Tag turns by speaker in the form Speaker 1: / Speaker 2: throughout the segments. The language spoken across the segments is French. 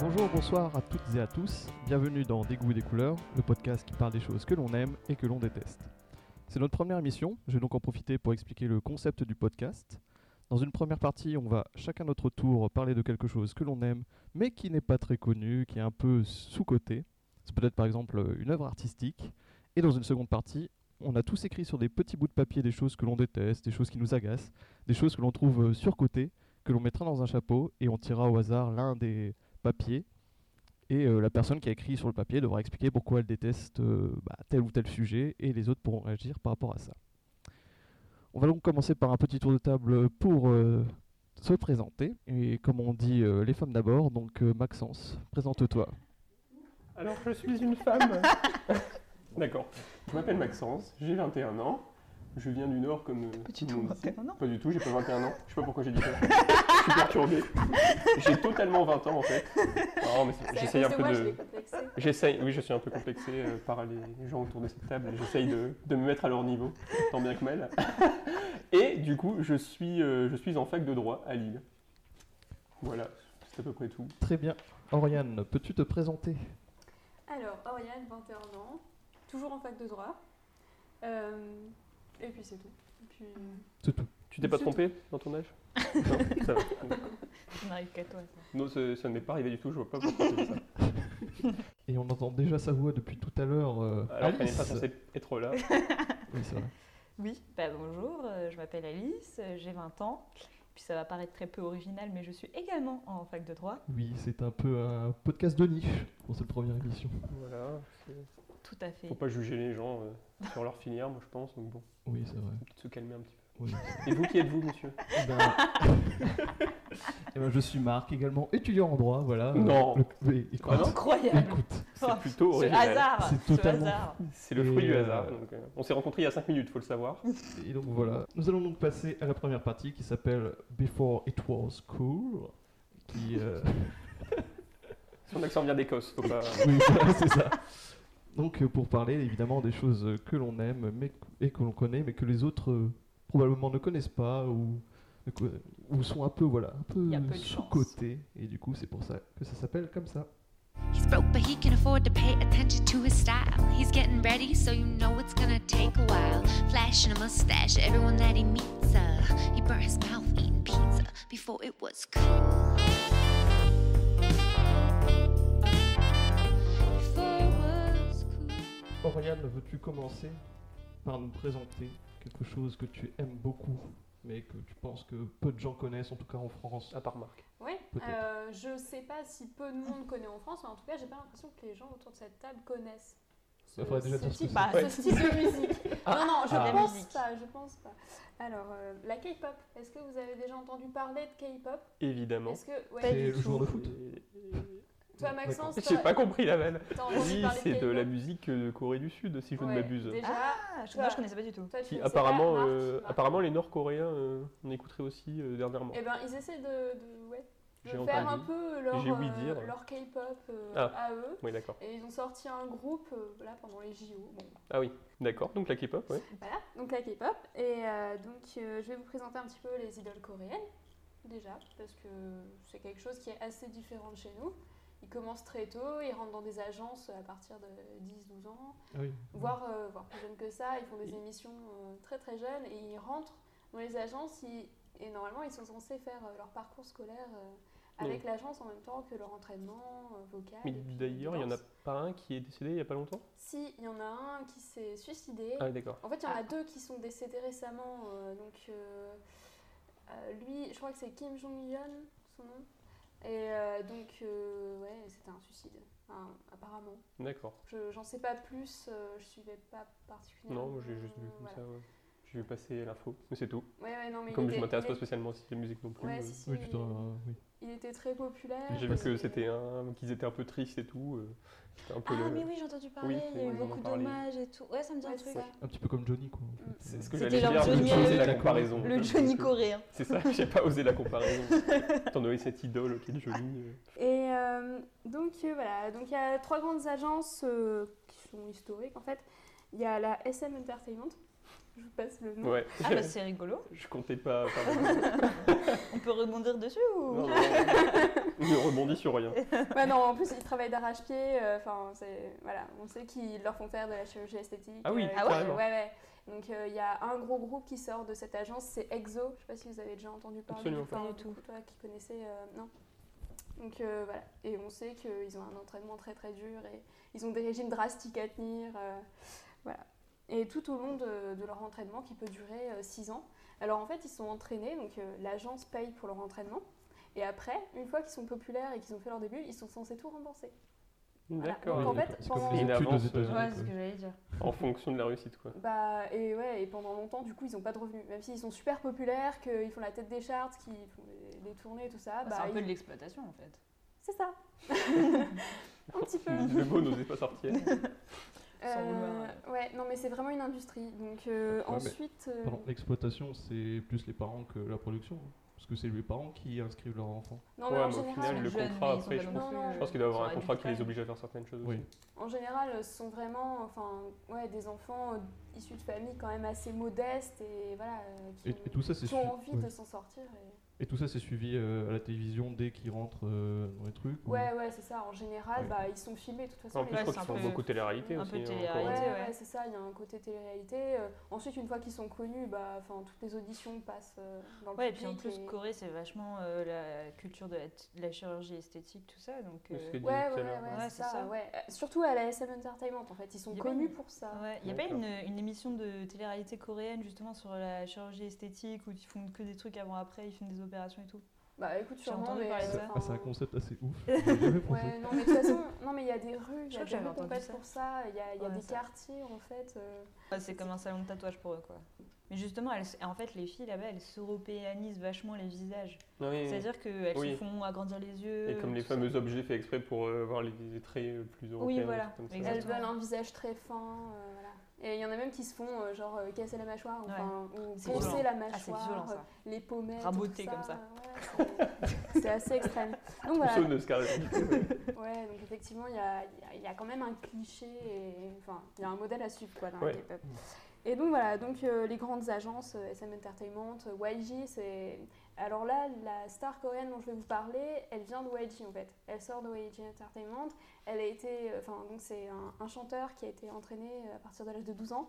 Speaker 1: Bonjour, bonsoir à toutes et à tous. Bienvenue dans Des goûts et des couleurs, le podcast qui parle des choses que l'on aime et que l'on déteste. C'est notre première émission, je vais donc en profiter pour expliquer le concept du podcast. Dans une première partie, on va chacun notre tour parler de quelque chose que l'on aime, mais qui n'est pas très connu, qui est un peu sous-coté. C'est peut-être par exemple une œuvre artistique. Et dans une seconde partie, on a tous écrit sur des petits bouts de papier des choses que l'on déteste, des choses qui nous agacent, des choses que l'on trouve euh, surcotées, que l'on mettra dans un chapeau et on tirera au hasard l'un des papiers. Et euh, la personne qui a écrit sur le papier devra expliquer pourquoi elle déteste euh, bah, tel ou tel sujet et les autres pourront réagir par rapport à ça. On va donc commencer par un petit tour de table pour euh, se présenter. Et comme on dit, euh, les femmes d'abord, donc euh, Maxence, présente-toi.
Speaker 2: Alors, je suis une femme. D'accord. Je m'appelle Maxence, j'ai 21 ans. Je viens du Nord comme euh,
Speaker 3: Pas
Speaker 2: tout le
Speaker 3: du tout,
Speaker 2: monde ici.
Speaker 3: 21 ans.
Speaker 2: Pas du tout, j'ai pas 21 ans. Je sais pas pourquoi j'ai dit ça. Je suis perturbé. J'ai totalement 20 ans en fait. Non, mais c'est- j'essaye un peu de. J'essaye, oui, je suis un peu complexé euh, par les gens autour de cette table. J'essaye de, de me mettre à leur niveau, tant bien que mal. Et du coup, je suis, euh, je suis en fac de droit à Lille. Voilà, c'est à peu près tout.
Speaker 1: Très bien. Oriane, peux-tu te présenter
Speaker 4: Alors, oh, Oriane, 21 ans, toujours en fac de droit. Euh, et puis c'est tout. Et puis, euh,
Speaker 1: C'est tout.
Speaker 2: Tu t'es pas
Speaker 4: C'est
Speaker 2: trompé dans ton âge Non, ça va.
Speaker 3: Ça n'arrive qu'à toi, ça.
Speaker 2: Non, ce- ça ne m'est pas arrivé du tout, je vois pas pourquoi tu dis ça.
Speaker 1: Et on entend déjà sa voix depuis tout à l'heure. euh,
Speaker 2: Ah, Alors qu'elle n'est
Speaker 1: Alice.
Speaker 2: pas censée être là.
Speaker 1: Oui, c'est vrai.
Speaker 3: Oui, bah bonjour, euh, je m'appelle Alice, euh, j'ai 20 ans. Puis ça va paraître très peu original, mais je suis également en fac de droit.
Speaker 1: Oui, c'est un peu un podcast de niche pour cette première émission.
Speaker 2: Voilà.
Speaker 3: Tout à fait.
Speaker 2: Faut pas juger les gens euh, sur leur filière, moi je pense. Donc bon,
Speaker 1: Oui, c'est vrai.
Speaker 2: faut peut-être se calmer un petit
Speaker 1: Oui.
Speaker 2: peu. Et vous qui êtes-vous, monsieur
Speaker 1: Eh ben... eh ben, je suis Marc, également étudiant en droit, voilà. Euh,
Speaker 2: Non.
Speaker 1: Le- Oui, écoute,
Speaker 2: Ah non
Speaker 3: Incroyable.
Speaker 1: écoute.
Speaker 4: Oh,
Speaker 2: C'est plutôt
Speaker 3: ce
Speaker 2: original.
Speaker 3: hasard,
Speaker 1: C'est
Speaker 3: ce
Speaker 1: totalement
Speaker 3: hasard.
Speaker 2: C'est le fruit
Speaker 1: Et,
Speaker 2: du
Speaker 1: euh,
Speaker 2: hasard. donc, euh, on s'est rencontrés il y a 5 minutes, faut le savoir.
Speaker 1: Et donc voilà, nous allons donc passer à la première partie qui s'appelle Before It Was Cool. Qui, euh,
Speaker 2: Son accent vient d'Écosse, faut pas.
Speaker 1: oui, voilà, c'est ça. Donc euh, pour parler évidemment des choses que l'on aime mais, et que l'on connaît, mais que les autres euh, probablement ne connaissent pas ou, ne co- ou sont un peu, voilà, un peu
Speaker 3: Il y a peu de chance.
Speaker 1: sous-cotés. Et du coup, c'est pour ça que ça s'appelle comme ça.
Speaker 5: He's broke, but he can afford to pay attention to his style. He's getting ready, so you know it's gonna take a while. Flashing a mustache at everyone that he meets. Uh, he burnt his mouth eating pizza before it was cool. Before it was cool.
Speaker 1: Oriane, veux-tu commencer par nous présenter quelque chose que tu aimes beaucoup, mais que tu penses que peu de gens connaissent, en tout cas en France Ah, bah,
Speaker 2: À part Marc.
Speaker 4: oui,
Speaker 1: Peut-être.
Speaker 4: euh, je sais pas si peu de monde connaît en France, mais en tout cas, j'ai pas l'impression que les gens autour de cette table connaissent. Ce,
Speaker 1: Bah, faudrait déjà
Speaker 4: ce
Speaker 1: dire ce que
Speaker 4: type,
Speaker 3: c'est. Ouais.
Speaker 4: ce style de musique. non, non, je
Speaker 1: Ah.
Speaker 3: La
Speaker 4: pense
Speaker 3: musique.
Speaker 4: pas, je pense pas. Alors, euh, la K-pop, est-ce que vous avez déjà entendu parler de K-pop
Speaker 2: Évidemment.
Speaker 4: Est-ce que, ouais,
Speaker 3: Pas
Speaker 1: C'est
Speaker 3: du
Speaker 1: le jour
Speaker 3: tout.
Speaker 1: de foot
Speaker 4: toi Maxence,
Speaker 2: J'ai
Speaker 4: t'as
Speaker 2: pas compris la balle.
Speaker 4: t'as entendu
Speaker 2: Oui,
Speaker 4: parler
Speaker 2: c'est de la
Speaker 4: K-pop
Speaker 2: musique de Corée du Sud, si je ne
Speaker 4: Ouais,
Speaker 2: m'abuse.
Speaker 4: Déjà,
Speaker 3: Ah, je, non, je connaissais pas du tout.
Speaker 4: toi, tu
Speaker 2: Qui
Speaker 4: connaissais
Speaker 2: apparemment,
Speaker 4: pas, Marc,
Speaker 2: euh,
Speaker 4: Marc.
Speaker 2: apparemment les Nord-Coréens, euh, on écouterait aussi euh, dernièrement.
Speaker 4: Eh ben, ils essaient de, de- ouais,
Speaker 2: J'ai
Speaker 4: de faire
Speaker 2: entendu.
Speaker 4: un peu leur,
Speaker 2: J'ai ouï
Speaker 4: euh,
Speaker 2: dire.
Speaker 4: leur K-pop euh,
Speaker 2: Ah.
Speaker 4: à eux.
Speaker 2: Oui, d'accord.
Speaker 4: Et ils ont sorti un groupe euh, là, pendant les JO. Bon,
Speaker 2: Ah oui, d'accord. Donc la K-pop, ouais.
Speaker 4: voilà, donc la K-pop. Et euh, donc, euh, je vais vous présenter un petit peu les idoles coréennes, déjà, parce que c'est quelque chose qui est assez différent de chez nous. Ils commencent très tôt, ils rentrent dans des agences à partir de 10-12 ans,
Speaker 1: Ah oui.
Speaker 4: voire, euh, voire plus jeunes que ça. Ils font des
Speaker 2: Et-
Speaker 4: émissions euh, très très jeunes et ils rentrent dans les agences. ils- Et normalement, ils sont censés faire euh, leur parcours scolaire euh, avec l'agence en même temps que leur entraînement euh, vocal.
Speaker 2: Mais
Speaker 4: et puis
Speaker 2: d'ailleurs, il n'y en a
Speaker 4: danse.
Speaker 2: pas un qui est décédé il n'y a pas longtemps
Speaker 4: Si, il y en a un qui s'est suicidé.
Speaker 2: Ah, oui, d'accord.
Speaker 4: En fait, il y en a deux qui sont décédés récemment. euh, donc, euh, euh, lui, je crois que c'est Kim Jong-un, son nom. Et euh, donc, euh, ouais, c'était un suicide, hein, apparemment.
Speaker 2: D'accord.
Speaker 4: Je- J'en sais pas plus, euh, je suivais pas particulièrement.
Speaker 2: Non, moi, j'ai juste vu comme
Speaker 4: voilà.
Speaker 2: ça. ouais. J'ai vu passer l'info, mais c'est tout.
Speaker 4: Ouais, ouais, non, mais
Speaker 2: Comme
Speaker 4: il
Speaker 2: je
Speaker 4: était-
Speaker 2: m'intéresse
Speaker 4: il
Speaker 2: pas spécialement à la musique non plus.
Speaker 4: Ouais,
Speaker 2: euh,
Speaker 4: si, si.
Speaker 1: Oui, tu t'en- euh, oui.
Speaker 4: est- Il était très populaire.
Speaker 2: J'ai vu que c'était un, qu'ils étaient un peu tristes et tout. euh, C'était un peu
Speaker 6: Ah
Speaker 2: le-
Speaker 6: mais oui, j'ai entendu parler, il y
Speaker 2: ils
Speaker 6: a eu
Speaker 2: en ont
Speaker 6: beaucoup
Speaker 2: parlé.
Speaker 6: d'hommages et tout. Ouais, ça me dit
Speaker 4: Ouais,
Speaker 6: un
Speaker 4: c'est
Speaker 6: truc.
Speaker 4: ça.
Speaker 1: Un petit peu comme Johnny, quoi.
Speaker 4: Mm.
Speaker 2: C'est ce que
Speaker 6: C'était
Speaker 2: j'allais dire,
Speaker 6: leur
Speaker 2: j'ai
Speaker 6: Johnny,
Speaker 2: pas osé
Speaker 1: euh,
Speaker 2: la comparaison.
Speaker 6: Le Johnny coréen.
Speaker 2: C'est ça, j'ai pas osé la comparaison. T'en avais cette idole qui est Johnny. euh.
Speaker 4: Et euh, donc euh, voilà, donc il y a trois grandes agences euh, qui sont historiques en fait. Il y a la SM Entertainment, Je vous passe le nom.
Speaker 2: Ouais,
Speaker 3: Ah, bah c'est rigolo.
Speaker 2: je comptais pas. pardon.
Speaker 3: On peut rebondir dessus ou
Speaker 2: Non, non, ne rebondis sur rien.
Speaker 4: Bah non, en plus, ils travaillent d'arrache-pied. euh, Enfin, c'est- voilà, on sait qu'ils leur font faire de la chirurgie esthétique.
Speaker 2: Ah oui,
Speaker 4: euh,
Speaker 2: Ah ouais
Speaker 4: ouais,
Speaker 2: carrément.
Speaker 4: ouais. Donc, euh, il y a un gros groupe qui sort de cette agence, c'est EXO. Je sais pas si vous avez déjà entendu parler.
Speaker 2: Absolument
Speaker 4: enfin,
Speaker 3: pas. Pas du
Speaker 4: beaucoup, Toi qui connaissais, euh, non. Donc, euh, voilà. Et on sait qu'ils ont un entraînement très très dur et ils ont des régimes drastiques à tenir. euh, voilà. Et tout au long de, de leur entraînement, qui peut durer 6 ans, alors en fait, ils sont entraînés, donc euh, l'agence paye pour leur entraînement. Et après, une fois qu'ils sont populaires et qu'ils ont fait leur début, ils sont censés tout rembourser.
Speaker 2: D'accord.
Speaker 4: Donc, en fait,
Speaker 7: c'est comme
Speaker 4: pendant-
Speaker 7: les
Speaker 2: Une
Speaker 7: études aux
Speaker 2: avance, euh,
Speaker 6: Ouais,
Speaker 7: États-Unis. quoi.
Speaker 6: c'est ce que j'allais dire.
Speaker 3: Ah,
Speaker 2: En fonction de la réussite, quoi.
Speaker 4: Bah, et ouais, et pendant longtemps, du coup, ils n'ont pas de revenus. Même s'ils sont super populaires, qu'ils font la tête des charts, qu'ils font des- des tournées, tout ça,
Speaker 6: Ah,
Speaker 3: Bah,
Speaker 4: bah,
Speaker 3: C'est un peu
Speaker 4: ils-
Speaker 3: de l'exploitation en fait.
Speaker 4: c'est ça. un petit peu.
Speaker 2: Le mot n'osait pas sortir.
Speaker 3: Sans
Speaker 4: Euh,
Speaker 3: vouloir,
Speaker 4: ouais, non, mais c'est vraiment une industrie. Donc euh,
Speaker 7: mais-
Speaker 4: ensuite. euh,
Speaker 7: Pardon, L'exploitation, c'est plus les parents que la production. hein. Parce que c'est les parents qui inscrivent leurs enfants.
Speaker 4: non, mais
Speaker 2: Ouais,
Speaker 4: en
Speaker 2: mais au
Speaker 4: général,
Speaker 2: final, le contrat,
Speaker 3: Jeunes, mais ils sont
Speaker 2: après, je
Speaker 3: pas
Speaker 2: pense,
Speaker 4: non
Speaker 6: euh,
Speaker 4: plus,
Speaker 2: je pense qu'il doit y avoir
Speaker 3: ils
Speaker 2: un
Speaker 3: sont
Speaker 2: contrat qui les
Speaker 3: adultes,
Speaker 2: oblige à faire certaines choses
Speaker 7: Oui.
Speaker 2: aussi.
Speaker 4: En général, euh, ce sont vraiment enfin, ouais, des enfants euh, issus de familles quand même assez modestes et voilà, euh, qui,
Speaker 7: Et,
Speaker 4: ont,
Speaker 7: et tout ça, c'est
Speaker 4: qui ont
Speaker 7: su-
Speaker 4: envie
Speaker 7: ouais.
Speaker 4: de s'en sortir. et-
Speaker 7: Et tout ça, c'est suivi euh, à la télévision dès qu'ils rentrent euh, dans les trucs. ou-
Speaker 4: Ouais, ouais, c'est ça. En général,
Speaker 7: Ouais.
Speaker 4: bah, ils sont filmés de toute façon.
Speaker 2: En plus, je
Speaker 4: les-
Speaker 3: Ouais,
Speaker 2: crois
Speaker 3: c'est
Speaker 2: qu'ils
Speaker 3: un
Speaker 2: font
Speaker 3: peu-
Speaker 2: beaucoup de télé-réalité
Speaker 3: un
Speaker 2: aussi. hein,
Speaker 3: peu de
Speaker 2: encore.
Speaker 4: Ouais,
Speaker 3: télé-réalité.
Speaker 4: ouais,
Speaker 3: ouais.
Speaker 4: c'est ça, il y a un côté télé-réalité. Euh, ensuite, une fois qu'ils sont connus, bah, enfin, toutes les auditions passent euh, dans le
Speaker 3: Ouais, et puis
Speaker 4: public.
Speaker 3: en plus,
Speaker 4: et-
Speaker 3: Corée, c'est vachement euh, la culture de la, de la chirurgie esthétique, tout ça. Donc,
Speaker 2: C'est ce que
Speaker 3: euh,
Speaker 2: dit
Speaker 4: Ouais,
Speaker 2: tout à
Speaker 4: ouais, ouais,
Speaker 2: l'heure.
Speaker 4: ouais,
Speaker 3: Ouais,
Speaker 4: c'est
Speaker 3: c'est
Speaker 4: ça.
Speaker 3: ça.
Speaker 4: ouais. Euh, Surtout à la SM Entertainment, en fait, ils sont
Speaker 3: Y a pas
Speaker 4: connus
Speaker 3: une-
Speaker 4: pour ça.
Speaker 3: il n'y a pas
Speaker 2: D'accord.
Speaker 3: une, une émission de télé-réalité coréenne justement sur la chirurgie esthétique où ils font que des trucs avant-après, ils font des opérations et tout.
Speaker 4: Bah, écoute,
Speaker 3: J'ai
Speaker 4: sûrement,
Speaker 3: entendu
Speaker 4: mais.
Speaker 3: parler de
Speaker 4: euh,
Speaker 3: ça.
Speaker 7: Ah, c'est un
Speaker 4: enfin,
Speaker 7: concept assez ouf. J'avais jamais pensé.
Speaker 4: Ouais, non, mais de toute façon, non, mais il y a des rues, il y
Speaker 3: crois que
Speaker 4: a des
Speaker 3: j'avais
Speaker 4: rues
Speaker 3: entendu
Speaker 4: complètes
Speaker 3: ça.
Speaker 4: pour ça, il y a, il y a
Speaker 3: Ouais,
Speaker 4: des
Speaker 3: ça.
Speaker 4: quartiers en fait. euh,
Speaker 3: Ouais, c'est comme un salon de tatouage pour eux, quoi. Mais justement, elles- en fait, les filles là-bas, elles s'européanisent vachement les visages.
Speaker 2: Ouais,
Speaker 3: C'est-à-dire qu'elles
Speaker 2: Oui.
Speaker 3: se font agrandir les yeux.
Speaker 2: Et comme les
Speaker 3: tout ça.
Speaker 2: fameux objets faits exprès pour euh, avoir les, les traits euh, plus européens. des
Speaker 3: voilà,
Speaker 2: trucs comme ça.
Speaker 3: exact.
Speaker 4: Elles
Speaker 3: Exactement.
Speaker 4: veulent un visage très fin, euh, voilà. Et il y en a même qui se font euh, genre euh, casser la mâchoire, enfin, ou
Speaker 3: C'est
Speaker 4: poncer
Speaker 3: violent.
Speaker 4: la
Speaker 3: Ah, c'est
Speaker 4: mâchoire,
Speaker 3: violent ça.
Speaker 4: euh, les pommettes,
Speaker 3: Raboter
Speaker 4: tout
Speaker 3: comme ça.
Speaker 4: ouais, c'est- c'est assez extrême. Donc voilà,
Speaker 2: Ou sauneuse, carrément.
Speaker 4: ouais, donc effectivement, il y a, il y a- il y a quand même un cliché, et, enfin, il y a un modèle à suivre quoi, dans la
Speaker 2: Ouais.
Speaker 4: K-pop. Et donc voilà, donc euh, les grandes agences, euh, SM Entertainment, euh, YG, c'est... Alors là, la star coréenne dont je vais vous parler, elle vient de YG en fait. Elle sort de YG Entertainment. Elle a été... euh, Enfin, donc c'est un, un chanteur qui a été entraîné euh, à partir de l'âge de 12 ans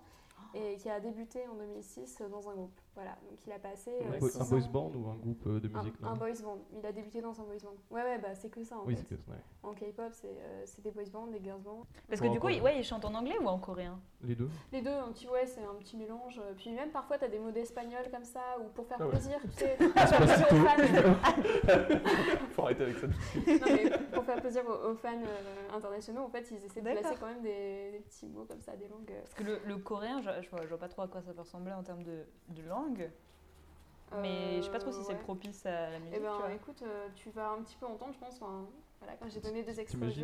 Speaker 4: et qui a débuté en 2006 euh, dans un groupe. Voilà, donc il a passé... euh,
Speaker 7: Un,
Speaker 2: Ouais,
Speaker 7: bo-
Speaker 4: six
Speaker 7: un
Speaker 4: ans-
Speaker 7: boys band ou un groupe euh, de
Speaker 4: un,
Speaker 7: musique non
Speaker 4: un boys band. Il a débuté dans un boys band. Ouais, ouais, bah c'est que ça en
Speaker 7: Oui,
Speaker 4: fait.
Speaker 7: c'est que ouais.
Speaker 4: En K-pop, c'est euh, c'est des boys bands, des girls bands.
Speaker 3: Parce
Speaker 7: Ou
Speaker 3: que
Speaker 7: en
Speaker 3: du coup,
Speaker 7: coréen.
Speaker 3: ils- ouais, ils chantent en anglais ou en coréen
Speaker 7: Les deux
Speaker 4: Les deux, un petit ouais, c'est un petit mélange. Euh, Puis même parfois, t'as des mots d'espagnol comme ça, ou pour faire
Speaker 2: Ah ouais.
Speaker 4: plaisir, tu sais.
Speaker 7: Despacito.
Speaker 4: aux fans,
Speaker 2: Faut arrêter avec ça.
Speaker 4: non, mais pour faire plaisir aux, aux fans euh, internationaux, en fait, ils essaient de
Speaker 3: D'accord.
Speaker 4: placer quand même des, des petits mots comme ça, des langues. euh,
Speaker 3: Parce que le, le coréen, je, je vois, je vois pas trop à quoi ça peut ressembler en termes de, de langue, mais je sais pas trop si
Speaker 4: euh,
Speaker 3: c'est
Speaker 4: ouais.
Speaker 3: propice à la musique.
Speaker 4: Eh ben,
Speaker 3: tu vois.
Speaker 4: écoute, euh, tu vas un petit peu entendre, je pense. enfin, Voilà, quand j'ai donné des
Speaker 7: T'imagines,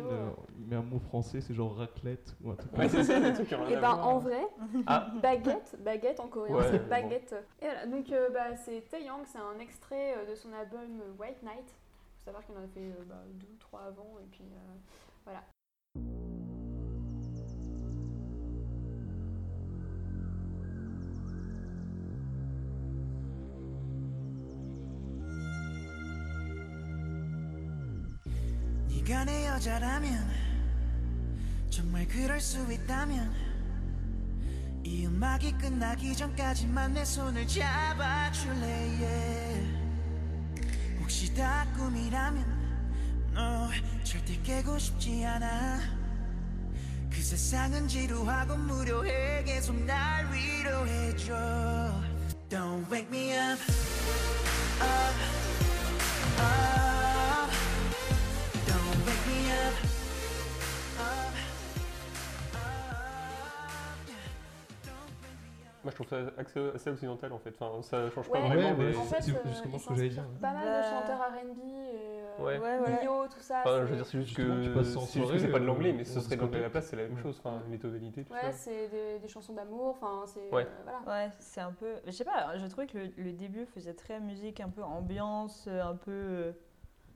Speaker 4: exposés.
Speaker 7: euh, mais un mot français, c'est genre raclette ou un truc
Speaker 2: Ouais, c'est ça, des trucs qui ont
Speaker 4: Et
Speaker 2: rien à
Speaker 4: ben
Speaker 2: voir.
Speaker 4: en vrai,
Speaker 2: Ah.
Speaker 4: baguette, baguette en coréen,
Speaker 2: Ouais,
Speaker 4: c'est
Speaker 2: bon.
Speaker 4: baguette. Et voilà, donc euh, bah, c'est Taeyang, c'est un extrait euh, de son album euh, White Night. Faut savoir qu'il en a fait euh, bah, deux ou trois avant, et puis euh, voilà.
Speaker 8: 네가 내 여자라면 정말 그럴 수 있다면 이 음악이 끝나기 전까지만 내 손을 잡아줄래 yeah. 혹시 다 꿈이라면 너 절대 깨고 싶지 않아 그 세상은 지루하고 무료해 계속 날 위로해줘 Don't wake me up up up Don't wake me up. Up. Up. Don't wake me up.
Speaker 2: Moi, je trouve ça assez, assez occidental en fait. Enfin, ça change pas
Speaker 4: Ouais,
Speaker 2: vraiment.
Speaker 7: ouais,
Speaker 2: des-
Speaker 4: en fait,
Speaker 7: c'est
Speaker 4: euh,
Speaker 7: justement
Speaker 4: il
Speaker 7: ce que j'allais
Speaker 4: s'inspire
Speaker 7: dire, ouais.
Speaker 4: Pas mal de
Speaker 3: Bah-
Speaker 4: chanteurs R&B et euh,
Speaker 2: Ouais.
Speaker 3: Ouais, voilà.
Speaker 4: Nio, tout ça.
Speaker 2: Enfin, je
Speaker 4: c'est-
Speaker 2: veux dire, c'est juste
Speaker 7: Justement,
Speaker 2: que
Speaker 7: tu passes en
Speaker 2: c'est juste que
Speaker 7: soirée,
Speaker 2: c'est pas de
Speaker 7: euh,
Speaker 2: l'anglais, mais
Speaker 7: on
Speaker 2: ce serait de l'anglais à la
Speaker 7: discothèque.
Speaker 2: place, c'est la même
Speaker 7: Ouais.
Speaker 2: chose. Enfin, les tonalités, tout
Speaker 4: Ouais,
Speaker 2: ça.
Speaker 4: c'est des, des chansons d'amour, enfin c'est
Speaker 2: Ouais.
Speaker 4: euh, voilà.
Speaker 3: Ouais, c'est un peu. Je sais pas, je trouvais que le, le début faisait très musique, un peu ambiance, euh, un peu. euh,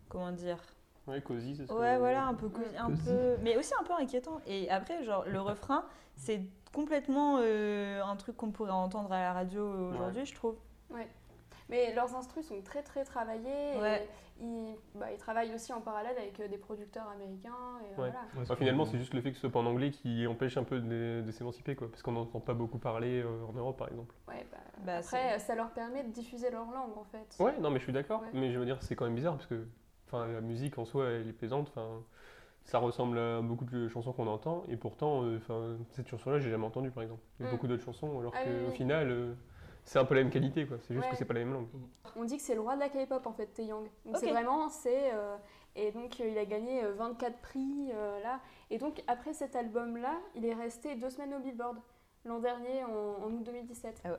Speaker 3: comment dire
Speaker 2: Ouais, cosy, c'est ce
Speaker 3: Ouais,
Speaker 2: que- Mm.
Speaker 3: voilà, un peu, cosy- un
Speaker 7: Cosy.
Speaker 3: peu, mais aussi un peu inquiétant. Et après, genre, le refrain, c'est complètement euh, un truc qu'on pourrait entendre à la radio aujourd'hui, je trouve.
Speaker 4: Mais leurs instrus sont très très travaillés.
Speaker 3: Ouais.
Speaker 4: Et ils, bah, ils travaillent aussi en parallèle avec euh, des producteurs américains. Et
Speaker 2: Ouais.
Speaker 4: voilà.
Speaker 2: Enfin, Bah, finalement, c'est juste le fait que ce soit pas en anglais qui empêche un peu de, de s'émanciper, quoi. Parce qu'on n'entend pas beaucoup parler euh, en Europe, par exemple.
Speaker 4: Ouais, bah,
Speaker 3: Bah,
Speaker 4: après, ça leur permet de diffuser leur langue en fait.
Speaker 2: Ouais, non, mais je suis d'accord.
Speaker 4: Ouais.
Speaker 2: Mais je veux dire, c'est quand même bizarre parce que enfin, la musique en soi, elle est plaisante. Enfin, ça ressemble à beaucoup de chansons qu'on entend. Et pourtant, euh, enfin, cette chanson-là, j'ai jamais entendue, par exemple. Il y a
Speaker 4: Mm.
Speaker 2: beaucoup d'autres chansons, alors
Speaker 4: Ah oui,
Speaker 2: qu'au
Speaker 4: oui.
Speaker 2: final, euh, c'est un peu la même qualité, quoi. C'est juste
Speaker 4: Ouais.
Speaker 2: que c'est pas la même langue.
Speaker 4: On dit que c'est le roi de la K-pop en fait, Taeyang. Donc
Speaker 3: Ok.
Speaker 4: c'est vraiment, c'est euh, et donc euh, il a gagné euh, 24 prix euh, là. Et donc après cet album là, il est resté deux semaines au Billboard l'an dernier en, en août 2017.
Speaker 3: Ah ouais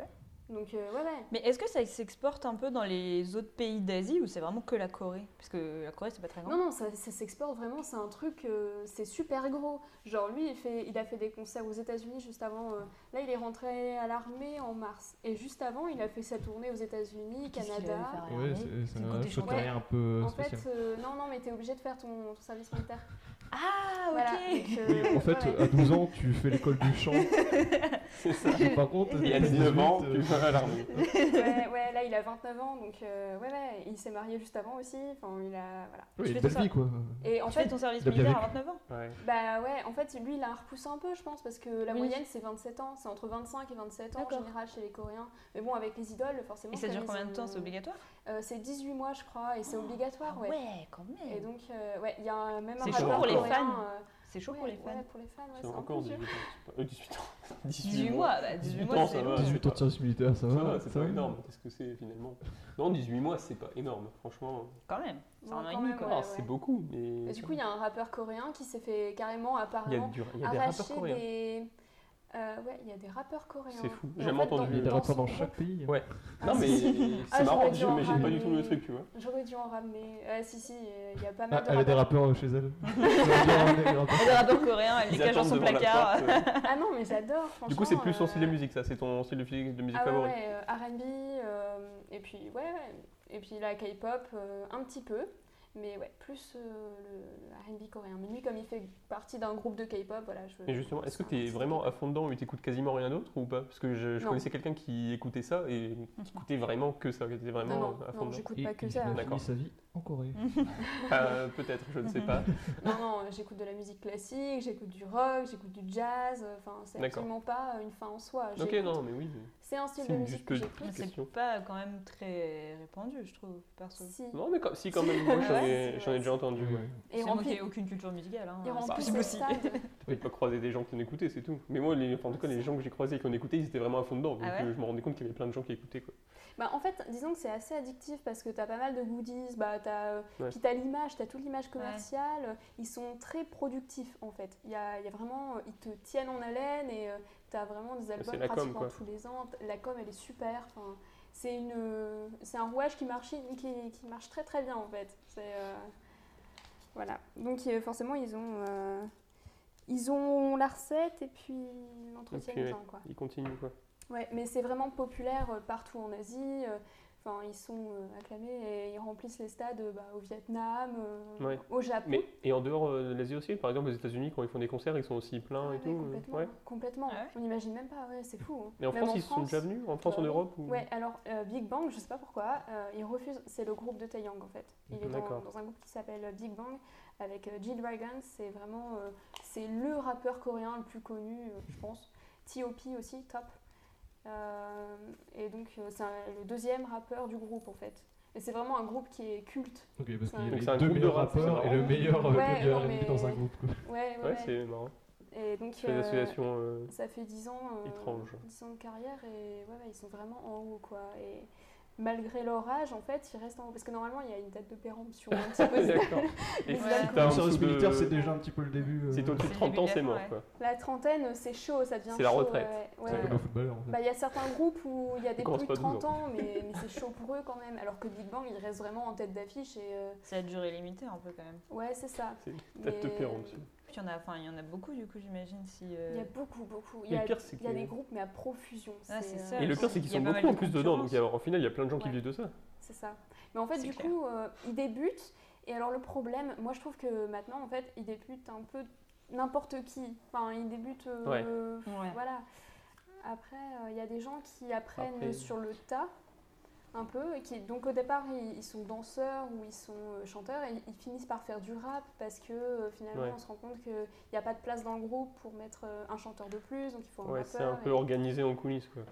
Speaker 4: Donc euh, ouais ouais.
Speaker 3: Mais est-ce que ça s'exporte un peu dans les autres pays d'Asie ou c'est vraiment que la Corée Parce que la Corée, c'est pas très grand.
Speaker 4: Non non, ça, ça s'exporte vraiment, c'est un truc, euh, c'est super gros. Genre lui, il fait, il a fait des concerts aux États-Unis juste avant. euh, là, il est rentré à l'armée en mars. Et juste avant, il a fait sa tournée aux États-Unis,
Speaker 6: Qu'est-ce qu'il
Speaker 4: Canada.
Speaker 6: allait faire à
Speaker 1: Ouais,
Speaker 6: l'armée
Speaker 1: c'est- c'est
Speaker 6: le
Speaker 1: un
Speaker 6: côté
Speaker 1: choix de
Speaker 4: chanteur.
Speaker 1: carrière un peu
Speaker 4: En
Speaker 1: spécial.
Speaker 4: fait, euh, non non, mais t'es obligé de faire ton, ton service militaire.
Speaker 3: Ah, ok
Speaker 4: Voilà, donc, euh,
Speaker 1: Oui, en fait,
Speaker 4: ouais, ouais.
Speaker 1: à 12 ans, tu fais l'école du chant.
Speaker 3: euh,
Speaker 1: Mais par contre,
Speaker 2: Il y a
Speaker 1: dès
Speaker 2: 19 ans,
Speaker 1: 18,
Speaker 2: tu
Speaker 1: euh,
Speaker 2: vas à l'armée.
Speaker 4: ouais, ouais, là il a 29 ans, donc euh, ouais, ouais, il s'est marié juste avant aussi. Enfin, il a voilà.
Speaker 1: ouais, une
Speaker 3: Tu fais
Speaker 1: belle
Speaker 3: tout ça.
Speaker 1: vie, quoi.
Speaker 4: Et en
Speaker 3: Tu fais
Speaker 4: fait,
Speaker 3: ton service
Speaker 1: il a bien
Speaker 3: militaire à 29 ans
Speaker 2: Ouais.
Speaker 4: bah ouais, en fait, lui il a repoussé un peu, je pense, parce que la
Speaker 3: Oui.
Speaker 4: moyenne c'est 27 ans, c'est entre 25 et 27 ans en
Speaker 3: D'accord.
Speaker 4: général chez les Coréens. Mais bon, avec les idoles, forcément.
Speaker 3: Et ça
Speaker 4: comme
Speaker 3: dure
Speaker 4: ils
Speaker 3: combien de temps
Speaker 4: ont-
Speaker 3: C'est Ah, obligatoire
Speaker 4: Euh, C'est 18 mois, je crois, et c'est obligatoire, ouais.
Speaker 6: quand
Speaker 4: Et
Speaker 6: même.
Speaker 4: donc, euh, ouais, il y a un- même un
Speaker 3: C'est
Speaker 2: chaud
Speaker 4: rapport
Speaker 2: pour les
Speaker 4: coréen,
Speaker 3: fans.
Speaker 4: euh,
Speaker 3: C'est chaud
Speaker 4: ouais,
Speaker 3: pour les fans.
Speaker 4: Ouais, pour les fans, ouais,
Speaker 2: C'est
Speaker 4: c'est un
Speaker 2: encore
Speaker 4: peu
Speaker 2: 18
Speaker 4: dur.
Speaker 2: ans. Euh, 18 ans.
Speaker 3: 18 mois, bah, 18
Speaker 2: 18
Speaker 3: mois,
Speaker 2: ans,
Speaker 3: c'est
Speaker 2: ça va.
Speaker 3: long.
Speaker 1: 18 ans de service militaire, ça
Speaker 2: Ça va,
Speaker 1: va.
Speaker 2: c'est
Speaker 1: ça
Speaker 2: pas
Speaker 1: va.
Speaker 2: énorme. Qu'est-ce que c'est finalement Non, 18 mois, c'est pas énorme, franchement.
Speaker 3: Quand même. C'est
Speaker 4: Bon,
Speaker 3: un an et
Speaker 4: quand
Speaker 3: demi,
Speaker 4: même,
Speaker 3: quoi.
Speaker 1: Oh,
Speaker 4: ouais.
Speaker 2: Ah, c'est beaucoup, mais.
Speaker 4: Et du coup, il y a un rappeur coréen qui s'est fait carrément
Speaker 2: il y a
Speaker 4: apparemment
Speaker 2: du- il y a des rappeurs
Speaker 4: arracher
Speaker 2: coréens.
Speaker 4: des. euh, ouais, il y a des rappeurs coréens.
Speaker 2: C'est fou.
Speaker 4: Et en
Speaker 2: J'ai jamais
Speaker 4: fait,
Speaker 2: entendu.
Speaker 1: Il y a des rapports dans
Speaker 4: son
Speaker 1: chaque pays.
Speaker 2: Ouais.
Speaker 4: Ah,
Speaker 2: Non, mais
Speaker 4: si, si.
Speaker 2: c'est
Speaker 4: Ah, j'aurais
Speaker 2: marrant,
Speaker 4: dû
Speaker 2: je
Speaker 4: en
Speaker 2: n'imagine pas du tout le
Speaker 4: ramener.
Speaker 2: truc, tu vois.
Speaker 4: J'aurais dû en ramener. Ah, si, si, euh, il y a pas
Speaker 1: Ah,
Speaker 4: mal
Speaker 1: elle a
Speaker 4: de
Speaker 1: des
Speaker 4: rappeurs.
Speaker 1: rappeurs chez elle. Elle
Speaker 3: Elle est rappeur coréen, elle les
Speaker 2: Ils
Speaker 3: cache dans
Speaker 2: attendent
Speaker 3: son
Speaker 2: devant la
Speaker 3: placard.
Speaker 2: porte, euh.
Speaker 4: Ah non, mais j'adore, franchement.
Speaker 2: Du coup, c'est plus son
Speaker 4: euh,
Speaker 2: style de musique, ça. C'est ton style de musique, de musique
Speaker 4: Ah ouais,
Speaker 2: favori.
Speaker 4: ouais, euh, RB, euh, et puis, ouais, ouais. Et puis la K-pop, euh, un petit peu. Mais ouais, plus euh, le- le RB coréen. Mais lui, comme il fait partie d'un groupe de K-pop, voilà. Je...
Speaker 2: Mais justement, est-ce que
Speaker 4: Ah, c'est un
Speaker 2: tu es
Speaker 4: petit-
Speaker 2: vraiment à fond dedans et t'écoutes quasiment rien d'autre ou pas Parce que je, je
Speaker 4: Non.
Speaker 2: connaissais quelqu'un qui écoutait ça et qui écoutait vraiment que ça, qui était
Speaker 4: Non,
Speaker 2: vraiment euh,
Speaker 4: non,
Speaker 2: à fond
Speaker 4: non
Speaker 2: dedans.
Speaker 4: j'écoute pas que ça.
Speaker 2: D'accord.
Speaker 1: a fini sa vie en Corée.
Speaker 2: Euh, Peut-être, je ne sais
Speaker 4: Mhm.
Speaker 2: pas.
Speaker 4: Non, non, j'écoute de la musique classique, j'écoute du rock, j'écoute du jazz. euh, Enfin, c'est
Speaker 2: D'accord.
Speaker 4: absolument pas euh, une fin en soi.
Speaker 2: ok,
Speaker 4: J'écoute-
Speaker 2: non, mais oui.
Speaker 4: C'est un style
Speaker 2: C'est
Speaker 4: de
Speaker 2: une
Speaker 4: musique
Speaker 2: juste
Speaker 4: que
Speaker 2: petite
Speaker 4: j'écoute.
Speaker 3: C'est
Speaker 2: question.
Speaker 3: pas quand même très répandu, je trouve, perso.
Speaker 4: Si.
Speaker 2: Non, mais quand- si, quand même, moi j'en
Speaker 4: Ouais,
Speaker 2: ai,
Speaker 4: c'est
Speaker 2: j'en ai
Speaker 4: vrai,
Speaker 2: déjà entendu.
Speaker 1: Ouais.
Speaker 2: ouais.
Speaker 4: Et
Speaker 3: C'est moi qui
Speaker 4: rempli,
Speaker 3: ai aucune culture musicale. Hein.
Speaker 4: il remplit
Speaker 3: C'est
Speaker 4: ses
Speaker 3: possible.
Speaker 4: stades.
Speaker 2: Peut-être pas croiser des gens qui en écoutaient, c'est tout. Mais moi, les, enfin, en tout cas, les gens que j'ai croisés et qui en écoutaient, ils étaient vraiment à fond dedans. Donc
Speaker 3: Ah ouais
Speaker 2: euh, je me rendais compte qu'il y avait plein de gens qui écoutaient. Quoi.
Speaker 4: Bah, en fait, disons que c'est assez addictif parce que t'as pas mal de goodies, bah, t'as, euh,
Speaker 2: Ouais.
Speaker 4: puis t'as l'image, t'as toute l'image commerciale. Ils sont très productifs en fait. Il y a, il y a vraiment, euh, ils te tiennent en haleine et euh, t'as vraiment des albums
Speaker 2: Ah, c'est la com,
Speaker 4: pratiquement
Speaker 2: quoi.
Speaker 4: tous les ans. La com, elle est super. Enfin, c'est une, euh, c'est un rouage qui marche, qui, qui marche très très bien en fait. C'est, euh, voilà. Donc euh, forcément, ils ont, euh, ils ont la recette et puis ils l'entretiennent
Speaker 2: Et puis,
Speaker 4: bien quoi.
Speaker 2: Ils continuent. Quoi.
Speaker 4: Ouais, mais c'est vraiment populaire euh, partout en Asie. euh, Enfin, ils sont euh, acclamés et ils remplissent les stades euh, bah, au Vietnam, euh,
Speaker 2: Ouais.
Speaker 4: au Japon.
Speaker 2: Mais, et en dehors euh, de l'Asie aussi, par exemple, aux États-Unis, quand ils font des concerts, ils sont aussi
Speaker 4: Ah
Speaker 2: pleins
Speaker 4: ouais,
Speaker 2: et tout. euh,
Speaker 4: complètement,
Speaker 2: ouais.
Speaker 4: complètement.
Speaker 3: Ah ouais
Speaker 4: On n'imagine même pas, ouais, c'est fou. hein.
Speaker 2: Mais en
Speaker 4: Même
Speaker 2: France, ils sont déjà venus En France, en
Speaker 4: euh,
Speaker 2: Europe ou...
Speaker 4: Ouais, alors euh, Big Bang, je sais pas pourquoi, euh, ils refusent. C'est le groupe de Taeyang en fait. Il est dans,
Speaker 2: D'accord.
Speaker 4: dans un groupe qui s'appelle euh, Big Bang avec euh, G-Dragon. C'est vraiment. euh, c'est le rappeur coréen le plus connu, euh, je pense. T.O.P. aussi, top. Euh, et donc, euh, c'est un- le deuxième rappeur du groupe en fait. Et c'est vraiment un groupe qui est culte.
Speaker 1: Ok, parce
Speaker 4: C'est
Speaker 1: qu'il y
Speaker 4: un-
Speaker 1: a
Speaker 2: Donc
Speaker 1: les
Speaker 2: c'est un
Speaker 1: deux
Speaker 2: groupe de
Speaker 1: meilleurs
Speaker 2: rap, c'est
Speaker 1: rappeurs et
Speaker 2: marrant.
Speaker 1: le meilleur euh,
Speaker 4: Ouais,
Speaker 1: le meilleur
Speaker 4: non,
Speaker 1: ami dans un
Speaker 4: mais-
Speaker 1: groupe. quoi.
Speaker 4: Ouais, ouais.
Speaker 2: Ouais,
Speaker 4: ouais.
Speaker 2: c'est marrant.
Speaker 4: Et donc,
Speaker 2: C'est des
Speaker 4: euh,
Speaker 2: associations. euh,
Speaker 4: ça fait 10 ans, euh,
Speaker 2: Étrange.
Speaker 4: 10 ans de carrière et ouais, ouais, ils sont vraiment en haut quoi. Et malgré leur âge, en fait, ils restent en haut parce que normalement il y a une date de péremption un petit peu.
Speaker 2: D'accord. Et
Speaker 4: Mais
Speaker 2: si
Speaker 3: ouais.
Speaker 2: t'as en
Speaker 1: Le
Speaker 2: dessous
Speaker 1: service
Speaker 2: de-
Speaker 1: militaire, c'est déjà un petit peu le début. euh,
Speaker 2: Si t'es au-dessus de
Speaker 3: C'est
Speaker 2: 30 ans, c'est
Speaker 3: obligatoire,
Speaker 2: mort.
Speaker 3: ouais.
Speaker 2: Quoi.
Speaker 4: La trentaine, c'est chaud, ça devient
Speaker 2: C'est la
Speaker 4: chaud,
Speaker 2: retraite.
Speaker 4: ouais, ouais.
Speaker 1: C'est comme au football. en fait.
Speaker 4: Bah, il y a certains groupes où il y a des
Speaker 2: On commence
Speaker 4: plus de
Speaker 2: pas à 12
Speaker 4: 30 ans, mais, mais c'est chaud pour eux quand même. Alors que Big Bang, ils restent vraiment en tête d'affiche et euh,
Speaker 3: C'est à durée limitée, un peu quand même.
Speaker 4: ouais, c'est ça.
Speaker 2: C'est peut-être te
Speaker 4: Mais-
Speaker 2: perdre dessus.
Speaker 3: Puis il y en a, enfin, il y en a beaucoup, du coup, j'imagine. Si, euh,
Speaker 4: Il y a beaucoup, beaucoup. Il
Speaker 2: Et
Speaker 4: y
Speaker 2: le
Speaker 4: a,
Speaker 2: pire, c'est
Speaker 4: il y a
Speaker 2: que-
Speaker 4: des groupes, mais à profusion.
Speaker 3: Ah, c'est
Speaker 4: euh,
Speaker 3: ça.
Speaker 2: Et le pire, c'est
Speaker 3: Il
Speaker 2: qu'ils
Speaker 3: y a
Speaker 2: sont
Speaker 3: pas
Speaker 2: beaucoup
Speaker 3: mal
Speaker 2: en
Speaker 3: de
Speaker 2: plus dedans. Donc
Speaker 3: concurrence.
Speaker 2: il y a- au final, il y a plein de gens qui
Speaker 4: Ouais.
Speaker 2: vivent de ça.
Speaker 4: C'est ça. Mais en fait,
Speaker 3: C'est
Speaker 4: du
Speaker 3: clair.
Speaker 4: coup, euh, ils débutent Et alors le problème, moi je trouve que maintenant en fait, il débute un peu n'importe qui. Enfin, il débute. euh,
Speaker 2: Ouais.
Speaker 4: euh,
Speaker 3: Ouais.
Speaker 4: Voilà. Après, euh, il y a des gens qui apprennent
Speaker 2: Après-
Speaker 4: sur le tas un peu et qui donc au départ ils, ils sont danseurs ou ils sont euh, chanteurs et ils finissent par faire du rap parce que euh, finalement
Speaker 2: Ouais.
Speaker 4: on se rend compte qu'il n'y a pas de place dans le groupe pour mettre euh, un chanteur de plus donc il faut un
Speaker 2: Ouais, c'est
Speaker 4: rappeur
Speaker 2: un
Speaker 4: et-
Speaker 2: peu organisé en coulisses quoi.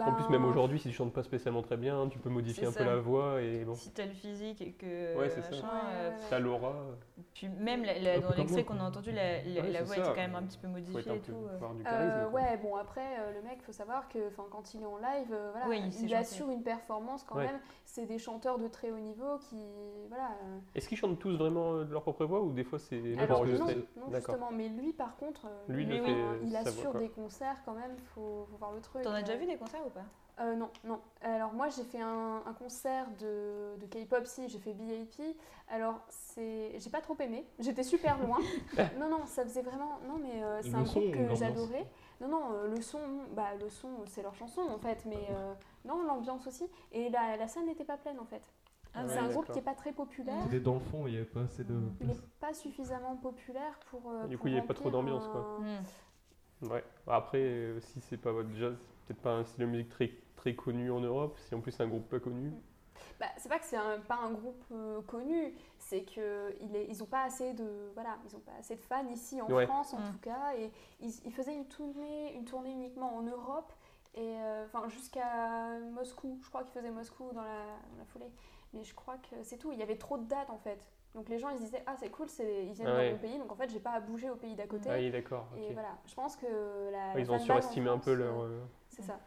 Speaker 2: En plus,
Speaker 4: Ben,
Speaker 2: même aujourd'hui, si tu chantes pas spécialement très bien, tu peux modifier
Speaker 3: C'est
Speaker 2: un peu
Speaker 3: ça.
Speaker 2: la voix et bon,
Speaker 3: Si t'as le physique et que.
Speaker 2: Ouais, c'est ça.
Speaker 3: machin,
Speaker 4: Ouais,
Speaker 3: euh,
Speaker 4: ouais, ouais.
Speaker 2: t'as l'aura,
Speaker 3: Puis même la- la-
Speaker 1: Un peu
Speaker 3: dans
Speaker 1: comme
Speaker 3: l'extrait
Speaker 1: moi.
Speaker 3: qu'on a entendu, la, la-
Speaker 2: Ouais,
Speaker 3: la
Speaker 2: c'est
Speaker 3: voix était
Speaker 2: ça.
Speaker 3: quand même un petit peu
Speaker 2: faut être
Speaker 3: modifiée
Speaker 2: un
Speaker 3: et
Speaker 2: peu,
Speaker 3: tout. euh.
Speaker 2: faut avoir du charisme.
Speaker 4: Euh,
Speaker 2: quoi.
Speaker 4: ouais, bon après euh, le mec, faut savoir que 'fin, quand il est en live, euh, voilà,
Speaker 3: Oui, il sait
Speaker 4: il,
Speaker 3: chanter.
Speaker 4: assure une performance quand
Speaker 2: Ouais.
Speaker 4: même. C'est des chanteurs de très haut niveau qui, voilà. euh,
Speaker 2: Est-ce qu'ils chantent tous vraiment euh, de leur propre voix ou des fois c'est
Speaker 4: Alors que non,
Speaker 2: enregistré
Speaker 4: non
Speaker 2: D'accord.
Speaker 4: justement, mais lui par contre, euh,
Speaker 2: Lui, il
Speaker 4: lui,
Speaker 2: le
Speaker 4: hein,
Speaker 2: fait,
Speaker 4: il,
Speaker 2: euh, sa voix,
Speaker 4: assure
Speaker 2: quoi.
Speaker 4: des concerts quand même. Faut, faut voir le truc.
Speaker 3: T'en as déjà
Speaker 4: euh.
Speaker 3: vu des concerts ou pas
Speaker 4: Euh, Non, non. Alors moi j'ai fait un, un concert de, de K-pop si, j'ai fait VIP. Alors c'est, j'ai pas trop aimé. J'étais super loin. non non, ça faisait vraiment. Non mais euh, c'est
Speaker 1: Le
Speaker 4: un
Speaker 1: son
Speaker 4: groupe
Speaker 1: ou
Speaker 4: que
Speaker 1: l'ambiance
Speaker 4: j'adorais. Non non, euh, le son, bah le son c'est leur chanson en fait, mais euh, non l'ambiance aussi. Et la, la scène n'était pas pleine en fait.
Speaker 3: Ah
Speaker 4: c'est
Speaker 2: ouais,
Speaker 4: un groupe
Speaker 2: d'accord.
Speaker 4: qui est pas très populaire.
Speaker 1: C'était dans le fond, il n'y avait pas assez de.
Speaker 4: Il n'est pas suffisamment populaire pour. euh,
Speaker 2: Du coup,
Speaker 4: pour
Speaker 2: il y avait pas trop
Speaker 4: remplir
Speaker 2: d'ambiance, quoi.
Speaker 4: un-
Speaker 3: Hmm.
Speaker 2: Ouais. Après, euh, si c'est pas votre jazz, c'est peut-être pas un style de musique très, très connu en Europe, si en plus c'est un groupe pas connu.
Speaker 4: Bah, c'est pas que c'est un- pas un groupe euh, connu, c'est que il est- ils n'ont pas assez de voilà, ils ont pas assez de fans ici en
Speaker 2: Ouais.
Speaker 4: France en
Speaker 3: Mm.
Speaker 4: tout cas et ils, ils faisaient une tournée, une tournée uniquement en Europe et euh, enfin jusqu'à Moscou, je crois qu'ils faisaient Moscou dans la, dans la foulée, mais je crois que c'est tout. Il y avait trop de dates en fait, donc les gens ils se disaient ah c'est cool, c'est, ils viennent
Speaker 2: Ah ouais.
Speaker 4: dans mon pays, donc en fait j'ai pas à bouger au pays d'à côté.
Speaker 2: Ah oui, d'accord.
Speaker 4: Et
Speaker 2: ok.
Speaker 4: voilà, je pense que la.
Speaker 2: Ah,
Speaker 4: la
Speaker 2: ils ont
Speaker 4: fanbase en
Speaker 2: surestimé un peu
Speaker 4: France,
Speaker 2: leur.
Speaker 4: euh,
Speaker 2: euh,
Speaker 4: c'est ça.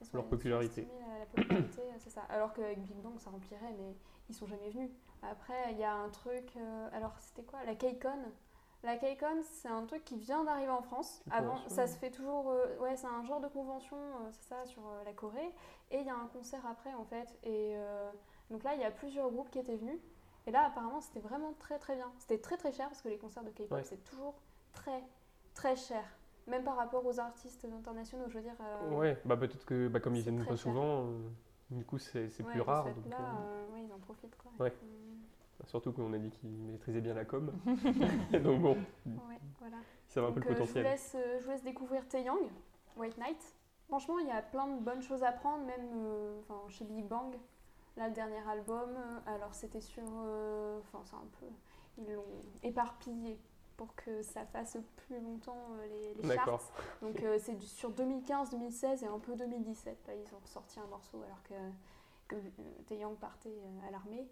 Speaker 4: Ils sont-
Speaker 2: Leur
Speaker 4: ils
Speaker 2: popularité.
Speaker 4: surestimaient La, la popularité, euh, c'est ça. Alors qu'avec Big Bang, ça remplirait, mais ils sont jamais venus. Après, il y a un truc. euh, alors, c'était quoi La K-Con. La K-Con, c'est un truc qui vient d'arriver en France.
Speaker 2: Une
Speaker 4: Avant,
Speaker 2: convention.
Speaker 4: ça se fait toujours. euh, ouais, c'est un genre de convention, euh, c'est ça, sur euh, la Corée. Et il y a un concert après, en fait. Et euh, donc là, il y a plusieurs groupes qui étaient venus. Et là, apparemment, c'était vraiment très très bien. C'était très très cher parce que les concerts de K-pop,
Speaker 2: Ouais.
Speaker 4: c'est toujours très très cher. Même par rapport aux artistes internationaux, je veux dire. euh,
Speaker 2: Ouais, bah peut-être que bah, comme ils
Speaker 4: c'est
Speaker 2: viennent
Speaker 4: très
Speaker 2: pas
Speaker 4: cher.
Speaker 2: souvent, euh, du coup c'est c'est
Speaker 4: ouais,
Speaker 2: plus
Speaker 4: de
Speaker 2: rare.
Speaker 4: ce
Speaker 2: donc,
Speaker 4: fait-là,
Speaker 2: euh,
Speaker 4: euh, ouais, ils en profitent quoi.
Speaker 2: Ouais.
Speaker 4: Euh,
Speaker 2: Surtout qu'on a dit qu'ils maîtrisaient bien la com. donc bon,
Speaker 4: ouais, voilà.
Speaker 2: ça va un peu
Speaker 4: Donc,
Speaker 2: le
Speaker 4: euh, je, vous
Speaker 2: potentiel.
Speaker 4: laisse, euh, je vous laisse découvrir Taeyang, White Knight. Franchement, il y a plein de bonnes choses à prendre, même euh, enfin, chez Big Bang. Là, le dernier album, euh, alors c'était sur. euh, Enfin, c'est un peu. Ils l'ont éparpillé pour que ça fasse plus longtemps euh, les, les
Speaker 2: D'accord.
Speaker 4: charts. Donc, euh, c'est du- sur 2015, 2016 et un peu 2017. Là, ils ont ressorti un morceau alors que, que euh, Taeyang partait euh, à l'armée.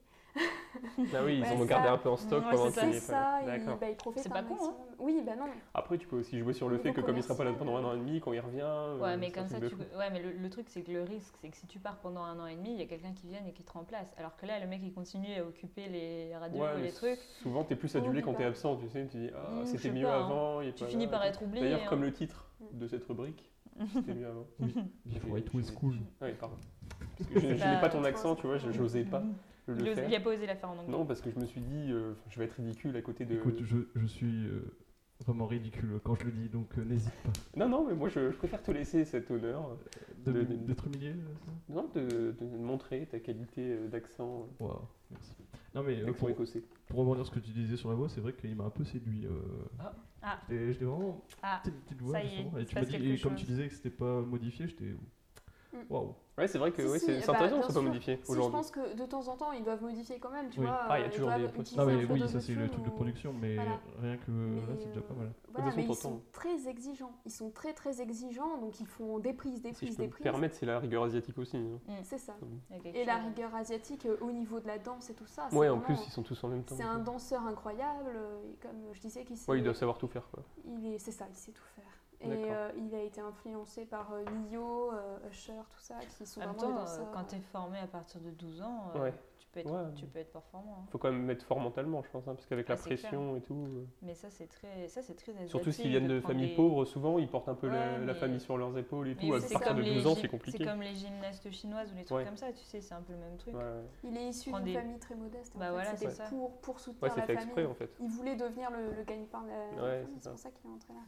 Speaker 2: Ah oui, ils
Speaker 4: Ouais,
Speaker 2: en ont gardé
Speaker 4: ça-
Speaker 2: un peu en stock
Speaker 3: Ouais,
Speaker 2: pendant
Speaker 3: c'est
Speaker 2: qu'il
Speaker 4: C'est
Speaker 2: est pas là.
Speaker 4: ça, il,
Speaker 2: D'accord.
Speaker 4: bah, il profite
Speaker 3: C'est pas
Speaker 4: un
Speaker 3: con, hein.
Speaker 4: maximum. Oui, bah non.
Speaker 2: Après, tu peux aussi jouer sur le
Speaker 4: Niveau
Speaker 2: fait que comme il sera pas là
Speaker 4: commercial,
Speaker 2: pendant un an et demi, quand il revient. euh,
Speaker 3: Ouais, mais
Speaker 2: c'est un
Speaker 3: comme ça,
Speaker 2: truc de
Speaker 3: tu
Speaker 2: fou.
Speaker 3: peux- ouais, mais le, le truc, c'est que le risque, c'est que si tu pars pendant un an et demi, il y a quelqu'un qui vient et qui te remplace. Alors que là, le mec, il continue à occuper les radios
Speaker 2: Ouais,
Speaker 3: et
Speaker 2: mais
Speaker 3: les trucs.
Speaker 2: Souvent, t'es plus
Speaker 4: Oh,
Speaker 2: adulé
Speaker 4: oui,
Speaker 2: quand t'es
Speaker 4: bah.
Speaker 2: absent, tu sais. Tu dis, ah,
Speaker 3: Mm, je
Speaker 2: c'était
Speaker 3: sais
Speaker 2: mieux
Speaker 3: pas, hein.
Speaker 2: avant. il est
Speaker 3: Tu
Speaker 2: pas
Speaker 3: finis
Speaker 2: là.
Speaker 3: par être oublié.
Speaker 2: D'ailleurs,
Speaker 3: hein.
Speaker 2: comme le titre de cette rubrique, c'était mieux avant.
Speaker 1: Before it was cool.
Speaker 2: Ah oui, pardon. Parce que je je
Speaker 3: pas-
Speaker 2: n'ai pas ton
Speaker 4: c'est
Speaker 2: accent,
Speaker 4: pas-
Speaker 2: tu vois, je- j'osais pas le
Speaker 3: Il ose-
Speaker 2: faire.
Speaker 3: il a pas osé la faire en anglais.
Speaker 2: Non, parce que je me suis dit, euh, je vais être ridicule à côté de.
Speaker 1: Écoute, je, je suis euh, vraiment ridicule quand je le dis, donc euh, n'hésite pas.
Speaker 2: Non, non, mais moi, je, je préfère te laisser cet honneur.
Speaker 1: De-
Speaker 2: De-
Speaker 1: D'être humilié euh, ça
Speaker 2: Non, de, de montrer ta qualité euh, d'accent, euh,
Speaker 1: Waouh, merci. Non mais euh,
Speaker 2: d'accent
Speaker 1: pour,
Speaker 2: écossais.
Speaker 1: pour rebondir sur ce que tu disais sur la voix, c'est vrai qu'il m'a un peu séduit. euh,
Speaker 2: Ah.
Speaker 3: Ah.
Speaker 1: Et je l'ai vraiment
Speaker 3: Ah,
Speaker 1: petite, petite voix
Speaker 3: Ça y est,
Speaker 1: justement.
Speaker 3: il
Speaker 1: Et
Speaker 3: se
Speaker 1: tu m'as
Speaker 3: passe
Speaker 1: dit,
Speaker 3: quelque
Speaker 1: et comme tu
Speaker 3: chose. Mm.
Speaker 1: disais que c'était pas modifié, j'étais waouh.
Speaker 2: Ouais, c'est vrai que
Speaker 4: Si,
Speaker 2: ouais,
Speaker 4: si,
Speaker 2: c'est
Speaker 4: bah,
Speaker 2: c'est intéressant
Speaker 4: bien
Speaker 2: que ça soit
Speaker 4: sûr.
Speaker 2: modifié
Speaker 4: Si, je
Speaker 2: aujourd'hui.
Speaker 4: pense que de temps en temps, ils doivent modifier quand même, tu
Speaker 1: Oui.
Speaker 4: vois.
Speaker 2: Ah, il y a
Speaker 4: euh, ils
Speaker 2: toujours
Speaker 4: doivent
Speaker 2: des
Speaker 4: utiliser
Speaker 1: Non
Speaker 4: un
Speaker 1: mais
Speaker 4: peu
Speaker 1: oui, ça c'est
Speaker 4: d'autotune
Speaker 1: le truc de
Speaker 4: ou-
Speaker 1: production, mais
Speaker 4: Voilà.
Speaker 1: rien que là
Speaker 4: mais,
Speaker 1: c'est déjà pas mal.
Speaker 4: euh, voilà,
Speaker 2: De toute façon,
Speaker 4: mais ils
Speaker 2: t'entends.
Speaker 4: sont très exigeants. Ils sont très très exigeants, donc ils font des prises, des
Speaker 2: Si
Speaker 4: prises,
Speaker 2: je peux
Speaker 4: des
Speaker 2: me
Speaker 4: prises.
Speaker 2: permettre, c'est la rigueur asiatique aussi. hein.
Speaker 4: C'est ça.
Speaker 3: il y a quelque
Speaker 4: Et la
Speaker 3: chose.
Speaker 4: rigueur asiatique euh, au niveau de la danse et tout ça. Ah, c'est
Speaker 2: Ouais, en
Speaker 4: vraiment-
Speaker 2: plus, ils sont tous en même temps. euh,
Speaker 4: C'est un danseur incroyable, euh, et comme je disais, qui s'est-
Speaker 2: Ouais, ils doivent savoir tout faire, quoi.
Speaker 4: Il est, c'est ça, il sait tout faire.
Speaker 2: D'accord.
Speaker 4: Et euh, il a été influencé par euh, Nio, euh, Usher, tout ça, qui sont
Speaker 3: En même
Speaker 4: vraiment des
Speaker 3: temps, euh,
Speaker 4: danseurs.
Speaker 3: quand tu es formé à partir de 12 ans, euh,
Speaker 2: Ouais.
Speaker 3: tu, peux être,
Speaker 2: Ouais.
Speaker 3: tu peux être performant. hein.
Speaker 2: Faut quand même être fort mentalement, je pense, hein, parce qu'avec
Speaker 3: Ah,
Speaker 2: la
Speaker 3: c'est
Speaker 2: pression et tout. euh,
Speaker 3: Mais ça, c'est très, ça, c'est très
Speaker 2: Surtout
Speaker 3: asiatique
Speaker 2: s'ils viennent de
Speaker 3: prendre
Speaker 2: familles
Speaker 3: des-
Speaker 2: pauvres, souvent ils portent un peu la,
Speaker 3: Ouais,
Speaker 2: la
Speaker 3: mais-
Speaker 2: famille sur leurs épaules et
Speaker 3: Mais
Speaker 2: tout. À
Speaker 3: c'est
Speaker 2: partir
Speaker 3: comme
Speaker 2: de
Speaker 3: les
Speaker 2: 12 ans,
Speaker 3: gy-
Speaker 2: c'est compliqué.
Speaker 3: C'est comme les gymnastes chinoises ou les trucs
Speaker 2: Ouais.
Speaker 3: comme ça, tu sais, c'est un peu le même truc.
Speaker 2: Ouais, ouais.
Speaker 4: Il est issu
Speaker 3: Prends
Speaker 4: d'une
Speaker 3: des-
Speaker 4: famille très modeste. en
Speaker 3: Bah
Speaker 4: fait.
Speaker 3: voilà,
Speaker 4: C'était
Speaker 3: c'est ça.
Speaker 4: Pour, pour
Speaker 2: Ouais,
Speaker 4: soutenir
Speaker 2: c'est
Speaker 4: la
Speaker 2: fait
Speaker 4: famille.
Speaker 2: exprès en fait.
Speaker 4: Il voulait devenir le, le gagne-pain de la, de la
Speaker 2: Ouais,
Speaker 4: famille,
Speaker 2: c'est
Speaker 4: c'est
Speaker 2: ça.
Speaker 4: pour ça qu'il est entré là.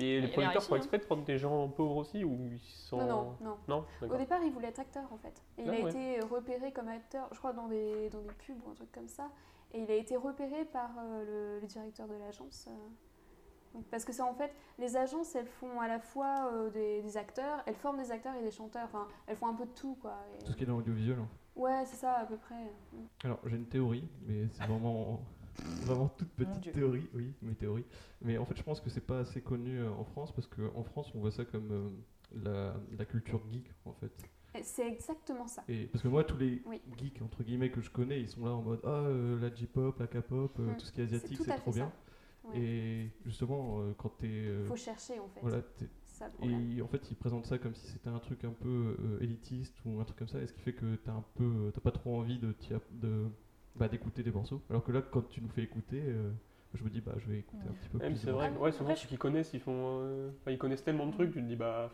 Speaker 2: Et
Speaker 3: avait
Speaker 2: les producteurs
Speaker 3: réussi,
Speaker 2: font
Speaker 3: hein.
Speaker 2: exprès de prendre des gens pauvres aussi ou ils sont.
Speaker 4: Non, non, non.
Speaker 2: Non
Speaker 4: Au
Speaker 2: D'accord.
Speaker 4: départ, il voulait être acteur en fait. Et il
Speaker 2: Ah,
Speaker 4: a
Speaker 2: ouais.
Speaker 4: été repéré comme acteur, je crois, dans des, dans des pubs ou un truc comme ça. Et il a été repéré par euh, le, le directeur de l'agence. euh. Donc, parce que c'est en fait, les agences, elles font à la fois euh, des, des acteurs, elles forment des acteurs et des chanteurs. Enfin, elles font un peu de tout, quoi. Et-
Speaker 7: Tout ce qui est dans l'audiovisuel. hein.
Speaker 4: Ouais, c'est ça, à peu près.
Speaker 7: Alors, j'ai une théorie, mais c'est vraiment, vraiment toute
Speaker 3: Mon
Speaker 7: petite
Speaker 3: Dieu.
Speaker 7: théorie. Oui, mes théories. Mais en fait, je pense que c'est pas assez connu euh, en France parce qu'en France, on voit ça comme euh, la, la culture geek, en fait.
Speaker 4: Et C'est exactement ça.
Speaker 7: Et parce que moi, tous les
Speaker 4: Oui.
Speaker 7: geeks entre guillemets que je connais, ils sont là en mode ah euh, la J-pop, la K-pop, euh,
Speaker 4: Mm.
Speaker 7: tout ce qui est
Speaker 4: C'est
Speaker 7: asiatique,
Speaker 4: tout
Speaker 7: c'est
Speaker 4: à
Speaker 7: trop
Speaker 4: fait
Speaker 7: bien.
Speaker 4: ça. Ouais.
Speaker 7: Et justement, euh, quand t'es euh,
Speaker 4: Faut chercher, en fait.
Speaker 7: voilà, t'es-
Speaker 4: C'est ça le problème.
Speaker 7: et en fait, ils présentent ça comme si c'était un truc un peu euh, élitiste ou un truc comme ça, et ce qui fait que t'as un peu, euh, t'as pas trop envie de, t'y app- de bah, d'écouter des morceaux. Alors que là, quand tu nous fais écouter, euh, je me dis bah je vais écouter un petit peu
Speaker 2: Même
Speaker 7: plus. de
Speaker 2: c'est vrai,
Speaker 7: morceaux.
Speaker 2: que- ouais, souvent
Speaker 3: Après,
Speaker 2: ceux qui connaissent, ils font, euh, enfin, ils connaissent tellement de trucs, tu te dis bah,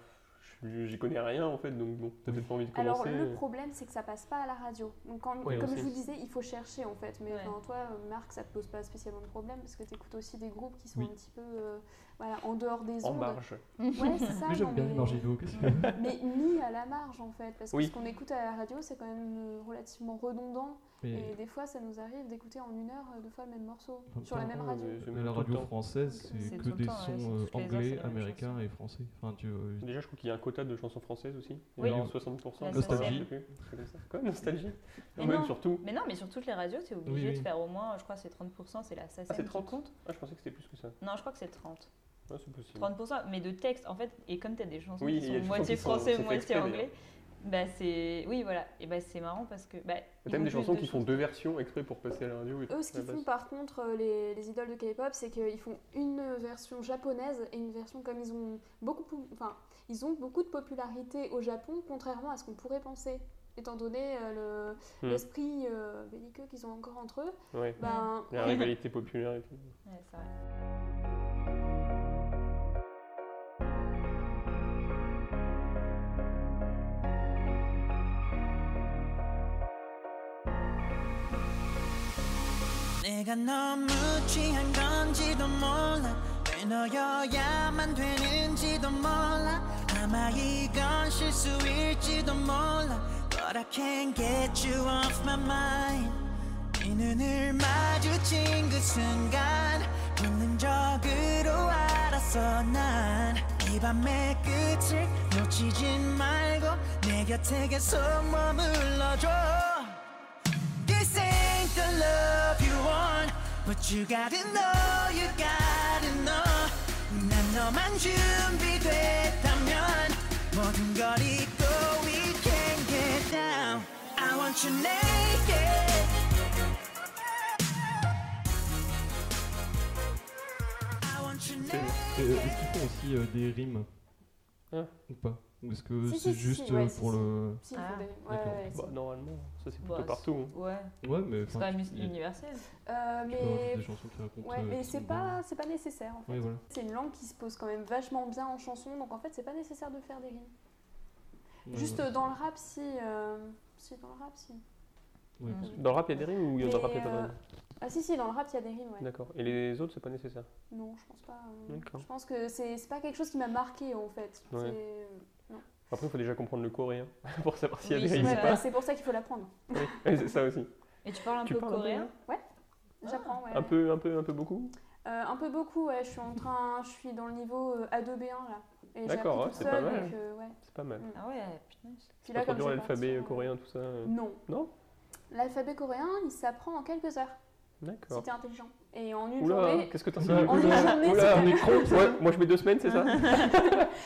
Speaker 2: je- j'y connais rien en fait, donc bon, t'as peut-être pas envie de commencer.
Speaker 4: Alors le
Speaker 2: euh.
Speaker 4: problème c'est que ça passe pas à la radio. Donc quand-
Speaker 2: Ouais,
Speaker 4: comme
Speaker 2: aussi.
Speaker 4: je vous disais, il faut chercher en fait. Mais
Speaker 3: Ouais.
Speaker 4: enfin, toi, euh, Marc, ça te pose pas spécialement de problème parce que tu écoutes aussi des groupes qui sont
Speaker 7: Oui.
Speaker 4: un petit peu euh, voilà, en dehors des
Speaker 2: en
Speaker 4: ondes.
Speaker 2: marge.
Speaker 4: Ouais, c'est Ah, ça. non,
Speaker 7: Mais j'aime bien
Speaker 4: mais-
Speaker 7: les marginaux. qu'est-ce que-
Speaker 4: Mais mis à la marge en fait, parce que
Speaker 2: Oui.
Speaker 4: ce qu'on écoute à la radio c'est quand même euh, relativement redondant
Speaker 7: Mais-
Speaker 4: et des fois ça nous arrive d'écouter en une heure euh, deux fois le même morceau
Speaker 7: Enfin,
Speaker 4: sur la
Speaker 7: pas
Speaker 4: même
Speaker 2: Ouais,
Speaker 4: radio.
Speaker 2: mais c'est
Speaker 7: Mais
Speaker 2: Euh, même
Speaker 7: la
Speaker 2: tout le
Speaker 7: radio
Speaker 2: temps.
Speaker 7: française, c'est
Speaker 3: C'est
Speaker 7: que
Speaker 3: tout le
Speaker 7: des
Speaker 3: temps, ouais,
Speaker 7: sons
Speaker 3: c'est
Speaker 7: euh,
Speaker 3: toutes les heures, c'est
Speaker 7: anglais,
Speaker 3: la même
Speaker 7: américains et français. Enfin, tu, euh,
Speaker 2: Déjà, je crois qu'il y a un quota de chansons françaises aussi. Il
Speaker 7: Oui.
Speaker 2: y a genre 60%.
Speaker 3: La
Speaker 7: Nostalgie.
Speaker 2: je sais plus, c'est comme ça. Quoi, nostalgie
Speaker 3: Mais
Speaker 2: Même
Speaker 3: non.
Speaker 2: surtout.
Speaker 3: Mais non, mais sur toutes les radios, tu es obligé
Speaker 7: Oui, oui.
Speaker 3: de faire au moins, je crois, c'est 30%, c'est la SACEM
Speaker 2: Ah, c'est
Speaker 3: qui
Speaker 2: 30
Speaker 3: compte.
Speaker 2: Ah, je pensais que c'était plus que ça.
Speaker 3: Non, je crois que c'est 30.
Speaker 2: Ah, c'est possible.
Speaker 3: 30%, mais de texte, en fait, et comme tu as des chansons
Speaker 2: Oui,
Speaker 3: qui
Speaker 2: il y a
Speaker 3: sont
Speaker 2: des chansons
Speaker 3: moitié
Speaker 2: qui sont-
Speaker 3: français,
Speaker 2: c'est fait
Speaker 3: moitié
Speaker 2: exprès,
Speaker 3: anglais, bah c'est. Oui, voilà. Et bah c'est marrant parce que. Bah,
Speaker 2: T'as
Speaker 3: ils
Speaker 2: même
Speaker 3: ont
Speaker 2: des
Speaker 3: plus
Speaker 2: chansons
Speaker 3: de
Speaker 2: qui font
Speaker 3: chansons.
Speaker 2: deux versions exprès pour passer à la radio. Et
Speaker 4: Eux, ce qu'ils
Speaker 2: à la
Speaker 4: font
Speaker 2: base.
Speaker 4: par contre, euh, les, les idoles de K-pop, c'est qu'ils font une version japonaise et une version comme ils ont beaucoup, pou- enfin, ils ont beaucoup de popularité au Japon, contrairement à ce qu'on pourrait penser, étant donné euh, le-
Speaker 2: Hmm.
Speaker 4: l'esprit euh, belliqueux qu'ils ont encore entre eux.
Speaker 2: Ouais.
Speaker 4: Ben,
Speaker 2: La rivalité populaire et tout.
Speaker 3: Ouais, c'est vrai.
Speaker 8: 내가 너무 취한 건지도 몰라 왜 너여야만 되는지도 몰라 아마 이건 실수일지도 몰라 But I can't get you off my mind 네 눈을 마주친 그 순간 본능적으로 알았어 난 이 밤의 끝을 놓치진 말고 내 곁에 계속 머물러줘 This ain't the love you want, but you gotta know, you gotta know. 난 너만 준비됐다면 모든 걸 잊고 we can get down. I want you naked. I want you
Speaker 2: C'est-
Speaker 8: naked.
Speaker 7: Et, euh, Est-ce qu'ils font aussi euh, des rimes
Speaker 2: Hein
Speaker 7: Ou pas Ou est-ce que
Speaker 4: Si,
Speaker 7: c'est
Speaker 4: si, si,
Speaker 7: juste
Speaker 4: ouais,
Speaker 7: euh,
Speaker 4: si,
Speaker 7: pour
Speaker 4: si.
Speaker 7: le.
Speaker 4: si, ils font
Speaker 3: Ah,
Speaker 4: des- ouais,
Speaker 7: d'accord.
Speaker 4: ouais,
Speaker 2: Bah,
Speaker 4: si.
Speaker 2: normalement, ça c'est plutôt
Speaker 3: Bah,
Speaker 2: partout. hein.
Speaker 3: Ouais,
Speaker 7: Ouais, mais.
Speaker 3: c'est quand
Speaker 7: enfin,
Speaker 3: même
Speaker 7: tu- tu
Speaker 3: universel.
Speaker 4: Euh,
Speaker 7: peux rajouter
Speaker 4: mais
Speaker 7: des chansons qui racontent.
Speaker 4: ouais,
Speaker 7: euh,
Speaker 4: mais
Speaker 7: qui
Speaker 4: c'est
Speaker 7: sont
Speaker 4: pas, c'est pas nécessaire. En
Speaker 7: dans-
Speaker 4: fait.
Speaker 7: Ouais, voilà.
Speaker 4: C'est une langue qui se pose quand même vachement bien en chanson, donc en fait, c'est pas nécessaire de faire des rimes.
Speaker 7: Ouais,
Speaker 4: Juste
Speaker 7: ouais.
Speaker 4: euh, dans le rap, si, euh, si dans le rap, si.
Speaker 7: Ouais,
Speaker 3: Mm.
Speaker 7: parce que-
Speaker 2: Dans le rap, il y a des rimes ou il y a dans le rap, il
Speaker 4: Mais,
Speaker 2: y a pas de
Speaker 4: euh,
Speaker 2: rimes
Speaker 4: Ah si, si, dans le rap, il y a des rimes, ouais.
Speaker 2: D'accord. Et les autres, c'est pas nécessaire.
Speaker 4: Non, je pense pas. euh,
Speaker 2: D'accord.
Speaker 4: Je pense que c'est c'est pas quelque chose qui m'a marqué en fait.
Speaker 2: Ouais.
Speaker 4: C'est-
Speaker 2: Après, il faut déjà comprendre le coréen pour savoir s'il y a
Speaker 3: Oui,
Speaker 2: des
Speaker 3: c'est
Speaker 2: rimes ou
Speaker 4: Ouais,
Speaker 3: vrai.
Speaker 2: pas.
Speaker 4: bah, c'est pour ça qu'il faut l'apprendre.
Speaker 2: Oui, oui, c'est ça aussi.
Speaker 3: Et tu parles un
Speaker 2: Tu
Speaker 3: peu
Speaker 2: parles un peu,
Speaker 3: coréen
Speaker 4: J'apprends, ouais.
Speaker 2: Ah. Un peu, un peu, un peu beaucoup.
Speaker 4: Euh, un peu beaucoup, ouais. Je suis en train, je suis dans le niveau euh, A2B1 là. Et j'ai
Speaker 2: D'accord,
Speaker 4: appris
Speaker 2: ouais,
Speaker 4: toute
Speaker 2: c'est pas
Speaker 4: seule,
Speaker 2: mal.
Speaker 4: donc, euh, ouais.
Speaker 2: C'est pas mal.
Speaker 4: Mm.
Speaker 3: Ah ouais, putain.
Speaker 4: Puis
Speaker 2: Pas
Speaker 4: là,
Speaker 2: trop
Speaker 4: comme
Speaker 2: dur
Speaker 4: j'ai parti
Speaker 2: l'alphabet
Speaker 4: en-
Speaker 2: coréen, tout ça. euh,
Speaker 4: Non.
Speaker 2: Non
Speaker 4: L'alphabet coréen, il s'apprend en quelques heures, Mm. si
Speaker 2: D'accord.
Speaker 4: t'es intelligent. Et en une
Speaker 2: Oula,
Speaker 4: journée,
Speaker 2: qu'est-ce que t'as
Speaker 7: Oula,
Speaker 4: on est jamais
Speaker 2: Oula,
Speaker 4: sur-
Speaker 2: on est con. Ouais, Moi, je mets deux semaines, c'est ça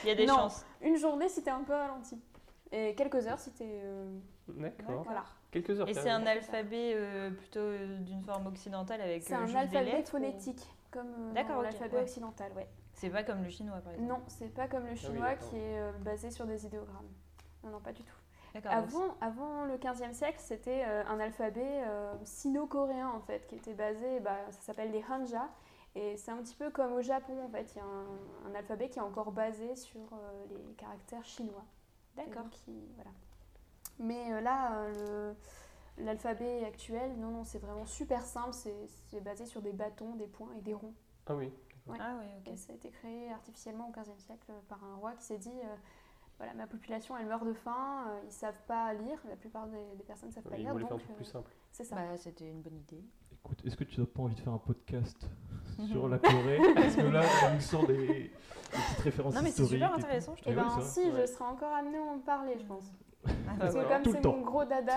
Speaker 3: Il y a des
Speaker 4: Non.
Speaker 3: chances.
Speaker 4: une journée si t'es un peu ralenti. Et quelques heures si t'es... euh,
Speaker 2: D'accord.
Speaker 4: voilà.
Speaker 2: Quelques heures.
Speaker 3: Et c'est
Speaker 2: carrément.
Speaker 3: un alphabet euh, plutôt euh, d'une forme occidentale avec.
Speaker 4: C'est
Speaker 3: euh,
Speaker 4: un
Speaker 3: juste des
Speaker 4: alphabet
Speaker 3: lettres ou-
Speaker 4: phonétique, comme euh, dans
Speaker 3: D'accord, ok,
Speaker 4: l'alphabet
Speaker 3: ouais.
Speaker 4: occidental, ouais.
Speaker 3: C'est pas comme le chinois par exemple.
Speaker 4: Non, c'est pas comme le chinois
Speaker 2: d'accord.
Speaker 4: qui est euh, basé sur des idéogrammes. Non, non, pas du tout.
Speaker 3: D'accord. donc
Speaker 4: Avant, avant le 15e siècle, c'était euh, un alphabet euh, sino-coréen en fait, qui était basé, bah, ça s'appelle les hanja, et c'est un petit peu comme au Japon en fait, il y a un, un alphabet qui est encore basé sur euh, les caractères chinois.
Speaker 3: c'est-
Speaker 4: Et
Speaker 3: D'accord.
Speaker 4: donc, il- voilà. Mais euh, là, euh, le- l'alphabet actuel, non, non, c'est vraiment super simple, c'est c'est basé sur des bâtons, des points et des ronds.
Speaker 2: Ah oui.
Speaker 4: Ouais.
Speaker 3: Ah ouais, ok.
Speaker 4: Et ça a été créé artificiellement au XVe siècle euh, par un roi qui s'est dit euh, voilà, ma population elle meurt de faim, euh, ils savent pas lire, la plupart des, des personnes ne savent pas
Speaker 2: Ils
Speaker 4: lire,
Speaker 2: voulaient
Speaker 4: donc
Speaker 2: faire un truc
Speaker 4: euh,
Speaker 2: plus simple.
Speaker 4: c'est ça.
Speaker 3: Bah, c'était une bonne idée.
Speaker 7: Et
Speaker 1: Écoute, est-ce que tu n'as pas envie de faire un podcast sur la Corée Parce que là, on nous sent des, des petites références
Speaker 3: Non, mais c'est
Speaker 1: historiques.
Speaker 3: super
Speaker 1: et tout.
Speaker 3: intéressant, je
Speaker 1: Eh
Speaker 4: Et
Speaker 2: Ah
Speaker 3: trouve.
Speaker 1: oui,
Speaker 4: ben
Speaker 1: c'est vrai.
Speaker 4: si, je serai encore amenée à en parler, je pense. Parce que
Speaker 2: voilà.
Speaker 4: comme
Speaker 1: Tout le
Speaker 4: c'est
Speaker 1: temps.
Speaker 4: mon gros dada,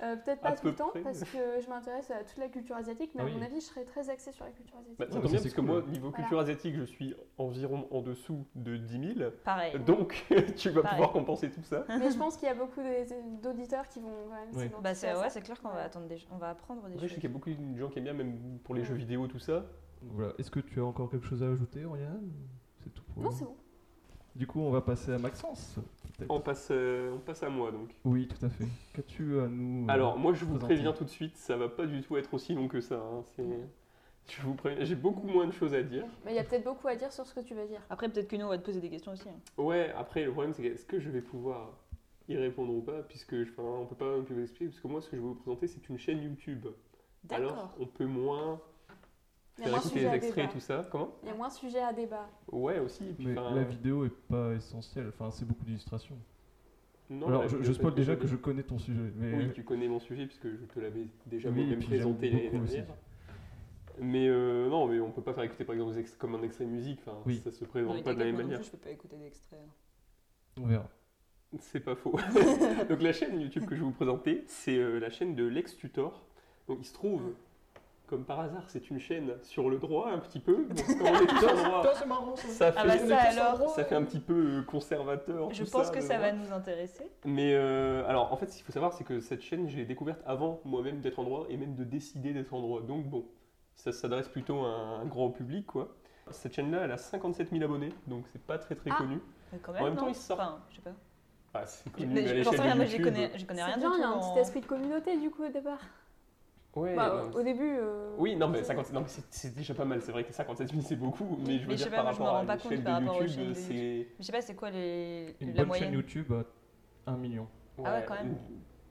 Speaker 4: euh, peut-être
Speaker 2: À
Speaker 4: pas tout
Speaker 2: peu
Speaker 4: le temps,
Speaker 2: près.
Speaker 4: parce que je m'intéresse à toute la culture asiatique, mais
Speaker 1: Ah
Speaker 4: à
Speaker 1: oui.
Speaker 4: mon avis, je serai très axée sur la culture asiatique.
Speaker 2: Bah,
Speaker 1: Ouais,
Speaker 2: ça
Speaker 1: mais
Speaker 2: tombe
Speaker 1: ça,
Speaker 2: bien,
Speaker 1: c'est
Speaker 2: parce que
Speaker 1: cool.
Speaker 2: moi, niveau culture asiatique, je suis environ en dessous de 10 000.
Speaker 3: Pareil.
Speaker 2: Donc, tu vas
Speaker 3: Pareil.
Speaker 2: pouvoir compenser tout ça.
Speaker 4: mais je pense qu'il y a beaucoup des- d'auditeurs qui vont quand même
Speaker 1: Ouais.
Speaker 4: s'identifier
Speaker 3: Bah c'est
Speaker 4: à ça.
Speaker 3: ouais, c'est clair qu'on va attendre des, on va apprendre des
Speaker 2: Après, je sais
Speaker 3: choses.
Speaker 2: qu'il y a beaucoup de gens qui aiment bien, même pour les jeux vidéo, tout ça.
Speaker 1: Voilà. Est-ce que tu as encore quelque chose à ajouter, Oriane Ou C'est tout pour
Speaker 4: Non,
Speaker 1: le moment
Speaker 4: c'est bon.
Speaker 1: Du coup, on va passer à Maxence. peut-être.
Speaker 2: On passe, euh, on passe à moi donc.
Speaker 1: Oui, tout à fait. Qu'as-tu à nous euh,
Speaker 2: Alors, moi, je vous
Speaker 1: présenter
Speaker 2: préviens tout de suite, ça va pas du tout être aussi long que ça. hein. C'est- Je vous préviens, j'ai beaucoup moins de choses à dire.
Speaker 4: Mais il y a peut-être beaucoup à dire sur ce que tu vas dire.
Speaker 3: Après peut-être que nous on va te poser des questions aussi. hein.
Speaker 2: Ouais, après, le problème, c'est que est-ce que je vais pouvoir y répondre ou pas Puisque je, enfin, on peut pas non plus vous expliquer, parce que moi, ce que je vais vous présenter, c'est une chaîne YouTube. Alors,
Speaker 3: D'accord.
Speaker 2: on peut moins
Speaker 4: Il y a
Speaker 2: faire
Speaker 4: moins
Speaker 2: écouter
Speaker 4: sujet
Speaker 2: les
Speaker 4: à
Speaker 2: extraits et
Speaker 4: débat.
Speaker 2: tout ça. Comment
Speaker 4: Il y a moins sujet à débat.
Speaker 2: Ouais, aussi. et puis,
Speaker 1: Mais
Speaker 2: enfin,
Speaker 1: la vidéo est pas essentielle. Enfin, c'est beaucoup d'illustrations.
Speaker 2: non,
Speaker 1: Alors,
Speaker 2: la
Speaker 1: je,
Speaker 2: vidéo,
Speaker 1: je
Speaker 2: ça
Speaker 1: spoil
Speaker 2: peut
Speaker 1: déjà
Speaker 2: être-
Speaker 1: que je connais ton sujet. Mais
Speaker 2: Oui, tu connais mon sujet puisque je te l'avais déjà
Speaker 1: Oui, et
Speaker 2: même
Speaker 1: puis j'aime
Speaker 2: présenté l'année
Speaker 1: beaucoup aussi.
Speaker 2: dernière. Mais euh, non, mais on peut pas faire écouter par exemple des ex- comme un extrait musique, enfin,
Speaker 1: Oui.
Speaker 2: ça se
Speaker 3: Non,
Speaker 2: présente
Speaker 3: mais
Speaker 2: pas de la
Speaker 3: t'inquiète,
Speaker 2: même
Speaker 3: moi non
Speaker 2: manière.
Speaker 3: plus, je peux pas écouter hein. d'extraits.
Speaker 1: on verra.
Speaker 2: C'est pas faux. Donc la chaîne YouTube que je vais vous présenter, c'est euh, la chaîne de Lex Tutor. Donc il se trouve, comme par hasard, c'est une chaîne sur le droit un petit peu. Parce qu'on est tous en droit.
Speaker 1: c'est marrant.
Speaker 2: Ça fait,
Speaker 3: Ah bah ça alors.
Speaker 2: ça fait un petit peu euh, conservateur.
Speaker 3: Je
Speaker 2: tout
Speaker 3: pense que
Speaker 2: de-
Speaker 3: ça va nous intéresser.
Speaker 2: Mais euh, alors, en fait, ce qu'il faut savoir, c'est que cette chaîne, je l'ai découverte avant moi-même d'être en droit et même de décider d'être en droit. Donc bon, ça s'adresse plutôt à un grand public, quoi. Cette chaîne-là, elle a 57 000 abonnés, donc c'est pas très très
Speaker 3: Ah.
Speaker 2: connu.
Speaker 3: Mais quand même.
Speaker 2: même
Speaker 3: non
Speaker 2: temps, ils sortent.
Speaker 3: Enfin, je sais pas.
Speaker 2: Ah, c'est
Speaker 3: Je-
Speaker 2: connu
Speaker 3: mais
Speaker 2: à
Speaker 3: je- J'en
Speaker 2: l'échelle
Speaker 3: sais rien, moi
Speaker 2: de
Speaker 3: j'y
Speaker 2: YouTube.
Speaker 3: connais, je connais rien
Speaker 4: C'est
Speaker 3: du
Speaker 4: bien,
Speaker 3: tout.
Speaker 4: il y a un
Speaker 3: en-
Speaker 4: petit esprit de communauté du coup au départ.
Speaker 2: Ouais,
Speaker 4: Bah,
Speaker 2: non,
Speaker 4: au début. euh,
Speaker 2: Oui, non, mais,
Speaker 4: je-
Speaker 2: 57 non, mais c'est- c'est déjà pas mal. C'est vrai que 57 000, c'est beaucoup. Mais je veux
Speaker 3: mais je
Speaker 2: dire,
Speaker 3: sais pas,
Speaker 2: par
Speaker 3: moi, je me
Speaker 2: rapport à
Speaker 3: rends pas
Speaker 2: l'échelle
Speaker 3: compte par
Speaker 2: de
Speaker 3: rapport aux
Speaker 2: YouTube,
Speaker 3: chaînes de
Speaker 2: c'est...
Speaker 3: Mais je sais pas, c'est quoi les...
Speaker 1: Une
Speaker 3: la
Speaker 1: bonne chaîne
Speaker 3: moyenne
Speaker 1: YouTube à 1 million.
Speaker 3: Ah ouais, quand même.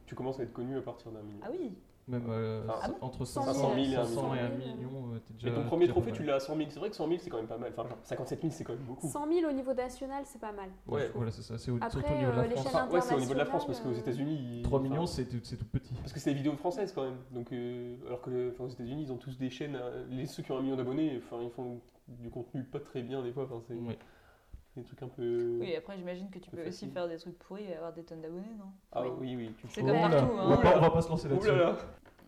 Speaker 2: Tu commences à être connu à partir d'un million.
Speaker 3: Ah oui.
Speaker 1: Même euh,
Speaker 2: Ah
Speaker 1: c-
Speaker 3: bon
Speaker 1: entre
Speaker 4: 100
Speaker 1: 500
Speaker 4: 000
Speaker 1: 000,
Speaker 2: et un
Speaker 1: 500 et 1
Speaker 4: million.
Speaker 1: million, euh, t'es déjà.
Speaker 2: Mais ton premier
Speaker 1: déjà pas
Speaker 2: trophée,
Speaker 1: mal.
Speaker 2: tu l'as à 100 000. C'est vrai que 100 000, c'est quand même pas mal. Enfin, genre, 57 000, c'est quand même beaucoup.
Speaker 4: 100 000 au niveau national, c'est pas mal.
Speaker 1: Ouais,
Speaker 2: Ouais.
Speaker 1: voilà, c'est ça. C'est au-
Speaker 4: Après,
Speaker 1: surtout au niveau de
Speaker 4: euh,
Speaker 1: la
Speaker 4: les
Speaker 1: France.
Speaker 4: chaînes-
Speaker 2: Enfin, ouais, c'est au niveau de la France, parce qu'aux
Speaker 4: internationales, euh,
Speaker 2: États-Unis. ils-
Speaker 1: 3
Speaker 2: enfin,
Speaker 1: millions, c'est tout, c'est tout petit.
Speaker 2: Parce que c'est des vidéos françaises quand même. Donc, euh, alors que euh, enfin, aux États-Unis, ils ont tous des chaînes. euh, les, ceux qui ont un million d'abonnés, enfin, ils font du contenu pas très bien des fois. Enfin, c'est
Speaker 1: Ouais.
Speaker 2: des trucs un peu.
Speaker 3: Oui, après j'imagine que tu peux aussi
Speaker 2: facile.
Speaker 3: faire des trucs pourris et avoir des tonnes d'abonnés, non
Speaker 2: Ah oui, oui. tu
Speaker 3: C'est
Speaker 1: Oh
Speaker 2: peux-
Speaker 3: comme
Speaker 1: là,
Speaker 3: partout,
Speaker 1: on, va
Speaker 3: hein.
Speaker 1: pas, on va pas se lancer
Speaker 2: Ouh Oh là
Speaker 1: là-dessus.
Speaker 2: là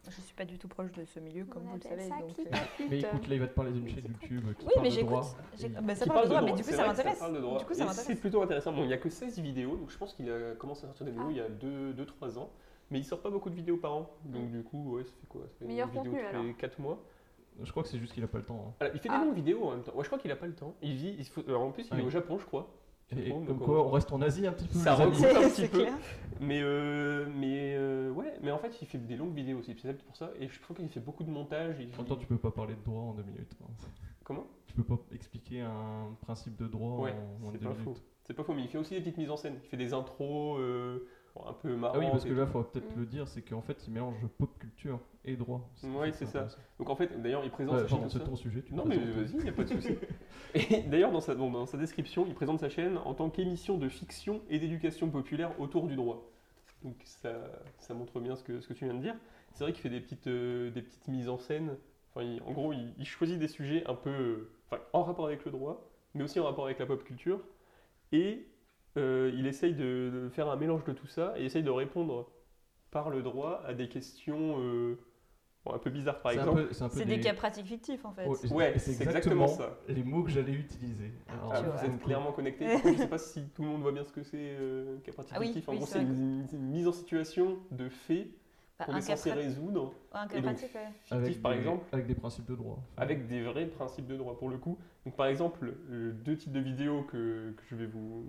Speaker 3: Je suis pas du tout proche de ce milieu, comme
Speaker 4: On
Speaker 3: vous le
Speaker 4: appelle
Speaker 3: savez.
Speaker 4: ça
Speaker 3: donc,
Speaker 4: clip
Speaker 3: euh,
Speaker 4: à pute.
Speaker 1: Mais écoute, là, il va te parler d'une chaîne YouTube qui
Speaker 3: Oui,
Speaker 1: parle
Speaker 3: mais
Speaker 1: de droit.
Speaker 3: j'écoute. j'éc-
Speaker 1: Et-
Speaker 3: Bah, ça
Speaker 2: Qui
Speaker 3: parle de droit,
Speaker 2: de
Speaker 3: mais du coup
Speaker 2: c'est
Speaker 3: ça
Speaker 2: vrai que
Speaker 3: m'intéresse.
Speaker 2: parle de droit.
Speaker 3: Du coup
Speaker 2: Et
Speaker 3: ça
Speaker 2: C'est
Speaker 3: m'intéresse.
Speaker 2: plutôt intéressant. Bon, il n'y a que 16 vidéos, donc je pense qu'il a commencé à sortir des vidéos
Speaker 4: Ah.
Speaker 2: il y a 2-3 ans. Mais il sort pas beaucoup de vidéos par an. Donc du coup, ouais, ça fait quoi Ça fait
Speaker 4: Meilleur
Speaker 2: une vidéo
Speaker 4: contenu,
Speaker 2: tous les
Speaker 4: alors.
Speaker 2: 4 mois.
Speaker 1: Je crois que c'est juste qu'il a pas le temps. hein.
Speaker 2: Alors, il fait
Speaker 4: Ah.
Speaker 2: des longues vidéos en même temps. Ouais, je crois qu'il a pas le temps. Il vit, il faut- alors, en plus, il
Speaker 1: Ah
Speaker 2: est
Speaker 1: oui.
Speaker 2: au Japon, je crois.
Speaker 1: hein. Et, et
Speaker 2: Bon,
Speaker 1: comme
Speaker 2: donc,
Speaker 1: quoi, on reste en Asie un petit peu.
Speaker 2: Ça
Speaker 1: les amis.
Speaker 2: recoupe. un petit
Speaker 3: C'est
Speaker 2: peu.
Speaker 3: clair.
Speaker 2: Mais, euh, mais euh, ouais, mais en fait, il fait des longues vidéos aussi. C'est peut-être pour ça. Et je trouve qu'il fait beaucoup de montage. il-
Speaker 1: En même temps, tu peux pas parler de droit en 2 minutes. hein.
Speaker 2: Comment
Speaker 1: Tu peux pas expliquer un principe de droit
Speaker 2: Ouais,
Speaker 1: en- en
Speaker 2: c'est
Speaker 1: 2
Speaker 2: pas
Speaker 1: minutes.
Speaker 2: faux. C'est pas faux, mais il fait aussi des petites mises en scène. Il fait des intros euh, bon, un peu marrantes.
Speaker 1: Ah oui, parce que
Speaker 2: et
Speaker 1: là, il faudrait peut-être
Speaker 4: Mm.
Speaker 1: le dire, c'est qu'en fait, il mélange pop culture et droit.
Speaker 2: Ouais, c'est ça.
Speaker 1: intéressant.
Speaker 2: Donc en fait, d'ailleurs, il présente
Speaker 1: Ouais,
Speaker 2: sa chaîne.
Speaker 1: pardon,
Speaker 2: comme
Speaker 1: c'est
Speaker 2: ça.
Speaker 1: ton sujet. Tu
Speaker 2: Non,
Speaker 1: le
Speaker 2: mais
Speaker 1: présentes.
Speaker 2: vas-y, il n'y a pas de souci. Et d'ailleurs, dans sa, dans- dans sa description, il présente sa chaîne en tant qu'émission de fiction et d'éducation populaire autour du droit. Donc ça, ça montre bien ce que, ce que tu viens de dire. C'est vrai qu'il fait des petites, euh, des petites mises en scène. Enfin, il- en gros, il, il choisit des sujets un peu euh, enfin, en rapport avec le droit, mais aussi en rapport avec la pop culture. Et euh, il essaye de, de faire un mélange de tout ça et essaye de répondre par le droit à des questions euh, bon, un peu bizarres, par
Speaker 1: C'est un
Speaker 2: exemple.
Speaker 1: peu- c'est un peu
Speaker 3: C'est des Oh,
Speaker 1: des-
Speaker 3: cas pratiques fictifs en fait.
Speaker 1: Ouais,
Speaker 2: Ouais,
Speaker 1: c'est
Speaker 2: c'est
Speaker 1: exactement,
Speaker 2: exactement ça.
Speaker 1: les mots que j'allais utiliser. Alors,
Speaker 2: Ah,
Speaker 3: tu vois.
Speaker 2: vous êtes clairement connecté. Je ne sais pas si tout le monde voit bien ce que c'est euh, qu'un pratique
Speaker 3: Ah oui,
Speaker 2: fictif. En
Speaker 3: oui,
Speaker 2: gros,
Speaker 3: c'est
Speaker 2: c'est
Speaker 3: vrai
Speaker 2: une, une mise en situation de fait
Speaker 3: Bah,
Speaker 2: qu'on
Speaker 3: un
Speaker 2: est
Speaker 3: cas
Speaker 2: censé
Speaker 3: prat-
Speaker 2: résoudre,
Speaker 3: un cas
Speaker 2: et donc-
Speaker 3: pratique, ouais.
Speaker 2: fictif
Speaker 1: avec
Speaker 2: par
Speaker 1: des-
Speaker 2: exemple,
Speaker 1: Avec des principes de droit.
Speaker 2: avec des vrais principes de droit pour le coup. Donc, par exemple, euh, deux types de vidéos que, que je vais vous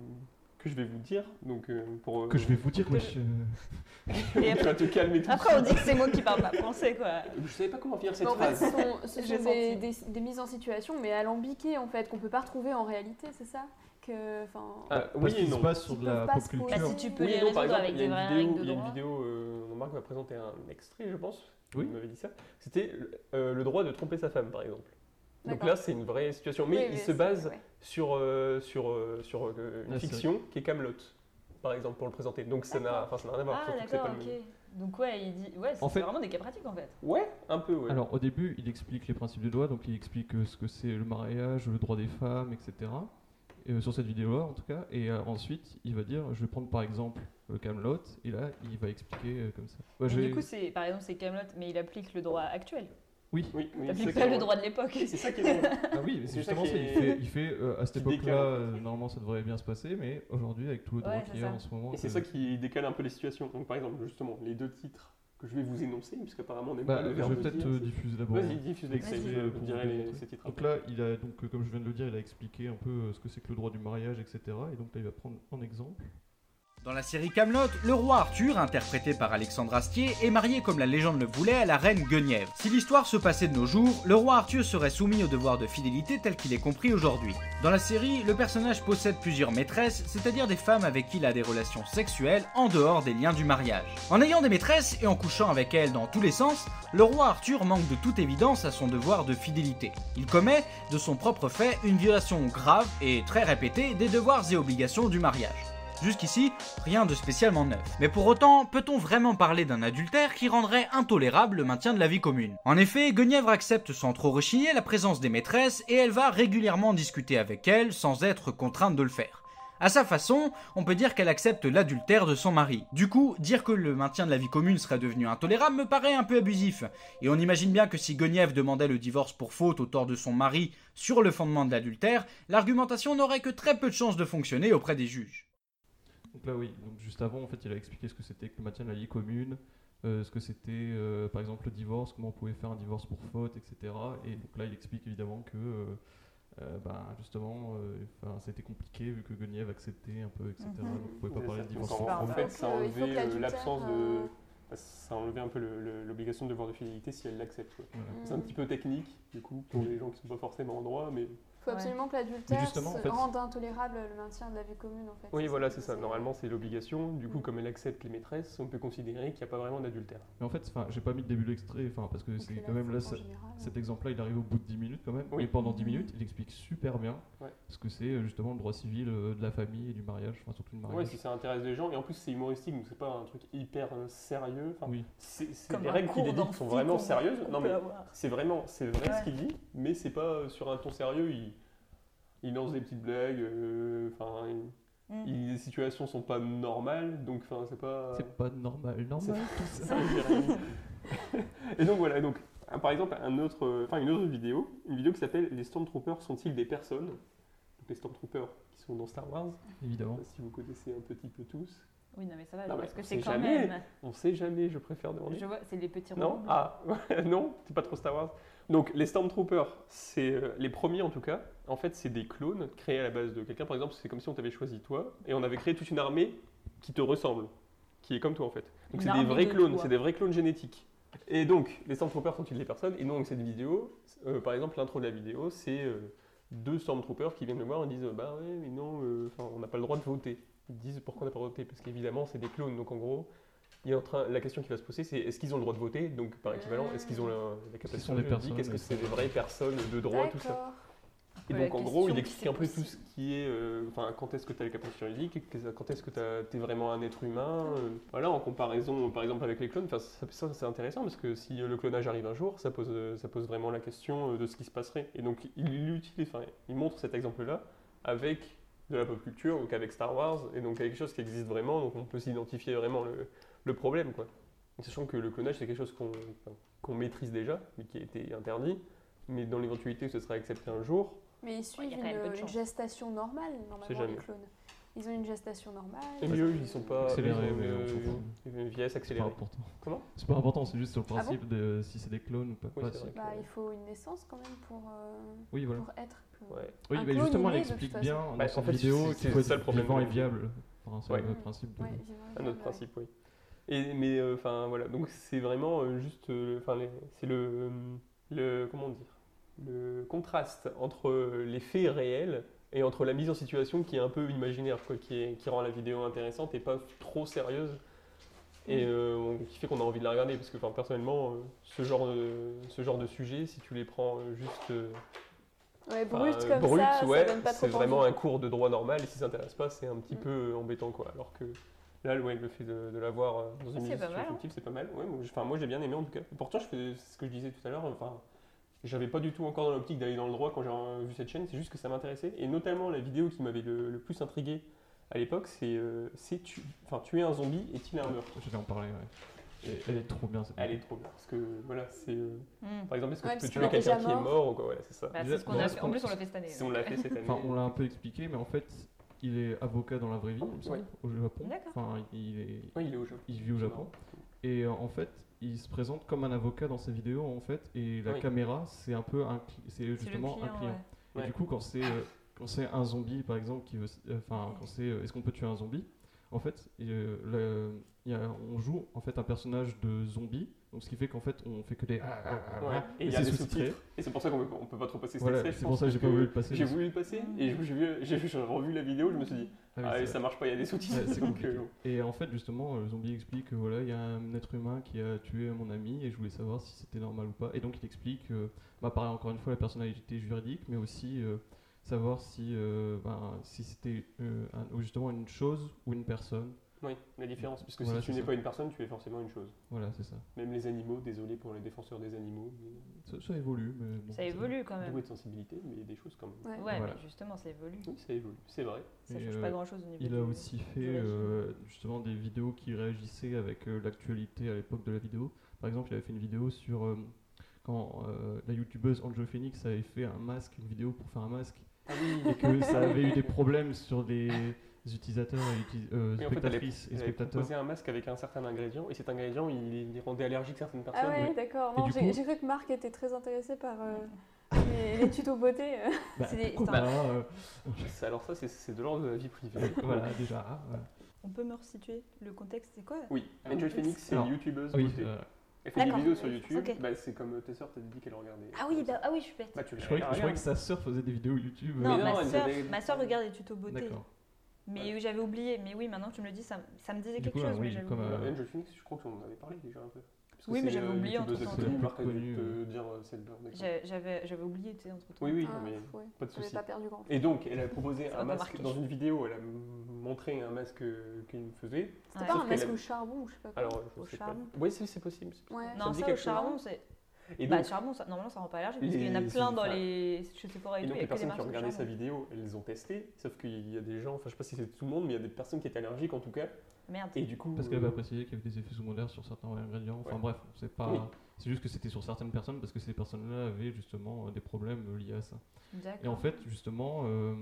Speaker 2: que je vais vous dire. Donc, euh, pour euh,
Speaker 1: Que je vais vous dire,
Speaker 3: que
Speaker 1: wesh. euh,
Speaker 3: Et
Speaker 2: tu vas
Speaker 3: après,
Speaker 2: te calmer tout de
Speaker 3: après, on
Speaker 2: suite.
Speaker 3: dit que c'est moi qui parle pas français quoi.
Speaker 2: Je savais pas comment finir cette
Speaker 4: Mais en fait,
Speaker 2: phrase.
Speaker 4: ce sont, ce
Speaker 3: J'ai
Speaker 4: sont des, des- des mises en situation, mais alambiquées en fait, qu'on peut pas retrouver en réalité, c'est ça que, enfin,
Speaker 2: Ah, oui
Speaker 1: parce
Speaker 2: et
Speaker 1: qu'il se
Speaker 2: non.
Speaker 1: base sur
Speaker 4: ils
Speaker 1: de la
Speaker 4: peuvent pas
Speaker 1: pop
Speaker 4: se
Speaker 1: culture.
Speaker 3: Bah,
Speaker 4: poser.
Speaker 3: si tu peux
Speaker 2: Oui
Speaker 3: les
Speaker 2: et non, par
Speaker 3: résoudre
Speaker 2: exemple,
Speaker 3: avec
Speaker 2: il y a
Speaker 3: des
Speaker 2: une
Speaker 3: vraies
Speaker 2: vidéo,
Speaker 3: règles de
Speaker 2: il y a une
Speaker 3: droit.
Speaker 2: vidéo, euh, Marc va présenter un extrait, je pense.
Speaker 1: Oui.
Speaker 2: Il m'avait dit ça. C'était euh, le droit de tromper sa femme, par exemple. Donc
Speaker 4: D'accord.
Speaker 2: là, c'est une vraie situation. Mais
Speaker 4: Oui,
Speaker 2: il
Speaker 4: mais
Speaker 2: se
Speaker 4: c'est-
Speaker 2: base
Speaker 4: ouais.
Speaker 2: sur, euh, sur, euh, sur euh, une
Speaker 1: Ah, c'est
Speaker 2: fiction qui est Camelot, par exemple, pour le présenter. Donc ça n'a
Speaker 3: D'accord.
Speaker 2: enfin, ça n'a rien à voir.
Speaker 3: Ah
Speaker 2: surtout que c'est
Speaker 3: d'accord,
Speaker 2: pas le
Speaker 3: ok.
Speaker 2: même.
Speaker 3: Donc ouais, il dit, ouais, c'est
Speaker 1: En fait-
Speaker 3: vraiment des cas pratiques en fait.
Speaker 2: Ouais, un peu, ouais.
Speaker 1: Alors au début, il explique les principes du droit, donc il explique euh, ce que c'est le mariage, le droit des femmes, etc. Et, euh, sur cette vidéo-là, en tout cas. Et euh, ensuite, il va dire, je vais prendre par exemple Camelot, et là, il va expliquer euh, comme ça. Ouais,
Speaker 3: Mais
Speaker 1: j'ai-
Speaker 3: Du coup, c'est par exemple c'est Camelot, mais il applique le droit actuel.
Speaker 1: oui.
Speaker 2: oui, oui, c'est
Speaker 3: Il
Speaker 2: ça
Speaker 3: applique
Speaker 2: qui
Speaker 3: pas
Speaker 2: est
Speaker 3: le
Speaker 2: drôle.
Speaker 3: droit de l'époque.
Speaker 2: C'est ça qui est drôle.
Speaker 1: Ah oui, mais c'est
Speaker 2: C'est ça
Speaker 1: justement,
Speaker 2: qui
Speaker 1: c'est- il
Speaker 2: est-
Speaker 1: fait, il fait, euh, à cette
Speaker 2: qui
Speaker 1: époque-là,
Speaker 2: décale.
Speaker 1: euh, normalement, ça devrait bien se passer, mais aujourd'hui, avec tout le droit
Speaker 3: Ouais,
Speaker 1: qu'il
Speaker 3: c'est
Speaker 1: y a
Speaker 3: ça.
Speaker 1: en ce moment,
Speaker 2: Et c'est
Speaker 1: euh,
Speaker 2: ça qui décale un peu les situations. Donc, par exemple, justement, les deux titres que je vais vous énoncer, puisqu'apparemment on n'aime
Speaker 1: bah,
Speaker 2: pas le
Speaker 1: je
Speaker 2: verbe
Speaker 1: vais peut-être
Speaker 2: dire,
Speaker 1: euh,
Speaker 2: c'est-
Speaker 1: diffuser d'abord.
Speaker 2: Vas-y, diffuse l'extrait,
Speaker 3: Vas-y.
Speaker 2: je
Speaker 1: Pour vous
Speaker 2: dirai les-
Speaker 1: démontrer.
Speaker 2: ces titres.
Speaker 1: Donc
Speaker 2: après.
Speaker 1: là, il a donc, euh, comme je viens de le dire, il a expliqué un peu euh, ce que c'est que le droit du mariage, etc. Et donc là, il va prendre en exemple.
Speaker 9: Dans la série Camelot, le roi Arthur, interprété par Alexandre Astier, est marié comme la légende le voulait à la reine Guenièvre. Si l'histoire se passait de nos jours, le roi Arthur serait soumis au devoir de fidélité tel qu'il est compris aujourd'hui. Dans la série, le personnage possède plusieurs maîtresses, c'est-à-dire des femmes avec qui il a des relations sexuelles en dehors des liens du mariage. En ayant des maîtresses et en couchant avec elles dans tous les sens, le roi Arthur manque de toute évidence à son devoir de fidélité. Il commet, de son propre fait, une violation grave et très répétée des devoirs et obligations du mariage. Jusqu'ici, rien de spécialement neuf. Mais pour autant, peut-on vraiment parler d'un adultère qui rendrait intolérable le maintien de la vie commune En effet, Guenièvre accepte sans trop rechigner la présence des maîtresses et elle va régulièrement discuter avec elles sans être contrainte de le faire. À sa façon, on peut dire qu'elle accepte l'adultère de son mari. Du coup, dire que le maintien de la vie commune serait devenu intolérable me paraît un peu abusif. Et on imagine bien que si Guenièvre demandait le divorce pour faute au tort de son mari sur le fondement de l'adultère, l'argumentation n'aurait que très peu de chances de fonctionner auprès des juges.
Speaker 1: Donc là, oui, donc juste avant, en fait, il a expliqué ce que c'était que le maintien de la vie commune, euh, ce que c'était, euh, par exemple, le divorce, comment on pouvait faire un divorce pour faute, etc. Et donc là, il explique évidemment que, euh, euh, ben, justement, euh, enfin, c'était compliqué vu que Guenièvre acceptait un peu, etc.
Speaker 3: Mhm.
Speaker 1: Donc on pouvait pas
Speaker 2: Ouais,
Speaker 1: parler
Speaker 2: ça-
Speaker 1: de divorce.
Speaker 2: donc,
Speaker 1: pour
Speaker 2: en- en
Speaker 1: faute.
Speaker 2: fait,
Speaker 4: Donc,
Speaker 2: ça
Speaker 4: euh, il faut que
Speaker 2: enlevait euh,
Speaker 4: l'adultère,
Speaker 2: l'absence
Speaker 4: euh,
Speaker 2: de. Bah, Ça enlevait un peu le- le- l'obligation de devoir de fidélité si elle l'accepte. quoi.
Speaker 1: Voilà.
Speaker 2: C'est un
Speaker 3: Mhm.
Speaker 2: petit peu technique, du coup,
Speaker 1: Mhm.
Speaker 2: pour les gens qui ne sont pas forcément en droit, mais.
Speaker 4: Il faut
Speaker 3: Ouais.
Speaker 4: absolument que
Speaker 1: Mais
Speaker 4: l'adultère se
Speaker 1: justement, en fait,
Speaker 4: rende intolérable le maintien de la vie commune en fait.
Speaker 2: Oui, voilà, c'est ça.
Speaker 4: que
Speaker 2: Normalement, c'est l'obligation. Du coup,
Speaker 4: Mm.
Speaker 2: comme elle accepte les maîtresses, on peut considérer qu'il n'y a pas vraiment d'adultère.
Speaker 1: Mais en fait, enfin, j'ai pas mis le début de l'extrait, enfin, parce que
Speaker 4: Donc,
Speaker 1: c'est Mhm.
Speaker 4: les
Speaker 1: quand même là,
Speaker 4: lacs, en
Speaker 1: ça-
Speaker 4: général,
Speaker 1: cet exemple-là, il arrive au bout de 10 minutes quand même.
Speaker 2: Oui.
Speaker 1: Et pendant 10 minutes, il explique super bien
Speaker 2: Ouais.
Speaker 1: ce que c'est euh, justement le droit civil euh, de la famille et du mariage, enfin surtout le mariage.
Speaker 2: Ouais, si ça intéresse les gens. Et en plus, c'est humoristique, donc c'est pas un truc hyper euh, sérieux. Enfin,
Speaker 1: Oui.
Speaker 2: c'est- c'est-
Speaker 3: Comme
Speaker 2: les
Speaker 3: un
Speaker 2: règles qu'il
Speaker 3: cours
Speaker 2: édite sont
Speaker 3: d'amphi
Speaker 2: vraiment
Speaker 3: qu'on-
Speaker 2: sérieuses.
Speaker 3: qu'on
Speaker 2: Non,
Speaker 3: peut
Speaker 2: mais
Speaker 3: avoir.
Speaker 2: c'est vraiment, c'est vrai
Speaker 3: Ouais.
Speaker 2: ce qu'il dit, mais c'est pas euh, sur un ton sérieux. Il, il lance des petites blagues. euh, Enfin, il-
Speaker 3: Mm.
Speaker 2: il- les situations sont pas normales, donc enfin, c'est pas.
Speaker 1: C'est pas normal,
Speaker 2: C'est
Speaker 1: normal.
Speaker 2: tout ça. et donc voilà, donc, un- par exemple, un autre, euh, enfin, une autre vidéo, une vidéo qui s'appelle Les Stormtroopers sont-ils des personnes Donc, Les Stormtroopers qui sont dans Star Wars,
Speaker 1: Évidemment.
Speaker 2: si vous connaissez un petit peu tous,
Speaker 3: Oui, non mais ça va,
Speaker 2: Non, mais
Speaker 3: parce que
Speaker 2: on
Speaker 3: c'est
Speaker 2: sait
Speaker 3: quand
Speaker 2: jamais.
Speaker 3: même.
Speaker 2: on sait jamais, je préfère demander.
Speaker 3: Je vois, c'est les petits
Speaker 2: Non
Speaker 3: ronds.
Speaker 2: Ah, ouais, non, c'est pas trop Star Wars. Donc, les Stormtroopers, c'est euh, les premiers en tout cas. En fait, c'est des clones créés à la base de quelqu'un. Par exemple, c'est comme si on t'avait choisi toi et on avait créé toute une armée qui te ressemble, qui est comme toi en fait.
Speaker 3: Une
Speaker 2: Donc, c'est des
Speaker 3: armée
Speaker 2: vrais
Speaker 3: de
Speaker 2: clones,
Speaker 3: toi.
Speaker 2: c'est des vrais clones génétiques. Et donc, les Stormtroopers sont-ils des personnes Et donc, cette vidéo, euh, par exemple, l'intro de la vidéo, c'est euh, deux Stormtroopers qui viennent le voir et disent euh, Bah ouais, mais non, euh, enfin, on n'a pas le droit de voter. Ils disent pourquoi on n'a pas voté Parce qu'évidemment, c'est des clones. Donc, en gros, il est en train, la question qui va se poser, c'est est-ce qu'ils ont le droit de voter Donc, par équivalent, est-ce qu'ils ont la, la capacité
Speaker 1: sont des
Speaker 2: juridique Est-ce que c'est
Speaker 1: personnes,
Speaker 2: des vraies personnes de droit, tout ça
Speaker 4: D'accord.
Speaker 2: Et
Speaker 3: Ouais,
Speaker 2: donc, en
Speaker 3: la
Speaker 2: gros, il
Speaker 3: question qui
Speaker 2: explique un peu
Speaker 3: s'est
Speaker 2: tout ce qui est. euh, Enfin, quand est-ce que tu as la capacité juridique que- Quand est-ce que tu es vraiment un être humain euh, Voilà, en comparaison, par exemple, avec les clones, enfin, ça, ça, c'est intéressant parce que si euh, le clonage arrive un jour, ça pose, euh, ça pose vraiment la question euh, de ce qui se passerait. Et donc, il l'utilise, enfin, il montre cet exemple-là avec de la pop culture, donc avec Star Wars, et donc avec quelque chose qui existe vraiment, donc on peut s'identifier vraiment le, le problème, quoi. Sachant que le clonage, c'est quelque chose qu'on enfin, qu'on maîtrise déjà, mais qui a été interdit, mais dans l'éventualité que ce sera accepté un jour,
Speaker 4: Mais ils
Speaker 3: il y
Speaker 4: suivent
Speaker 3: a quand même peu de
Speaker 4: une, une
Speaker 3: chance.
Speaker 4: gestation normale, normalement, les
Speaker 2: jamais.
Speaker 4: clones. Ils ont une gestation normale.
Speaker 2: Et mieux, ils sont pas.
Speaker 1: Accéléré,
Speaker 2: ils ont
Speaker 1: mais
Speaker 2: une-
Speaker 1: on s'en fout.
Speaker 2: une, une vitesse
Speaker 1: C'est pas
Speaker 2: accélérée.
Speaker 1: important.
Speaker 2: Comment
Speaker 1: C'est pas important, c'est juste sur le
Speaker 4: Ah bon
Speaker 1: principe de si c'est des clones ou pas.
Speaker 2: Oui,
Speaker 1: Pas
Speaker 2: c'est
Speaker 1: si-
Speaker 2: vrai que-
Speaker 4: Bah, il faut une naissance quand même pour, euh,
Speaker 1: oui voilà.
Speaker 4: pour être. clone.
Speaker 2: Ouais.
Speaker 1: Oui,
Speaker 4: Un
Speaker 1: mais
Speaker 4: clone,
Speaker 1: justement,
Speaker 4: il
Speaker 1: elle
Speaker 4: est de toute
Speaker 1: explique
Speaker 4: façon.
Speaker 1: bien dans
Speaker 2: Bah, en
Speaker 1: cette
Speaker 2: fait,
Speaker 1: vidéo
Speaker 2: c'est-
Speaker 1: qu'il
Speaker 2: c'est
Speaker 1: faut
Speaker 2: le
Speaker 1: être
Speaker 2: seul problème
Speaker 1: vivant
Speaker 2: de
Speaker 1: et
Speaker 2: la vie.
Speaker 1: viable. Enfin, c'est
Speaker 2: Ouais.
Speaker 1: le principe de...
Speaker 4: Ouais, vivant et
Speaker 2: Un autre
Speaker 4: viable, ouais.
Speaker 2: principe, oui. Et, mais euh, enfin voilà, donc c'est vraiment euh, juste. euh, Enfin, les- c'est le, le. Comment dire Le contraste entre euh, les faits réels et entre la mise en situation qui est un peu imaginaire, quoi, qui, est- qui rend la vidéo intéressante et pas trop sérieuse. Et euh, on- qui fait qu'on a envie de la regarder, parce que enfin, personnellement, euh, ce genre, de, ce genre de sujet, si tu les prends euh, juste. euh,
Speaker 4: Ouais,
Speaker 2: Enfin,
Speaker 4: brut
Speaker 2: euh,
Speaker 4: comme
Speaker 2: brut,
Speaker 4: ça,
Speaker 2: ouais,
Speaker 4: ça donne pas trop
Speaker 2: c'est vraiment
Speaker 4: envie.
Speaker 2: un cours de droit normal et si ça intéresse pas, c'est un petit
Speaker 4: Mm.
Speaker 2: peu embêtant quoi. Alors que Là, le- ouais, le fait de, de l'avoir euh,
Speaker 4: Ah,
Speaker 2: dans une
Speaker 3: C'est pas
Speaker 2: situation
Speaker 3: mal, hein.
Speaker 2: fictive, c'est pas mal. Ouais, moi, j'ai- enfin, moi, j'ai bien aimé en tout cas. Et pourtant, je fais c'est ce que je disais tout à l'heure. Enfin, j'avais pas du tout encore dans l'optique d'aller dans le droit quand j'ai euh, vu cette chaîne. C'est juste que ça m'intéressait. Et notamment, la vidéo qui m'avait le, le plus intrigué à l'époque, c'est euh, c'est tu, enfin, tuer un zombie est-il un meurtre
Speaker 1: Je vais en parler, ouais. Et elle est trop bien cette
Speaker 2: Elle est trop bien. Parce que voilà, c'est. euh,
Speaker 3: Hmm.
Speaker 2: Par exemple, est-ce que
Speaker 4: Ouais,
Speaker 2: tu peux
Speaker 4: parce
Speaker 2: tuer
Speaker 4: qu'on est
Speaker 2: quelqu'un
Speaker 4: déjà
Speaker 2: qui est
Speaker 4: mort.
Speaker 2: mort ou quoi Voilà, c'est ça.
Speaker 3: Bah,
Speaker 1: Déjà-
Speaker 3: c'est ce qu'on
Speaker 1: non,
Speaker 3: a
Speaker 1: c'est
Speaker 3: fait.
Speaker 1: qu'on-
Speaker 3: En plus, on l'a fait cette année.
Speaker 2: Si on l'a fait cette année.
Speaker 1: Enfin, on l'a un peu expliqué, mais en fait, il est avocat dans la vraie vie, il me semble,
Speaker 2: Ouais.
Speaker 1: au Japon.
Speaker 3: D'accord.
Speaker 1: Enfin, il, est,
Speaker 2: Oui, il est au jeu.
Speaker 1: il vit au Japon. Et euh, en fait, il se présente comme un avocat dans ses vidéos, en fait. Et la
Speaker 2: Oui.
Speaker 1: caméra, c'est un peu un, cli- c'est
Speaker 3: C'est le
Speaker 1: justement un client.
Speaker 3: ouais.
Speaker 1: Et
Speaker 2: Ouais.
Speaker 1: du coup, quand c'est euh, quand c'est un zombie, par exemple, qui veut, s- euh, enfin, quand c'est, euh, est-ce qu'on peut tuer un zombie En fait, et, euh, le- il y a- on joue en fait un personnage de zombie, donc ce qui fait qu'en fait, on fait que des. ah, ah, ah,
Speaker 2: Ouais.
Speaker 1: ah,
Speaker 2: Et il y a
Speaker 1: c'est
Speaker 2: des
Speaker 1: sous-titré.
Speaker 2: sous-titres. Et c'est pour ça qu'on peut, on peut pas trop passer cet
Speaker 1: Voilà,
Speaker 2: extrait. je
Speaker 1: c'est pour
Speaker 2: pense,
Speaker 1: ça que j'ai pas
Speaker 2: parce
Speaker 1: voulu le passer.
Speaker 2: J'ai
Speaker 1: parce-
Speaker 2: voulu le passer et j'ai vu- j'ai j'ai revu la vidéo, je me suis dit,
Speaker 1: Ah oui,
Speaker 2: ah,
Speaker 1: c'est
Speaker 2: et
Speaker 1: vrai.
Speaker 2: ça marche pas, il y a des sous-titres.
Speaker 1: Ouais, c'est
Speaker 2: donc,
Speaker 1: compliqué.
Speaker 2: euh,
Speaker 1: Et en fait, justement, euh, le zombie explique que voilà, il y a un être humain qui a tué mon ami et je voulais savoir si c'était normal ou pas. Et donc, il explique, euh, bah, pareil, encore une fois, la personnalité juridique, mais aussi euh, savoir si, euh, ben, si c'était euh, un- ou justement une chose ou une personne.
Speaker 2: oui, la différence. Puisque
Speaker 1: Voilà,
Speaker 2: si tu
Speaker 1: c'est
Speaker 2: n'es
Speaker 1: ça.
Speaker 2: pas une personne, tu es forcément une chose.
Speaker 1: Voilà, c'est ça.
Speaker 2: Même les animaux, désolé pour les défenseurs des animaux, mais
Speaker 1: Ça, ça évolue, mais bon,
Speaker 3: Ça
Speaker 1: c'est-
Speaker 3: évolue quand même.
Speaker 2: doué de sensibilité, mais des choses quand même.
Speaker 4: Ouais.
Speaker 3: Ouais,
Speaker 1: Voilà.
Speaker 3: mais justement, ça évolue.
Speaker 2: Oui, ça évolue, c'est vrai.
Speaker 3: Ça
Speaker 1: Et,
Speaker 3: change
Speaker 1: euh,
Speaker 3: pas grand chose au niveau
Speaker 1: Il
Speaker 3: du-
Speaker 1: a aussi fait
Speaker 3: régime.
Speaker 1: euh, justement des vidéos qui réagissaient avec euh, l'actualité à l'époque de la vidéo. Par exemple, il avait fait une vidéo sur euh, quand euh, la youtubeuse Angel Phoenix avait fait un masque, une vidéo pour faire un masque,
Speaker 2: Ah oui,
Speaker 1: et que ça avait eu des problèmes sur des utilisateurs et uti- euh,
Speaker 2: Oui, en fait, elle avait-
Speaker 1: spectatrices et
Speaker 2: J'avais
Speaker 1: spectateurs.
Speaker 2: proposé un masque avec un certain ingrédient, et cet ingrédient, il, il rendait allergique certaines personnes.
Speaker 4: Ah ouais,
Speaker 1: oui.
Speaker 4: d'accord.
Speaker 1: Et
Speaker 4: Non,
Speaker 1: du
Speaker 4: j'ai
Speaker 1: coup-
Speaker 4: j'ai cru que Marc était très intéressé par euh, les, les tutos beauté. euh.
Speaker 1: Bah,
Speaker 4: c'est des-
Speaker 1: pourquoi
Speaker 4: c'est un-
Speaker 1: pas, euh,
Speaker 2: Ça- Alors ça, c'est- c'est de l'ordre de la vie privée.
Speaker 1: Voilà, déjà. ah, voilà.
Speaker 3: On peut me resituer le contexte, c'est quoi
Speaker 2: Oui, Angel Phoenix, c'est
Speaker 1: Ah, Alors,
Speaker 2: une youtubeuse
Speaker 1: Ah oui,
Speaker 2: beauté.
Speaker 1: euh,
Speaker 2: Elle fait des
Speaker 10: D'accord.
Speaker 2: vidéos sur YouTube,
Speaker 10: Ok.
Speaker 2: bah, c'est comme euh, tes soeurs, t'as dit qu'elle regardait.
Speaker 10: Ah oui, bah, ah oui, je suis bête.
Speaker 2: Bah,
Speaker 1: je
Speaker 2: tu les
Speaker 1: croyais, je
Speaker 2: regardes.
Speaker 1: croyais que sa sœur faisait des vidéos YouTube. euh,
Speaker 3: Non,
Speaker 2: Mais non,
Speaker 3: ma,
Speaker 2: elle
Speaker 3: soeur,
Speaker 2: avait-
Speaker 3: regarde les tutos beauté.
Speaker 1: D'accord.
Speaker 3: Mais
Speaker 2: Voilà.
Speaker 3: j'avais oublié. Mais oui, maintenant que tu me le dis, ça, m- ça me disait
Speaker 1: Du
Speaker 3: quelque
Speaker 1: coup,
Speaker 3: chose.
Speaker 1: euh,
Speaker 3: mais
Speaker 1: oui,
Speaker 3: j'avais
Speaker 1: comme,
Speaker 3: oublié.
Speaker 1: euh,
Speaker 2: Euh, Angel Phoenix, je crois qu'on en avait parlé déjà un peu. Parce que
Speaker 3: Oui, mais
Speaker 2: c'est,
Speaker 3: j'avais
Speaker 2: euh,
Speaker 3: oublié
Speaker 2: youtubeuse
Speaker 3: entre-temps.
Speaker 2: absolue,
Speaker 1: C'est la
Speaker 2: Marc
Speaker 1: plus
Speaker 2: a dû
Speaker 1: connue,
Speaker 2: te dire euh, celle-là, d'accord.
Speaker 3: J'ai- J'avais j'avais oublié, tu sais, entre temps.
Speaker 2: Oui, oui,
Speaker 4: Ah,
Speaker 2: mais
Speaker 4: ouais.
Speaker 2: pas de
Speaker 4: J'avais
Speaker 2: souci.
Speaker 4: pas perdu grand chose.
Speaker 2: Et donc, elle a proposé
Speaker 3: Ça
Speaker 2: un
Speaker 3: m'a pas
Speaker 2: masque
Speaker 3: marqué.
Speaker 2: dans une vidéo, elle a m- montré un masque euh, qu'elle me faisait.
Speaker 4: C'était
Speaker 3: Ouais.
Speaker 4: pas
Speaker 2: Sauf
Speaker 4: un
Speaker 2: qu'elle
Speaker 4: masque
Speaker 2: a-
Speaker 4: au charbon, je sais pas quoi.
Speaker 2: Alors, euh, je
Speaker 3: Au
Speaker 2: sais
Speaker 3: charbon.
Speaker 2: pas. Oui, c'est c'est possible. c'est possible.
Speaker 4: ouais.
Speaker 2: me
Speaker 3: Non,
Speaker 2: dit
Speaker 3: ça, au
Speaker 2: quelque chose,
Speaker 3: charbon, c'est.
Speaker 2: Et
Speaker 3: Bah,
Speaker 2: donc,
Speaker 3: charbon, ça, normalement, ça rend pas allergique parce qu'il y en a
Speaker 2: les-
Speaker 3: plein dans
Speaker 2: enfin,
Speaker 3: les. chez Sephora et,
Speaker 2: Et donc les
Speaker 3: tout. il y a que des
Speaker 2: personnes qui
Speaker 3: marques
Speaker 2: ont
Speaker 3: de
Speaker 2: regardé sa
Speaker 3: charbon.
Speaker 2: vidéo, elles ont testé, sauf qu'il y a des gens, enfin je sais pas si c'est tout le monde, mais il y a des personnes qui étaient allergiques en tout cas,
Speaker 3: Merde.
Speaker 2: et du coup...
Speaker 1: Parce qu'elle avait
Speaker 2: euh,
Speaker 1: pas précisé qu'il y avait des effets secondaires sur certains ingrédients. Enfin
Speaker 2: Ouais.
Speaker 1: bref, c'est pas.
Speaker 2: Oui.
Speaker 1: C'est juste que c'était sur certaines personnes parce que ces personnes-là avaient justement euh, des problèmes euh, liés à ça. Et en
Speaker 3: D'accord.
Speaker 1: fait, justement, euh,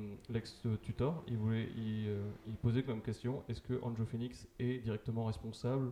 Speaker 1: l'ex-tutor, il voulait, il, euh, il posait comme question est-ce que Anjo Phoenix est directement responsable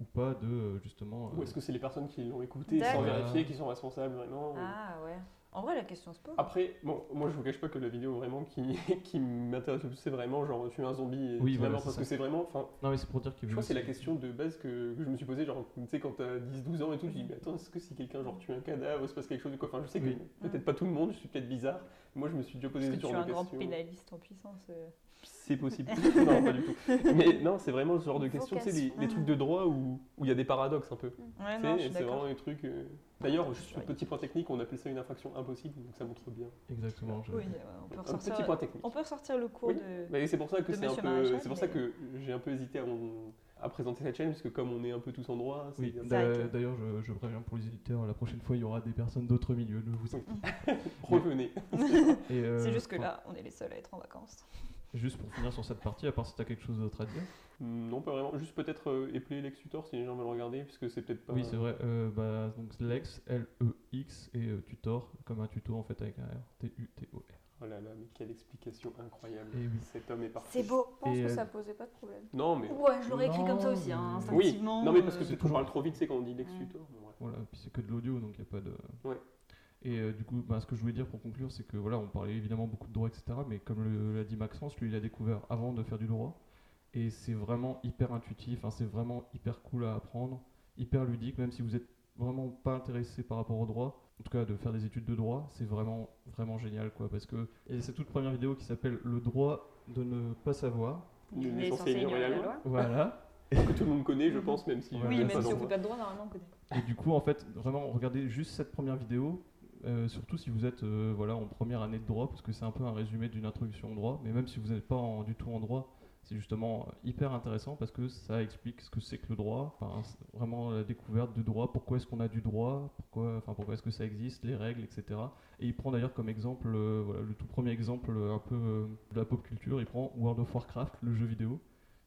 Speaker 1: ou pas de euh, justement. euh,
Speaker 2: Ou est-ce que c'est les personnes qui l'ont écouté sans
Speaker 3: D'accord.
Speaker 2: vérifier qui sont responsables vraiment ou-
Speaker 3: Ah ouais. En vrai, la question se pose.
Speaker 2: Après, bon, moi je vous cache pas que la vidéo vraiment qui, qui m'intéresse le plus, c'est vraiment genre tu es un zombie et
Speaker 1: Oui,
Speaker 2: tu
Speaker 1: voilà,
Speaker 2: meurs,
Speaker 1: c'est
Speaker 2: parce
Speaker 1: ça.
Speaker 2: que c'est vraiment, enfin,
Speaker 1: Non mais c'est pour dire qu'il.
Speaker 2: je crois que c'est la
Speaker 1: aussi-
Speaker 2: question de base que, que je me suis posée, genre, tu sais, quand t'as 10-12 ans et tout, tu dis, mais attends, est-ce que si quelqu'un, genre, tue un cadavre, ou se passe quelque chose de quoi Enfin, je sais que
Speaker 1: Oui.
Speaker 2: peut-être pas tout le monde, je suis peut-être bizarre, moi je me suis déjà posé
Speaker 3: Parce que
Speaker 2: ce
Speaker 3: tu
Speaker 2: genre
Speaker 3: es
Speaker 2: de
Speaker 3: un grand
Speaker 2: questions.
Speaker 3: pénaliste en puissance. euh.
Speaker 2: C'est possible. non, pas du tout. Mais non, c'est vraiment ce genre de questions, tu sais, des,
Speaker 4: Vocation.
Speaker 2: des
Speaker 3: hein.
Speaker 2: trucs de droit où où il y a des paradoxes un peu.
Speaker 3: Ouais,
Speaker 2: Tu
Speaker 3: Ah non,
Speaker 2: sais,
Speaker 3: je suis
Speaker 2: c'est vraiment
Speaker 3: d'accord.
Speaker 2: des trucs. euh, D'ailleurs, juste un
Speaker 3: Ouais.
Speaker 2: petit point technique, on appelle ça une infraction impossible, donc ça montre bien.
Speaker 1: Exactement. je-
Speaker 3: Oui, euh, on peut
Speaker 2: Un petit
Speaker 3: ressortir.
Speaker 2: point technique.
Speaker 3: On peut ressortir le cours
Speaker 2: Oui.
Speaker 3: de.
Speaker 2: Mais c'est pour ça que
Speaker 3: de
Speaker 2: c'est un
Speaker 3: Monsieur
Speaker 2: peu.
Speaker 3: Maréchal,
Speaker 2: C'est pour ça
Speaker 3: mais-
Speaker 2: que j'ai un peu hésité à, à présenter cette chaîne, parce que comme on est un peu tous en droit, c'est
Speaker 1: Oui,
Speaker 2: bien.
Speaker 3: Ça,
Speaker 1: d'a-
Speaker 3: ok.
Speaker 1: d'ailleurs, je, je préviens pour les éditeurs, la prochaine fois, il y aura des personnes d'autres milieux, ne vous inquiétez
Speaker 2: Revenez.
Speaker 1: pas. Et, euh,
Speaker 3: C'est juste que
Speaker 1: enfin,
Speaker 3: là, on est les seuls à être en vacances.
Speaker 1: Juste pour finir sur cette partie, à part si t'as quelque chose d'autre à dire.
Speaker 2: Hmm, Non, pas vraiment. Juste peut-être euh, épeler Lex Tutor si les gens veulent regarder, puisque c'est peut-être pas.
Speaker 1: Oui, c'est vrai. Euh, bah, donc Lex, L-E-X, et euh, tutor, comme un tuto en fait avec un R. T-U-T-O-R.
Speaker 2: Oh là là, mais quelle explication incroyable.
Speaker 1: Et oui.
Speaker 2: Cet homme est parfait.
Speaker 10: C'est beau.
Speaker 4: Je pense
Speaker 1: Et,
Speaker 4: que
Speaker 1: euh,
Speaker 4: ça posait pas de problème.
Speaker 2: Non, mais.
Speaker 10: Ouais, je l'aurais écrit comme ça
Speaker 1: Non,
Speaker 10: aussi, hein,
Speaker 1: mais-
Speaker 2: Oui,
Speaker 10: instinctivement.
Speaker 2: non, mais parce que
Speaker 10: euh,
Speaker 2: c'est toujours trop vite, c'est quand on dit Lex
Speaker 10: Ouais.
Speaker 2: Tutor. bon, bref.
Speaker 1: Voilà, puis c'est que de l'audio, donc il n'y a pas de.
Speaker 2: Ouais.
Speaker 1: Et euh, du coup, bah, ce que je voulais dire pour conclure, c'est que voilà, on parlait évidemment beaucoup de droit, etc. Mais comme le- l'a dit Maxence, lui, il a découvert avant de faire du droit. Et c'est vraiment hyper intuitif, hein, c'est vraiment hyper cool à apprendre, hyper ludique, même si vous n'êtes vraiment pas intéressé par rapport au droit. En tout cas, de faire des études de droit, c'est vraiment, vraiment génial, quoi. Parce que. Et cette toute première vidéo qui s'appelle Le droit de ne pas savoir.
Speaker 2: Il est
Speaker 3: Mais
Speaker 2: censé
Speaker 3: censé
Speaker 2: ignorer la loi.
Speaker 1: Voilà.
Speaker 2: que tout le monde connaît, je pense, même si.
Speaker 1: Oui, mais
Speaker 2: je
Speaker 3: Oui,
Speaker 2: l'ai
Speaker 1: même
Speaker 3: même
Speaker 2: pas
Speaker 3: si
Speaker 2: dans
Speaker 3: on
Speaker 2: le-
Speaker 3: fait pas de droit, normalement, on connaît.
Speaker 1: Et du coup, en fait, vraiment, regardez juste cette première vidéo, euh, surtout si vous êtes euh, voilà, en première année de droit, parce que c'est un peu un résumé d'une introduction au droit, mais même si vous n'êtes pas en- du tout en droit, c'est justement hyper intéressant parce que ça explique ce que c'est que le droit, enfin, vraiment la découverte du droit, pourquoi est-ce qu'on a du droit, pourquoi, enfin, pourquoi est-ce que ça existe, les règles, etc. Et il prend d'ailleurs comme exemple, euh, voilà, le tout premier exemple un peu euh, de la pop culture, il prend World of Warcraft, le jeu vidéo,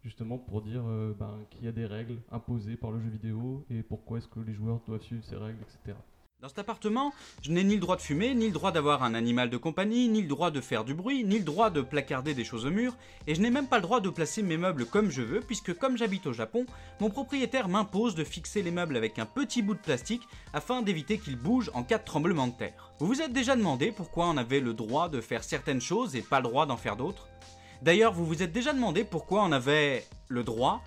Speaker 1: justement pour dire euh, ben, qu'il y a des règles imposées par le jeu vidéo et pourquoi est-ce que les joueurs doivent suivre ces règles, etc.
Speaker 9: Dans cet appartement, je n'ai ni le droit de fumer, ni le droit d'avoir un animal de compagnie, ni le droit de faire du bruit, ni le droit de placarder des choses au mur, et je n'ai même pas le droit de placer mes meubles comme je veux, puisque comme j'habite au Japon, mon propriétaire m'impose de fixer les meubles avec un petit bout de plastique afin d'éviter qu'ils bougent en cas de tremblement de terre. Vous vous êtes déjà demandé pourquoi on avait le droit de faire certaines choses et pas le droit d'en faire d'autres D'ailleurs, vous vous êtes déjà demandé pourquoi on avait le droit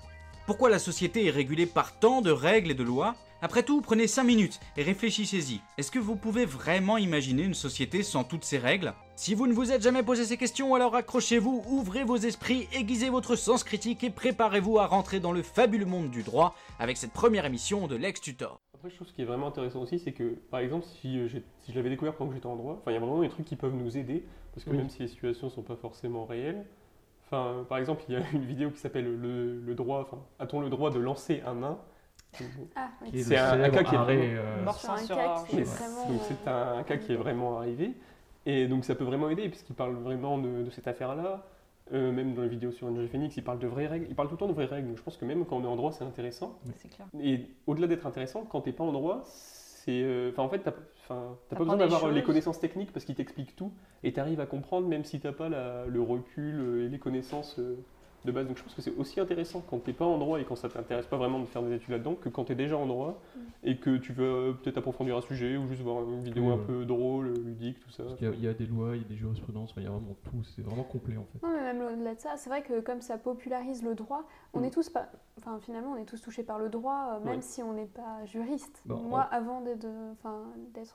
Speaker 9: Pourquoi la société est régulée par tant de règles et de lois après tout, prenez 5 minutes et réfléchissez-y. Est-ce que vous pouvez vraiment imaginer une société sans toutes ces règles Si vous ne vous êtes jamais posé ces questions, alors accrochez-vous, ouvrez vos esprits, aiguisez votre sens critique et préparez-vous à rentrer dans le fabuleux monde du droit avec cette première émission de Lex Tutor.
Speaker 2: Après, je trouve ce qui est vraiment intéressant aussi, c'est que, par exemple, si, je, si je l'avais découvert pendant que j'étais en droit, enfin, il y a vraiment des trucs qui peuvent nous aider, parce que oui. même si les situations ne sont pas forcément réelles, enfin, par exemple, il y a une vidéo qui s'appelle le, le droit, enfin, a-t-on le droit de lancer un nain
Speaker 4: ah, oui.
Speaker 2: C'est un, un, cas qui est
Speaker 4: arrêt,
Speaker 2: vraiment...
Speaker 4: euh... Mort sur un cas qui est vraiment...
Speaker 2: Donc c'est un, un, cas qui est vraiment arrivé. Et donc ça peut vraiment aider, puisqu'il parle vraiment de, de cette affaire-là. Euh, même dans les vidéos sur Angel Phoenix, il parle de vraies règles. Il parle tout le temps de vraies règles. Donc je pense que même quand on est en droit, c'est intéressant.
Speaker 3: C'est clair.
Speaker 2: Et au-delà d'être intéressant, quand t'es pas en droit, c'est... Enfin, euh, en fait, t'as pas besoin d'avoir les connaissances techniques, parce qu'il t'explique tout. Et t'arrives à comprendre, même si t'as pas la, le recul euh, et les connaissances de base. Donc je pense que c'est aussi intéressant quand t'es pas en droit et quand ça t'intéresse pas vraiment de faire des études là-dedans que quand tu es déjà en droit et que tu veux euh, peut-être approfondir un sujet ou juste voir une vidéo oui, un ouais. peu drôle, euh, ludique, tout ça.
Speaker 1: Parce il, y a, il y, a des lois, il y a des jurisprudences, il y a vraiment tout, c'est vraiment complet en fait.
Speaker 4: Non mais même au-delà de ça, c'est vrai que comme ça popularise le droit, on mm. est tous pas, enfin finalement on est tous touchés par le droit, euh, même ouais. si on n'est pas juriste. Bah, Moi on... avant d'être,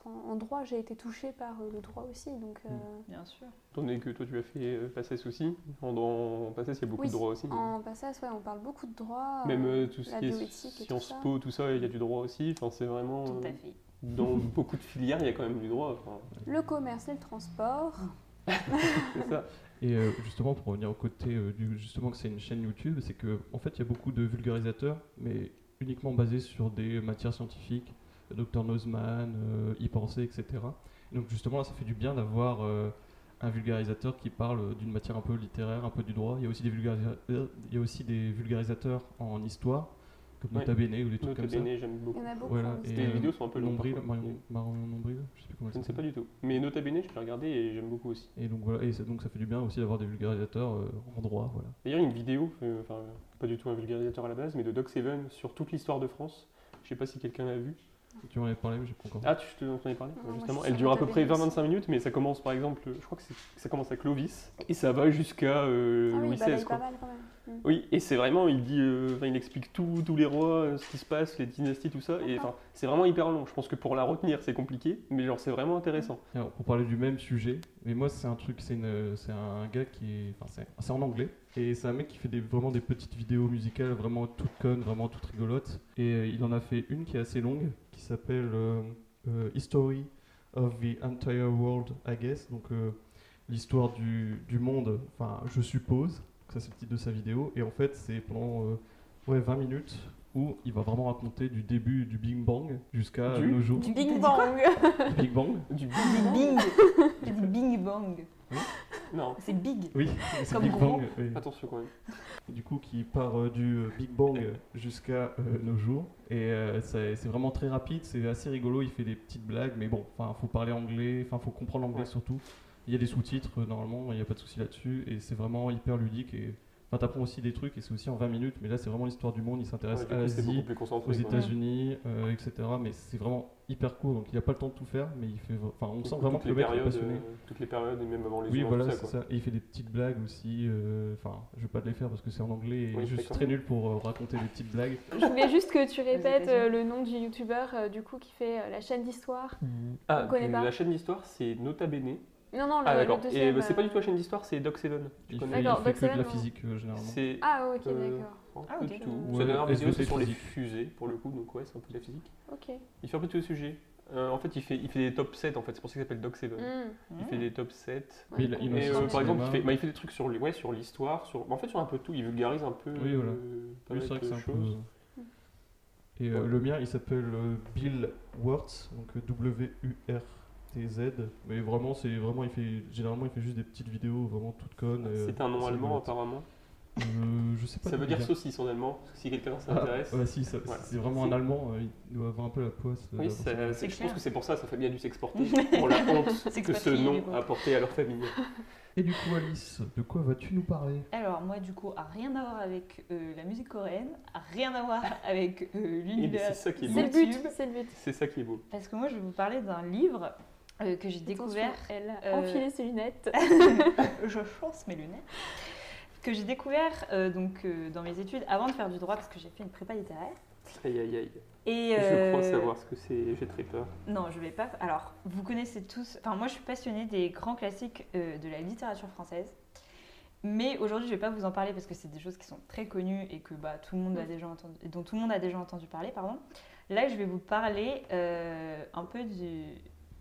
Speaker 4: en, en, droit, j'ai été touchée par le droit aussi, donc. Mm. Euh...
Speaker 3: Bien sûr.
Speaker 2: Étant donné que toi tu as fait Passès aussi, en, en Passès il y a beaucoup
Speaker 4: oui,
Speaker 2: de droits aussi.
Speaker 4: En Passès, ouais, on parle beaucoup de droits.
Speaker 2: Mm. Même euh, tout ce qui est
Speaker 4: Sciences
Speaker 2: Po, tout ça, il y a du droit aussi. Enfin, c'est vraiment. euh,
Speaker 3: Tout à fait.
Speaker 2: Dans beaucoup de filières, il y a quand même du droit. Enfin...
Speaker 4: Le commerce et le transport.
Speaker 2: c'est ça.
Speaker 1: Et euh, justement, pour revenir au côté euh, du, justement que c'est une chaîne YouTube, c'est que en fait, il y a beaucoup de vulgarisateurs, mais uniquement basés sur des matières scientifiques, Dr Nozman, y penser, etc. Et donc justement, là, ça fait du bien d'avoir euh, un vulgarisateur qui parle d'une matière un peu littéraire, un peu du droit. Il y a aussi des, vulgarisa il y a aussi des vulgarisateurs en histoire, comme Nota ouais. Bene ou des trucs
Speaker 2: Nota
Speaker 1: comme Bene,
Speaker 2: ça. j'aime beaucoup.
Speaker 4: Il y en a beaucoup.
Speaker 1: Voilà.
Speaker 2: Et les vidéos sont un peu longues.
Speaker 1: Nombril, Marion, Marion Nombril, je sais plus comment
Speaker 2: Je ne sais pas du tout. Mais Nota Bene, je l'ai regardé et j'aime beaucoup aussi.
Speaker 1: Et donc voilà, et ça, donc ça fait du bien aussi d'avoir des vulgarisateurs euh, en droit. Voilà.
Speaker 2: D'ailleurs, une vidéo, euh, enfin, pas du tout un vulgarisateur à la base, mais de Doc Seven sur toute l'histoire de France. Je ne sais pas si quelqu'un l'a vu.
Speaker 1: Tu m'en avais parlé, mais j'ai pas encore.
Speaker 2: Ah, tu t'en avais parlé non, Justement, elle dure à peu près 20-25 minutes, mais ça commence par exemple, je crois que ça commence à Clovis et ça va jusqu'à euh,
Speaker 4: ah oui,
Speaker 2: Louis
Speaker 4: bah,
Speaker 2: XVI.
Speaker 4: Quoi. Pas mal, quand même. Mm.
Speaker 2: Oui, et c'est vraiment, il dit, euh, il explique tout, tous les rois, euh, ce qui se passe, les dynasties, tout ça. Et enfin, c'est vraiment hyper long. Je pense que pour la retenir, c'est compliqué, mais genre c'est vraiment intéressant.
Speaker 1: Alors, Euh, pour parler du même sujet, mais moi c'est un truc, c'est un gars qui est, enfin c'est en anglais. Et c'est un mec qui fait des, vraiment des petites vidéos musicales vraiment toutes connes, vraiment toutes rigolotes. Et euh, il en a fait une qui est assez longue, qui s'appelle euh, euh, History of the Entire World, I guess. Donc euh, l'histoire du, du, monde, enfin je suppose. Donc ça c'est le titre de sa vidéo. Et en fait c'est pendant euh, ouais, 20 minutes où il va vraiment raconter du début du Big Bang jusqu'à nos jours.
Speaker 3: Du Big Bang
Speaker 1: Du Big Bang
Speaker 2: Du
Speaker 4: Ah,
Speaker 3: Big Du Big Bang
Speaker 2: oui. Non.
Speaker 3: C'est Big.
Speaker 1: Oui, c'est Big
Speaker 3: gros.
Speaker 1: Bang. Oui.
Speaker 2: Attention quand même.
Speaker 1: Du coup, qui part euh, du euh, Big Bang jusqu'à euh, nos jours. Et euh, c'est vraiment très rapide, c'est assez rigolo, il fait des petites blagues, mais bon, enfin, faut parler anglais, enfin, faut comprendre l'anglais ouais. surtout. Il y a des sous-titres, euh, normalement, il n'y a pas de souci là-dessus, et c'est vraiment hyper ludique. Et enfin, t'apprends aussi des trucs, et c'est aussi en 20 minutes, mais là, Bah, c'est vraiment l'histoire du monde, il s'intéresse
Speaker 2: ouais,
Speaker 1: à l'Asie, aux États-Unis,
Speaker 2: ouais.
Speaker 1: etc. Mais c'est vraiment hyper court, cool, donc il n'a pas le temps de tout faire, mais il fait, enfin, on sent vraiment que le mec est passionné.
Speaker 2: Euh, toutes les périodes, et même avant les
Speaker 1: Oui,
Speaker 2: jours,
Speaker 1: voilà,
Speaker 2: c'est ça,
Speaker 1: ça. Et il fait des petites blagues aussi. Enfin, euh, je vais pas te les faire parce que c'est en anglais et oui, je suis très nul pour euh, raconter des petites blagues.
Speaker 4: Je voulais juste que tu répètes euh, le nom du youtubeur euh, du coup qui fait la chaîne d'histoire. Mmh.
Speaker 2: Ah,
Speaker 4: connaît pas.
Speaker 2: la chaîne d'histoire, c'est Nota Bene.
Speaker 4: Non, non, le, euh,
Speaker 2: ah, d'accord.
Speaker 4: Et
Speaker 2: bah, c'est pas du tout la chaîne d'histoire, c'est Doc Seven.
Speaker 1: Il, fait, il fait que de la physique euh, généralement.
Speaker 4: Ah, ok, d'accord.
Speaker 2: Ah, okay. du tout. Sa ouais, dernière vidéo, c'est sur les fusées, pour le coup, donc ouais, c'est un peu de la physique.
Speaker 4: Ok.
Speaker 2: Il fait un peu tous les sujets. Euh, en fait il, fait, il fait des top 7 en fait, c'est pour ça qu'il s'appelle Doc
Speaker 4: Mmh.
Speaker 2: 7. Il
Speaker 3: Hmm.
Speaker 2: fait des top 7.
Speaker 1: Mais il- il en
Speaker 2: Et,
Speaker 1: fait
Speaker 2: euh,
Speaker 1: aussi
Speaker 2: par
Speaker 1: au
Speaker 2: exemple, il
Speaker 1: cinéma.
Speaker 2: fait, bah, il fait des trucs sur les- ouais, sur l'histoire, sur, bah, en fait sur un peu tout, il vulgarise un peu.
Speaker 1: Oui, voilà.
Speaker 2: euh, pas
Speaker 1: Oui,
Speaker 2: mal
Speaker 1: c'est vrai
Speaker 2: de
Speaker 1: que c'est un peu. euh,
Speaker 2: choses.
Speaker 1: Et euh, le mien, il s'appelle euh, Bill Wurtz, donc euh, W-U-R-T-Z. Mais vraiment, c'est vraiment, il fait, généralement, il fait juste des petites vidéos vraiment toutes connes. et, euh,
Speaker 2: C'est un nom
Speaker 1: c'est
Speaker 2: allemand
Speaker 1: rigolo.
Speaker 2: apparemment.
Speaker 1: Euh, je sais pas.
Speaker 2: Ça
Speaker 1: d'où
Speaker 2: veut
Speaker 1: il
Speaker 2: dire
Speaker 1: vient.
Speaker 2: saucisse en allemand, parce que si quelqu'un
Speaker 1: Ah,
Speaker 2: s'intéresse.
Speaker 1: ouais, si, ça-
Speaker 2: voilà.
Speaker 1: c'est vraiment un
Speaker 2: C'est-
Speaker 1: allemand, euh, il doit avoir un peu la poisse. euh,
Speaker 2: Oui,
Speaker 1: d'avoir
Speaker 2: ça-
Speaker 1: ça.
Speaker 2: c'est- je
Speaker 3: clair.
Speaker 2: pense que c'est pour ça, ça fait bien dû s'exporter, pour la honte que ce
Speaker 3: S'expatrier, du
Speaker 2: nom
Speaker 3: coup.
Speaker 2: a porté à leur famille.
Speaker 1: Et du coup, Alice, de quoi vas-tu nous parler
Speaker 3: Alors moi du coup, a rien à voir avec euh, la musique coréenne, a rien à voir avec euh,
Speaker 2: Et
Speaker 3: l'univers.
Speaker 2: Eh ben, C'est ça qui est
Speaker 4: C'est
Speaker 2: beau.
Speaker 4: le but, c'est le but.
Speaker 2: C'est ça qui est beau.
Speaker 3: Parce que moi je vais vous parler d'un livre euh, que j'ai découvert.
Speaker 4: Attention, elle
Speaker 3: euh,
Speaker 4: a enfilé ses lunettes.
Speaker 3: je chance mes lunettes. Que j'ai découvert euh, donc euh, dans mes études avant de faire du droit parce que j'ai fait une prépa littéraire.
Speaker 2: Aïe aïe aïe.
Speaker 3: Et
Speaker 2: Je crois
Speaker 3: euh,
Speaker 2: savoir ce que c'est, j'ai très peur.
Speaker 3: Non, je vais pas. Alors, vous connaissez tous. Enfin, moi, je suis passionnée des grands classiques euh, de la littérature française. Mais aujourd'hui, je vais pas vous en parler parce que c'est des choses qui sont très connues et que bah, tout le monde a
Speaker 2: Mm.
Speaker 3: déjà entendu, et dont tout le monde a déjà entendu parler. Pardon. Là, je vais vous parler euh, un peu du-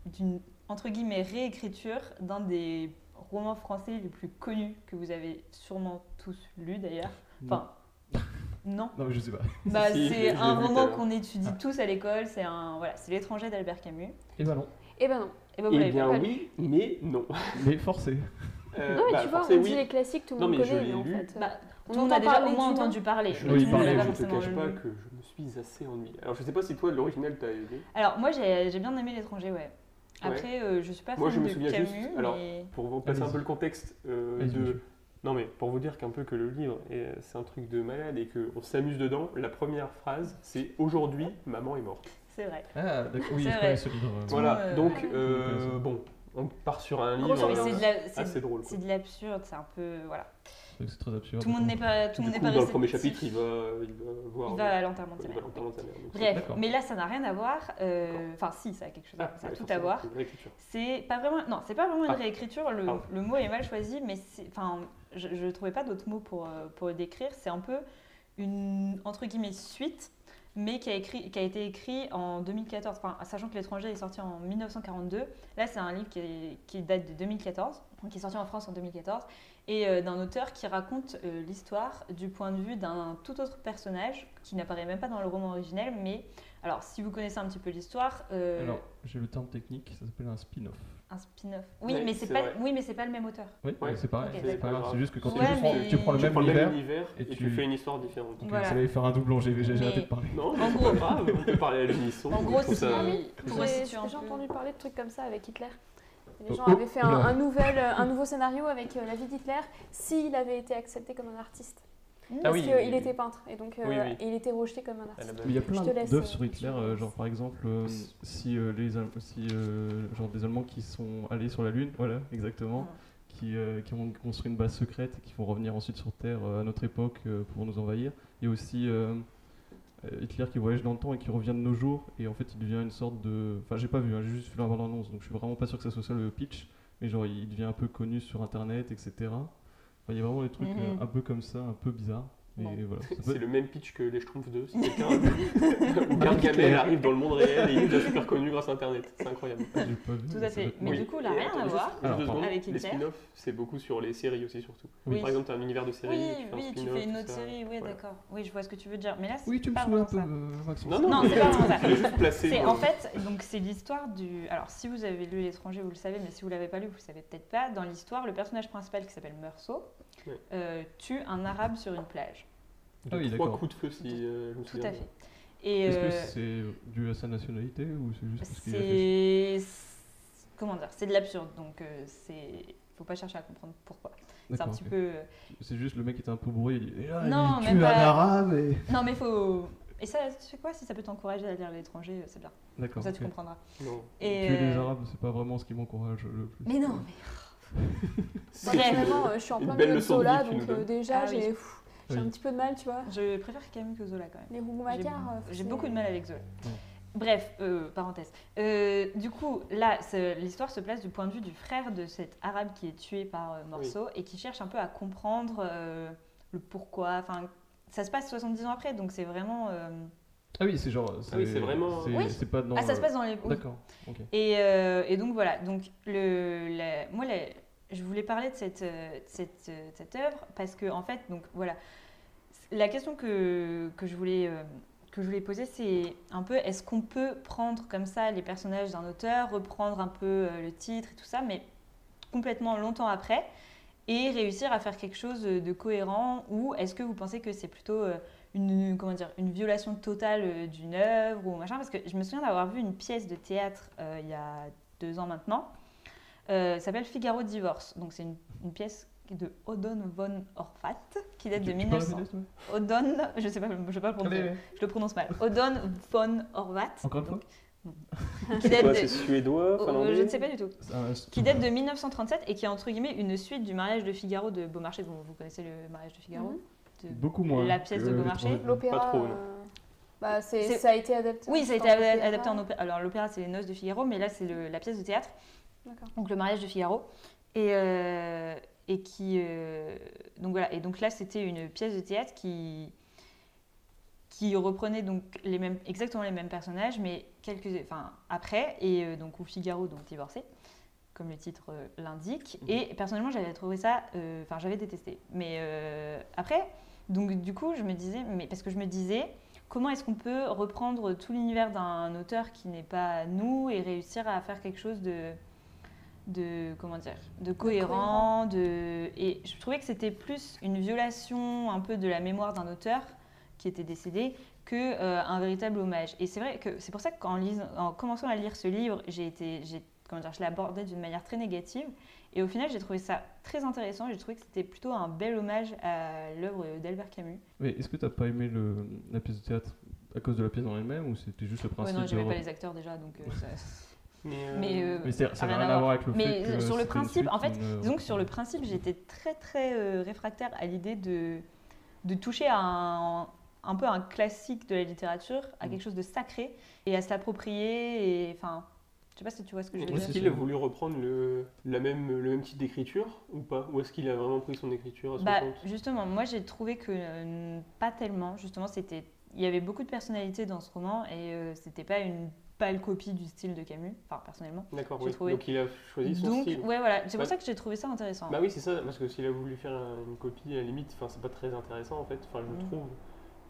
Speaker 3: d'une entre guillemets réécriture d'un des romans français les plus connus que vous avez sûrement tous lu d'ailleurs. Enfin, non.
Speaker 1: Non, mais je sais pas.
Speaker 3: Bah,
Speaker 2: Si, je l'ai-
Speaker 3: c'est
Speaker 2: je l'ai
Speaker 3: un
Speaker 2: vu tout à
Speaker 3: roman
Speaker 2: l'heure.
Speaker 3: qu'on étudie
Speaker 1: Ah.
Speaker 3: tous à l'école. C'est un voilà, c'est l'étranger d'Albert Camus.
Speaker 1: Et bah non.
Speaker 4: Eh ben non.
Speaker 3: Et bah, vous
Speaker 2: Eh
Speaker 3: l'avez
Speaker 2: bien
Speaker 3: pas lu.
Speaker 2: oui, mais non.
Speaker 1: Mais forcé.
Speaker 2: Euh,
Speaker 4: Non, mais
Speaker 2: bah,
Speaker 4: tu vois,
Speaker 2: forcément,
Speaker 4: on
Speaker 2: oui.
Speaker 4: dit les classiques, tout le
Speaker 2: Non,
Speaker 4: monde
Speaker 2: mais je
Speaker 4: connaît,
Speaker 2: l'ai
Speaker 4: en
Speaker 2: lu.
Speaker 4: fait. euh,
Speaker 3: Bah,
Speaker 4: On
Speaker 3: Tout le monde a
Speaker 4: entend
Speaker 3: déjà
Speaker 4: parler
Speaker 3: au moins
Speaker 4: du nom.
Speaker 3: entendu parler.
Speaker 1: Je
Speaker 3: mais
Speaker 1: l'ai
Speaker 3: tout le monde
Speaker 1: parlé,
Speaker 3: l'a
Speaker 1: je
Speaker 3: pas
Speaker 1: te
Speaker 2: te
Speaker 3: forcément
Speaker 2: cache
Speaker 3: lu.
Speaker 2: pas que je me suis assez ennuyé. Alors je sais pas si toi l'original t'as aidé.
Speaker 3: Alors moi j'ai j'ai bien aimé l'étranger, ouais. Après euh, je suis pas fan
Speaker 2: Moi, je me
Speaker 3: de
Speaker 2: souviens
Speaker 3: Camus,
Speaker 2: juste- alors,
Speaker 3: mais
Speaker 2: Pour vous passer un
Speaker 1: Allez-y.
Speaker 2: peu le contexte euh,
Speaker 1: Allez-y,
Speaker 2: de.
Speaker 1: monsieur.
Speaker 2: Non mais pour vous dire qu'un peu que le livre est- c'est un truc de malade et qu'on s'amuse dedans, la première phrase c'est aujourd'hui maman est morte.
Speaker 3: c'est vrai.
Speaker 1: Ah, d'accord. Oui, je
Speaker 3: C'est vrai.
Speaker 1: connais ce livre. euh,
Speaker 2: Voilà,
Speaker 3: euh,
Speaker 2: donc
Speaker 3: ouais.
Speaker 2: euh, bon, on part sur un livre euh,
Speaker 3: Mais c'est de la- c'est-
Speaker 2: assez drôle. quoi.
Speaker 3: c'est de l'absurde, c'est un peu voilà.
Speaker 1: donc C'est très absurde.
Speaker 3: Tout le monde n'est pas tout
Speaker 2: Du
Speaker 3: le monde n'est
Speaker 2: coup,
Speaker 3: pas
Speaker 2: dans le premier
Speaker 3: réceptif.
Speaker 2: chapitre, il va, il va voir. euh,
Speaker 3: Il va à l'enterrement
Speaker 2: il
Speaker 3: de sa
Speaker 2: va
Speaker 3: mère.
Speaker 2: l'enterrement de sa mère, donc c'est-
Speaker 3: Bref,
Speaker 1: D'accord.
Speaker 3: mais là ça n'a rien à voir. euh, Enfin si, ça a quelque chose, à-
Speaker 2: Ah,
Speaker 3: ça a
Speaker 2: ouais,
Speaker 3: tout à
Speaker 2: forcément,
Speaker 3: voir.
Speaker 2: c'est une vraie écriture.
Speaker 3: C'est pas vraiment, non, c'est pas vraiment une
Speaker 2: Ah.
Speaker 3: réécriture. Le,
Speaker 2: Pardon.
Speaker 3: le mot est mal choisi, mais c'est, enfin, je, je trouvais pas d'autres mots pour euh, pour le décrire. C'est un peu une entre guillemets suite, mais qui a écrit, qui a été écrit en 2014. Enfin, sachant que l'étranger est sorti en 1942. Là, c'est un livre qui, est- qui date de 2014, donc qui est sorti en France en 2014, et euh, d'un auteur qui raconte euh, l'histoire du point de vue d'un tout autre personnage qui n'apparaît même pas dans le roman originel, mais alors si vous connaissez un petit peu l'histoire. euh,
Speaker 1: Alors, j'ai le terme technique, ça s'appelle un spin-off.
Speaker 3: un spin-off. Oui,
Speaker 2: Ouais,
Speaker 3: mais c'est
Speaker 2: c'est
Speaker 3: pas,
Speaker 2: vrai.
Speaker 3: oui, mais c'est pas le même auteur.
Speaker 1: Oui,
Speaker 2: Ouais.
Speaker 1: mais c'est pareil,
Speaker 3: Ok,
Speaker 1: c'est
Speaker 2: d'accord.
Speaker 1: pas grave, c'est juste que quand tu,
Speaker 3: Ouais,
Speaker 1: prends-
Speaker 3: mais-
Speaker 1: tu prends le
Speaker 2: Tu
Speaker 1: même
Speaker 2: prends le
Speaker 1: univers,
Speaker 2: même univers et,
Speaker 1: et
Speaker 2: tu...
Speaker 1: tu-
Speaker 2: fais une histoire différente.
Speaker 1: donc euh,
Speaker 3: Voilà.
Speaker 1: vous allez faire un doublon, j'ai j'ai arrêté
Speaker 3: Mais-
Speaker 1: de parler.
Speaker 2: Non,
Speaker 3: En
Speaker 2: c'est
Speaker 3: gros-
Speaker 2: pas grave, on peut parler à l'unisson.
Speaker 3: En
Speaker 2: je
Speaker 3: gros,
Speaker 2: trouve
Speaker 3: c'est-
Speaker 2: ça-
Speaker 4: Ah oui,
Speaker 3: pour
Speaker 4: j'ai
Speaker 3: restituer
Speaker 4: j'ai
Speaker 3: un
Speaker 4: déjà
Speaker 3: peu.
Speaker 4: entendu parler de trucs comme ça avec Hitler. Les gens
Speaker 1: Oh,
Speaker 4: avaient fait un,
Speaker 1: oula.
Speaker 4: un nouvel, euh, un nouveau scénario avec euh, la vie d'Hitler s'il avait été accepté comme un artiste.
Speaker 2: Ah
Speaker 4: Parce
Speaker 2: oui,
Speaker 4: qu'il
Speaker 2: oui, oui.
Speaker 4: était peintre et donc euh,
Speaker 2: Oui, oui.
Speaker 4: il était rejeté comme un
Speaker 2: à la
Speaker 4: artiste.
Speaker 2: base.
Speaker 1: Mais il y a
Speaker 4: Je
Speaker 1: plein
Speaker 4: te laisse,
Speaker 1: d'œuvres
Speaker 4: euh,
Speaker 1: sur Hitler, euh, genre par exemple, euh, si, euh, les, Allem- si euh, genre des Allemands qui sont allés sur la Lune, voilà, exactement,
Speaker 3: Ah.
Speaker 1: qui, euh, qui ont construit une base secrète et qui vont revenir ensuite sur Terre euh, à notre époque euh, pour nous envahir. Il y a aussi euh, euh, Hitler qui voyage dans le temps et qui revient de nos jours, et en fait il devient une sorte de. Enfin, j'ai pas vu, hein, j'ai juste vu la bande-annonce, donc je suis vraiment pas sûr que ça soit ça le pitch, mais genre il devient un peu connu sur internet, etc. Enfin, il y a vraiment des trucs euh,
Speaker 3: Mhm.
Speaker 1: un peu comme ça, un peu bizarre. Et
Speaker 3: Bon.
Speaker 1: voilà, ça peut
Speaker 2: C'est
Speaker 1: être-
Speaker 2: le même pitch que les Schtroumpfs 2. Si quelqu'un a vu, où Gargamel arrive dans le monde réel et il est déjà super connu grâce à Internet. C'est incroyable.
Speaker 1: Ah, j'ai pas vu,
Speaker 3: Tout à
Speaker 1: mais ça
Speaker 3: fait.
Speaker 1: doit être
Speaker 3: Mais
Speaker 1: bon.
Speaker 3: du coup, là,
Speaker 2: et
Speaker 3: rien
Speaker 2: attends,
Speaker 3: à
Speaker 2: juste-
Speaker 3: voir
Speaker 2: juste
Speaker 1: Alors,
Speaker 2: deux
Speaker 1: pardon.
Speaker 2: secondes,
Speaker 3: avec
Speaker 2: Les
Speaker 3: Hitler.
Speaker 2: spin-offs, c'est beaucoup sur les séries aussi, surtout.
Speaker 1: Oui.
Speaker 2: Par exemple, tu as un univers de séries.
Speaker 3: Oui,
Speaker 2: tu fais un
Speaker 3: oui, tu
Speaker 2: spin-off,
Speaker 3: fais une
Speaker 2: tout
Speaker 3: autre
Speaker 2: ça.
Speaker 3: série, oui,
Speaker 2: Voilà.
Speaker 3: d'accord. Oui, je vois ce que tu veux dire. Mais là, c'est
Speaker 1: Oui, tu me
Speaker 3: pas
Speaker 1: saoules un
Speaker 3: vraiment
Speaker 1: peu,
Speaker 3: ça.
Speaker 1: euh, Maxence.
Speaker 2: Non, non,
Speaker 3: Non,
Speaker 2: mais
Speaker 3: c'est pas vraiment ça.
Speaker 2: Je l'ai juste placé.
Speaker 3: C'est
Speaker 2: dans-
Speaker 3: en fait, donc c'est l'histoire du. Alors, si vous avez lu L'étranger, vous le savez, mais si vous l'avez pas lu, vous le savez peut-être pas. Dans l'histoire, le personnage principal qui s'appelle Meursault
Speaker 2: Ouais.
Speaker 3: euh, tue un arabe sur une plage.
Speaker 1: Ah oui,
Speaker 2: trois
Speaker 1: d'accord.
Speaker 2: coups de feu si euh, je me
Speaker 3: Tout
Speaker 2: souviens
Speaker 3: à
Speaker 2: bien.
Speaker 3: fait. Et
Speaker 1: Est-ce
Speaker 3: euh,
Speaker 1: que c'est dû à sa nationalité ou c'est juste parce qu'il a fait
Speaker 3: c'est comment dire, c'est de l'absurde, donc euh, c'est faut pas chercher à comprendre pourquoi.
Speaker 1: ça
Speaker 3: C'est un petit peu. euh,
Speaker 1: C'est juste le mec était un peu bourré, il dit Eh là,
Speaker 3: Non,
Speaker 1: il
Speaker 3: même
Speaker 1: tue un
Speaker 3: pas.
Speaker 1: arabe et...
Speaker 3: Non, mais faut. Et ça, tu sais quoi Si ça peut t'encourager à aller à l'étranger, euh, c'est bien.
Speaker 1: D'accord,
Speaker 3: Comme ça, tu
Speaker 1: ok.
Speaker 3: comprendras.
Speaker 2: Non.
Speaker 3: Et
Speaker 1: Tuer les
Speaker 3: euh,
Speaker 1: arabes, c'est pas vraiment ce qui m'encourage le plus.
Speaker 3: Mais non, mais
Speaker 2: C'est
Speaker 3: Bref.
Speaker 2: une-
Speaker 4: Vraiment, euh, je suis en
Speaker 2: une
Speaker 4: plein
Speaker 2: belle
Speaker 4: milieu de
Speaker 2: leçon de
Speaker 4: Zola,
Speaker 2: vie que tu
Speaker 4: donc
Speaker 2: nous
Speaker 4: euh,
Speaker 2: donnes.
Speaker 4: déjà
Speaker 3: Ah oui.
Speaker 4: j'ai pff, j'ai
Speaker 1: Oui.
Speaker 4: un petit peu de mal, tu vois.
Speaker 3: je préfère Camus que Zola quand même.
Speaker 4: Les euh, roues macquart
Speaker 3: J'ai beaucoup de mal avec Zola. Bref, euh, parenthèse. Euh, du coup, là, ce- l'histoire se place du point de vue du frère de cet arabe qui est tué par euh, Morceau et qui cherche un peu à comprendre euh, le pourquoi. Enfin, ça se passe 70 ans après, donc c'est vraiment. euh,
Speaker 7: Ah oui, c'est genre.
Speaker 2: Ah oui, c'est vraiment-
Speaker 7: C'est
Speaker 3: Oui.
Speaker 7: c'est pas dans.
Speaker 3: Ah, ça se
Speaker 7: euh,
Speaker 3: passe dans les. oui.
Speaker 7: D'accord. Ok.
Speaker 3: Et, euh, et donc voilà, donc le, la- moi la- je voulais parler de cette, euh, de cette, euh, de cette œuvre parce que en fait, donc voilà, la question que, que je voulais, euh, que je voulais poser, c'est un peu est-ce qu'on peut prendre comme ça les personnages d'un auteur, reprendre un peu euh, le titre et tout ça, mais complètement longtemps après et réussir à faire quelque chose de cohérent ou est-ce que vous pensez que c'est plutôt euh, une, comment dire, une violation totale euh, d'une œuvre ou machin, parce que je me souviens d'avoir vu une pièce de théâtre euh, il y a deux ans maintenant, euh, s'appelle Figaro Divorce. Donc c'est une, une pièce de Odon von Orfat qui date de
Speaker 7: Tu- tu parles
Speaker 3: 1900.
Speaker 7: à la finesse, ouais
Speaker 3: Odon, je sais pas, je sais pas le prononcer,
Speaker 7: Allez, allez.
Speaker 3: je le prononce mal. Odon von Orvat.
Speaker 7: Encore une fois
Speaker 3: qui
Speaker 2: C'est
Speaker 3: date
Speaker 2: quoi,
Speaker 3: de-
Speaker 2: c'est suédois,
Speaker 3: Oh,
Speaker 2: finlandais
Speaker 3: je ne sais pas du tout.
Speaker 7: C'est
Speaker 1: euh,
Speaker 7: un-
Speaker 3: Qui date de 1937 et qui est entre guillemets une suite du mariage de Figaro de Beaumarchais. Vous, vous connaissez le mariage de Figaro
Speaker 2: Mhm.
Speaker 3: de-
Speaker 7: Beaucoup moins.
Speaker 3: La pièce
Speaker 1: euh,
Speaker 7: que
Speaker 3: de
Speaker 7: les
Speaker 3: Beaumarchais.
Speaker 7: Étrangers.
Speaker 4: L'opéra.
Speaker 2: Pas trop, non.
Speaker 4: euh, bah, c'est-
Speaker 3: C'est-
Speaker 4: ça a été adapté.
Speaker 3: Oui, ça a
Speaker 4: je
Speaker 3: été
Speaker 4: pense,
Speaker 3: ad- adapté en opéra. Alors l'opéra, c'est les noces de Figaro, mais là, c'est le- la pièce de théâtre,
Speaker 4: D'accord.
Speaker 3: donc le mariage de Figaro. Et, euh, et qui... euh, donc voilà, et donc là, c'était une pièce de théâtre qui, qui reprenait donc les mêmes, exactement les mêmes personnages, mais quelques, enfin, après, et euh, donc où Figaro, donc divorcé, comme le titre euh, l'indique. Et personnellement, j'avais trouvé ça, euh, enfin, j'avais détesté. Mais euh, après, donc du coup, je me disais, mais parce que je me disais, comment est-ce qu'on peut reprendre tout l'univers d'un auteur qui n'est pas nous et réussir à faire quelque chose de de comment dire de cohérent de et je trouvais que c'était plus une violation un peu de la mémoire d'un auteur qui était décédé que euh, un véritable hommage et c'est vrai que c'est pour ça qu'en lisant- en commençant à lire ce livre j'ai été j'ai comment dire je l'ai abordé d'une manière très négative et au final j'ai trouvé ça très intéressant j'ai trouvé que c'était plutôt un bel hommage à l'œuvre d'Albert Camus
Speaker 7: Mais est-ce que t'as pas aimé le, la pièce de théâtre à cause de la pièce en elle-même ou c'était juste le
Speaker 3: Ouais,
Speaker 7: principe
Speaker 3: non j'aimais
Speaker 7: de-
Speaker 3: pas les acteurs déjà donc euh, ça-
Speaker 2: Mais, euh,
Speaker 3: mais euh,
Speaker 7: Mais c'est- ça
Speaker 3: a
Speaker 7: n'a
Speaker 3: rien
Speaker 7: rien
Speaker 3: à
Speaker 7: à voir avec le
Speaker 3: Mais
Speaker 7: fait que
Speaker 3: sur le
Speaker 7: c'était une
Speaker 3: principe,
Speaker 7: suite
Speaker 3: en fait,
Speaker 7: ou une, euh,
Speaker 3: Disons que sur le principe, j'étais très très euh, réfractaire à l'idée de, de toucher à un, un peu un classique de la littérature,
Speaker 7: Mm.
Speaker 3: à quelque chose de sacré, et à s'approprier, et enfin, je sais pas si tu vois ce que je veux
Speaker 2: Est-ce
Speaker 3: dire.
Speaker 2: qu'il a voulu reprendre le, la même, le même type d'écriture ou pas Ou est-ce qu'il a vraiment pris son écriture à son
Speaker 3: Bah,
Speaker 2: compte
Speaker 3: justement, moi j'ai trouvé que euh, pas tellement, justement, c'était... Il y avait beaucoup de personnalité dans ce roman, et euh, c'était pas une pâle copie du style de Camus, enfin, personnellement.
Speaker 2: D'accord,
Speaker 3: j'ai
Speaker 2: oui.
Speaker 3: trouvé.
Speaker 2: Donc il a choisi son
Speaker 3: Donc,
Speaker 2: style.
Speaker 3: ouais, voilà, c'est
Speaker 2: Bah-
Speaker 3: pour ça que j'ai trouvé ça intéressant.
Speaker 2: Bah oui, c'est ça, parce que s'il a voulu faire un- une copie, à la limite, enfin, c'est pas très intéressant en fait, enfin, je
Speaker 3: Mm.
Speaker 2: trouve.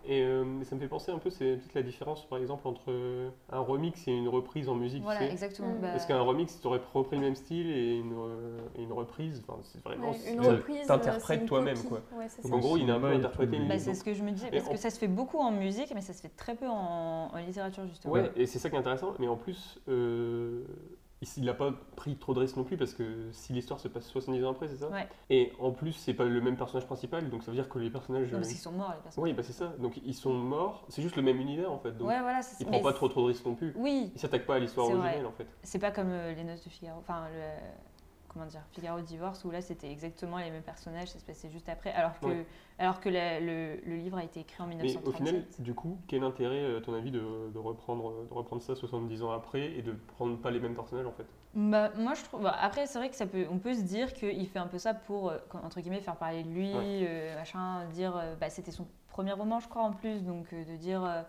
Speaker 2: Et euh, ça me fait penser un peu, c'est peut-être la différence par exemple entre euh, un remix et une reprise en musique.
Speaker 3: voilà,
Speaker 2: tu sais.
Speaker 3: exactement.
Speaker 4: Mm.
Speaker 3: bah,
Speaker 2: Parce qu'un remix, tu aurais repris le même style et une, euh, et une reprise, enfin, c'est vraiment.
Speaker 4: Ouais,
Speaker 2: c'est-
Speaker 4: une
Speaker 2: euh,
Speaker 4: reprise.
Speaker 2: t'interprètes
Speaker 4: euh, c'est une
Speaker 2: toi-même,
Speaker 4: copie.
Speaker 2: quoi.
Speaker 4: Ouais, c'est
Speaker 2: Donc
Speaker 4: ça.
Speaker 2: en gros, il a un peu
Speaker 7: Bah, il y a
Speaker 2: interprété
Speaker 7: tout le-
Speaker 2: une
Speaker 3: Bah,
Speaker 7: Ils
Speaker 3: c'est ce que je me dis,
Speaker 2: Et
Speaker 3: parce
Speaker 2: en-
Speaker 3: que ça se fait beaucoup en musique, mais ça se fait très peu en, en littérature, justement.
Speaker 2: Ouais, et c'est ça qui est intéressant. Mais en plus, euh, il il n'a pas pris trop de risques non plus, parce que si l'histoire se passe 70 ans après, c'est ça
Speaker 3: Ouais.
Speaker 2: Et en plus, c'est pas le même personnage principal, donc ça veut dire que les personnages.
Speaker 3: Non, parce
Speaker 2: euh,
Speaker 3: qu'ils sont morts, les personnes.
Speaker 2: Oui, bah c'est ça. Donc ils sont morts, c'est juste le même univers en fait. Donc
Speaker 3: ouais, voilà, c'est
Speaker 2: il
Speaker 3: mais
Speaker 2: prend pas
Speaker 3: c'est-
Speaker 2: trop trop de risques non plus.
Speaker 3: Oui,
Speaker 2: Il s'attaque pas à l'histoire
Speaker 3: C'est vrai.
Speaker 2: originelle en fait.
Speaker 3: c'est pas comme euh, les noces de Figaro, enfin, le, comment dire, Figaro divorce, où là c'était exactement les mêmes personnages, ça se passait juste après, alors que,
Speaker 2: Ouais.
Speaker 3: alors que la- le, le livre a été écrit en
Speaker 2: Mais au
Speaker 3: 1937.
Speaker 2: final, du coup, quel intérêt, euh, à ton avis, de, de reprendre, de reprendre ça 70 ans après et de prendre pas les mêmes personnages en fait
Speaker 3: Bah, moi je trouve. bah, après, c'est vrai que ça peut. On peut se dire qu'il fait un peu ça pour, euh, entre guillemets, faire parler de lui,
Speaker 2: Ouais.
Speaker 3: euh, machin, dire. euh, bah, c'était son premier roman, je crois, en plus, donc euh, de dire. euh,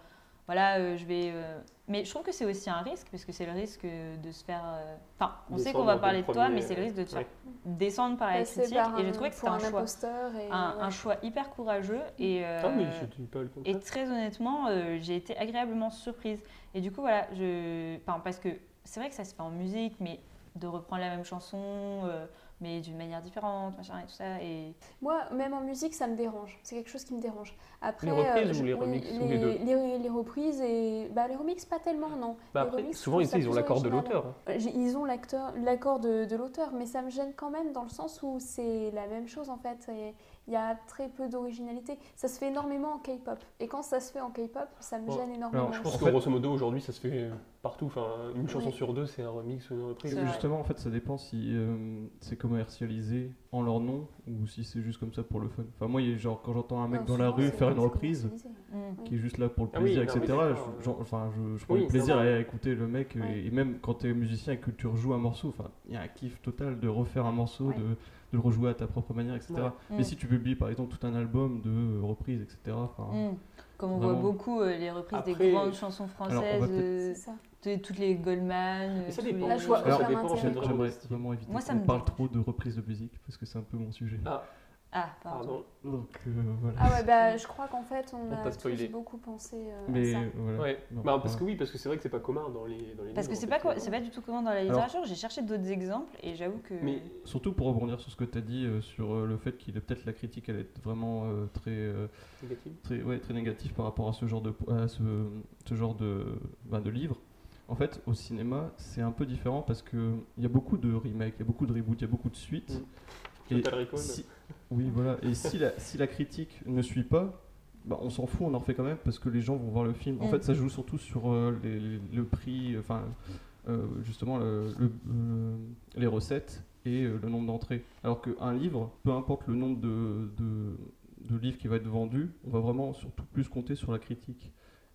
Speaker 3: voilà, euh, je vais. euh, Mais je trouve que c'est aussi un risque, parce que c'est le risque euh, de se faire. euh, Enfin, on sait
Speaker 2: Descendre
Speaker 3: qu'on va
Speaker 2: dès le
Speaker 3: parler de toi,
Speaker 2: premier,
Speaker 3: mais c'est le
Speaker 2: euh,
Speaker 3: risque de te faire
Speaker 2: ouais.
Speaker 3: descendre par la
Speaker 4: Passer
Speaker 3: critique.
Speaker 4: par
Speaker 3: Et j'ai trouvé que
Speaker 4: pour
Speaker 3: c'était un, choix.
Speaker 4: imposteur et,
Speaker 3: Un,
Speaker 4: ouais.
Speaker 3: un choix hyper courageux. Et,
Speaker 2: Ah oui,
Speaker 3: euh,
Speaker 2: je dis pas le contraire.
Speaker 3: et très honnêtement, euh, j'ai été agréablement surprise. Et du coup, voilà, je... enfin, parce que c'est vrai que ça se fait en musique, mais de reprendre la même chanson, euh, mais d'une manière différente, machin et tout ça. Et...
Speaker 4: Moi, même en musique, ça me dérange. C'est quelque chose qui me dérange. Après, euh,
Speaker 2: Les reprises
Speaker 4: je-
Speaker 2: ou les
Speaker 4: oui,
Speaker 2: remixes, ou
Speaker 4: les,
Speaker 2: les deux
Speaker 4: les- les reprises et bah, les remixes, pas tellement, non.
Speaker 2: Bah
Speaker 4: Les
Speaker 2: après,
Speaker 4: remixes, je
Speaker 2: souvent
Speaker 4: trouve
Speaker 2: ils,
Speaker 4: ça
Speaker 2: ils ont
Speaker 4: plus
Speaker 2: l'accord de
Speaker 4: original.
Speaker 2: l'auteur.
Speaker 4: Euh, j'ai- Ils ont l'acteur- l'accord de, de l'auteur, mais ça me gêne quand même dans le sens où c'est la même chose en fait. Et Il y a très peu d'originalité. Ça se fait énormément en K-pop. Et quand ça se fait en K-pop, ça me
Speaker 2: Ouais.
Speaker 4: gêne énormément.
Speaker 7: je
Speaker 2: Je pense
Speaker 7: En
Speaker 2: que
Speaker 7: fait-
Speaker 2: grosso modo aujourd'hui ça se fait euh, partout. Enfin, une chanson
Speaker 4: Oui.
Speaker 2: sur deux c'est un remix ou une reprise.
Speaker 3: C'est vrai.
Speaker 7: Justement, en fait, ça dépend si euh, c'est commercialisé en leur nom ou si c'est juste comme ça pour le fun. Enfin, moi, il y a, genre, quand j'entends un mec dans la rue faire une reprise
Speaker 3: mm,
Speaker 7: qui est juste là pour le
Speaker 2: Ah oui,
Speaker 7: plaisir,
Speaker 2: non, mais
Speaker 7: etc.,
Speaker 2: d'accord,
Speaker 7: je-
Speaker 2: ouais.
Speaker 7: genre, enfin, je, je prends
Speaker 2: Oui,
Speaker 7: du plaisir
Speaker 2: non,
Speaker 7: à
Speaker 2: non.
Speaker 7: écouter le mec. et-
Speaker 4: Ouais.
Speaker 7: Et, même quand tu es musicien et que tu rejoues un morceau, enfin, il y a un kiff total de refaire un morceau, de, de le rejouer à ta propre manière, etc.
Speaker 2: Ouais.
Speaker 7: Mais
Speaker 3: Mm.
Speaker 1: Ah.
Speaker 7: si tu publies, par exemple, tout un album de euh, reprises, etc., enfin,
Speaker 3: Mm. Comme on
Speaker 7: Vraiment.
Speaker 3: voit beaucoup euh, les reprises
Speaker 2: Après-
Speaker 3: des grandes chansons
Speaker 7: on va
Speaker 3: françaises, euh,
Speaker 4: C'est ça.
Speaker 3: de- toutes les Goldman.
Speaker 2: Mais ça
Speaker 3: tous les-
Speaker 2: dépend.
Speaker 4: Là, je vois
Speaker 2: Alors,
Speaker 4: aucun
Speaker 2: ça dépend,
Speaker 4: intérêt.
Speaker 2: j'adore.
Speaker 1: J'aimerais vraiment éviter
Speaker 3: Moi, ça
Speaker 1: qu'on
Speaker 3: me
Speaker 1: parle
Speaker 3: dérange.
Speaker 1: trop de reprises de musique parce que c'est un peu mon sujet.
Speaker 2: Ah,
Speaker 3: Ah, pardon.
Speaker 2: pardon.
Speaker 1: Donc euh, voilà.
Speaker 4: Ah ouais, bah je crois qu'en fait, on,
Speaker 2: On
Speaker 4: a
Speaker 2: t'a
Speaker 4: tous
Speaker 2: spoilé.
Speaker 4: beaucoup pensé euh,
Speaker 1: Mais
Speaker 4: à ça.
Speaker 1: voilà.
Speaker 2: Ouais.
Speaker 1: Non,
Speaker 2: Bah, parce
Speaker 1: voilà.
Speaker 2: que oui, parce que c'est vrai que c'est pas commun dans les dans les
Speaker 3: Parce que
Speaker 2: livres,
Speaker 3: c'est
Speaker 2: en
Speaker 3: pas,
Speaker 2: fait.
Speaker 3: quoi- c'est pas du tout commun dans la
Speaker 1: Alors-
Speaker 3: littérature. J'ai cherché d'autres exemples et j'avoue que.
Speaker 2: Mais
Speaker 1: Surtout pour rebondir sur ce que tu as dit euh, sur euh, le fait qu'il est peut-être la critique elle est vraiment euh, très euh,
Speaker 2: négatif.
Speaker 1: très, ouais, très négatif par rapport à ce genre de, à ce, ce genre de, ben, de livre. En fait, au cinéma, c'est un peu différent parce qu'il y a beaucoup de remakes, il y a beaucoup de reboots, il y a beaucoup de suites. Et
Speaker 2: Total Recall.
Speaker 1: si- oui, voilà. Et si la, si la critique ne suit pas, bah, on s'en fout, on en refait quand même parce que les gens vont voir le film. En
Speaker 3: Mm.
Speaker 1: fait, ça joue surtout sur euh, les- les- le prix, enfin, euh, justement, le- le- le- les recettes et euh, le nombre d'entrées. Alors qu'un livre, peu importe le nombre de, de- de livres qui va être vendu, on va vraiment surtout plus compter sur la critique.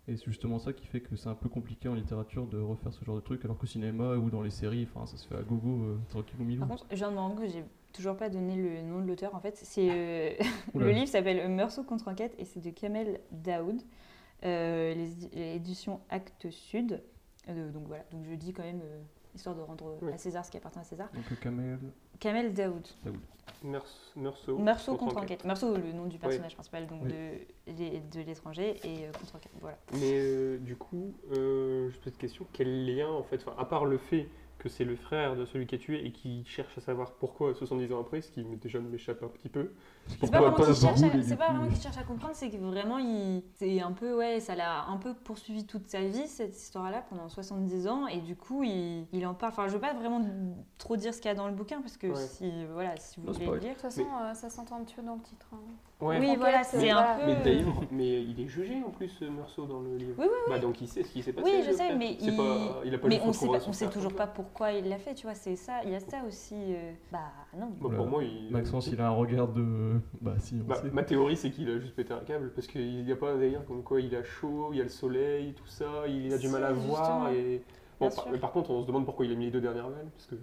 Speaker 1: Et c'est justement ça qui fait que c'est un peu compliqué en littérature de refaire ce genre de truc, alors qu'au cinéma ou dans les séries, enfin, ça se fait à gogo, euh, tranquille au milieu.
Speaker 3: Par contre, je viens de me rendre compte que j'ai toujours pas donné le nom de l'auteur. En fait, c'est euh,
Speaker 1: Oula.
Speaker 3: le livre s'appelle Meursault contre enquête et c'est de Kamel Daoud, euh, les, les éditions Actes Sud. Euh, donc voilà, donc je dis quand même euh, histoire de rendre
Speaker 2: Oui.
Speaker 3: à César ce qui appartient à César.
Speaker 1: Donc, Kamel,
Speaker 3: Kamel Daoud.
Speaker 2: Meurs- Meursault.
Speaker 3: Meursault contre enquête. Meursault, le nom du personnage principal donc
Speaker 1: Oui.
Speaker 3: de, les- de l'étranger et euh, contre enquête. Voilà.
Speaker 2: Mais euh, du coup, euh, j'ai peut-être question, quel lien en fait, enfin, à part le fait que c'est le frère de celui qui est tué et qui cherche à savoir pourquoi 70 ans après, ce qui m'est déjà m'échappe un petit peu.
Speaker 3: C'est pas vraiment qu'il cherche, à- c'est pas vraiment qu'il cherche à comprendre, c'est que vraiment, il, c'est un peu, ouais, ça l'a un peu poursuivi toute sa vie, cette histoire-là, pendant 70 ans, et du coup, il, il en parle. Enfin, je veux pas vraiment trop dire ce qu'il y a dans le bouquin, parce que
Speaker 2: Ouais.
Speaker 3: si, voilà, si vous
Speaker 1: Non,
Speaker 3: voulez
Speaker 1: spoil.
Speaker 3: le lire.
Speaker 4: De toute façon, euh, ça s'entend un petit peu dans le titre. hein.
Speaker 2: Ouais.
Speaker 3: Oui,
Speaker 4: Enquête,
Speaker 3: voilà,
Speaker 4: c'est-
Speaker 3: c'est un
Speaker 4: voilà.
Speaker 3: peu.
Speaker 2: Mais d'ailleurs, mais il est jugé en plus, euh, Meursault, dans le livre.
Speaker 3: Euh. Oui, oui,
Speaker 2: Bah, donc il sait ce qui s'est passé.
Speaker 3: Oui, je
Speaker 2: le
Speaker 3: sais,
Speaker 2: frère.
Speaker 3: mais
Speaker 2: C'est
Speaker 3: il-
Speaker 2: pas- il a pas
Speaker 3: Mais
Speaker 2: juste
Speaker 3: on sait,
Speaker 2: retrouvé
Speaker 3: pas-
Speaker 2: son
Speaker 3: on sait
Speaker 2: frère
Speaker 3: toujours
Speaker 2: comme
Speaker 3: pas
Speaker 2: ça.
Speaker 3: pourquoi il l'a fait, tu vois, c'est ça, il y a ça aussi. euh, bah non.
Speaker 2: Bah, pour moi, il.
Speaker 1: Maxence, il a un regard de. Bah si, on
Speaker 2: Bah,
Speaker 1: sait.
Speaker 2: ma théorie, c'est qu'il a juste pété un câble parce qu'il n'y a pas un délire comme quoi il a chaud, il y a le soleil, tout ça, il a du
Speaker 3: Si,
Speaker 2: mal à voir.
Speaker 3: justement.
Speaker 2: Et... Bon,
Speaker 3: Bien
Speaker 2: par,
Speaker 3: sûr.
Speaker 2: mais par contre, on se demande pourquoi il a mis les deux dernières balles parce que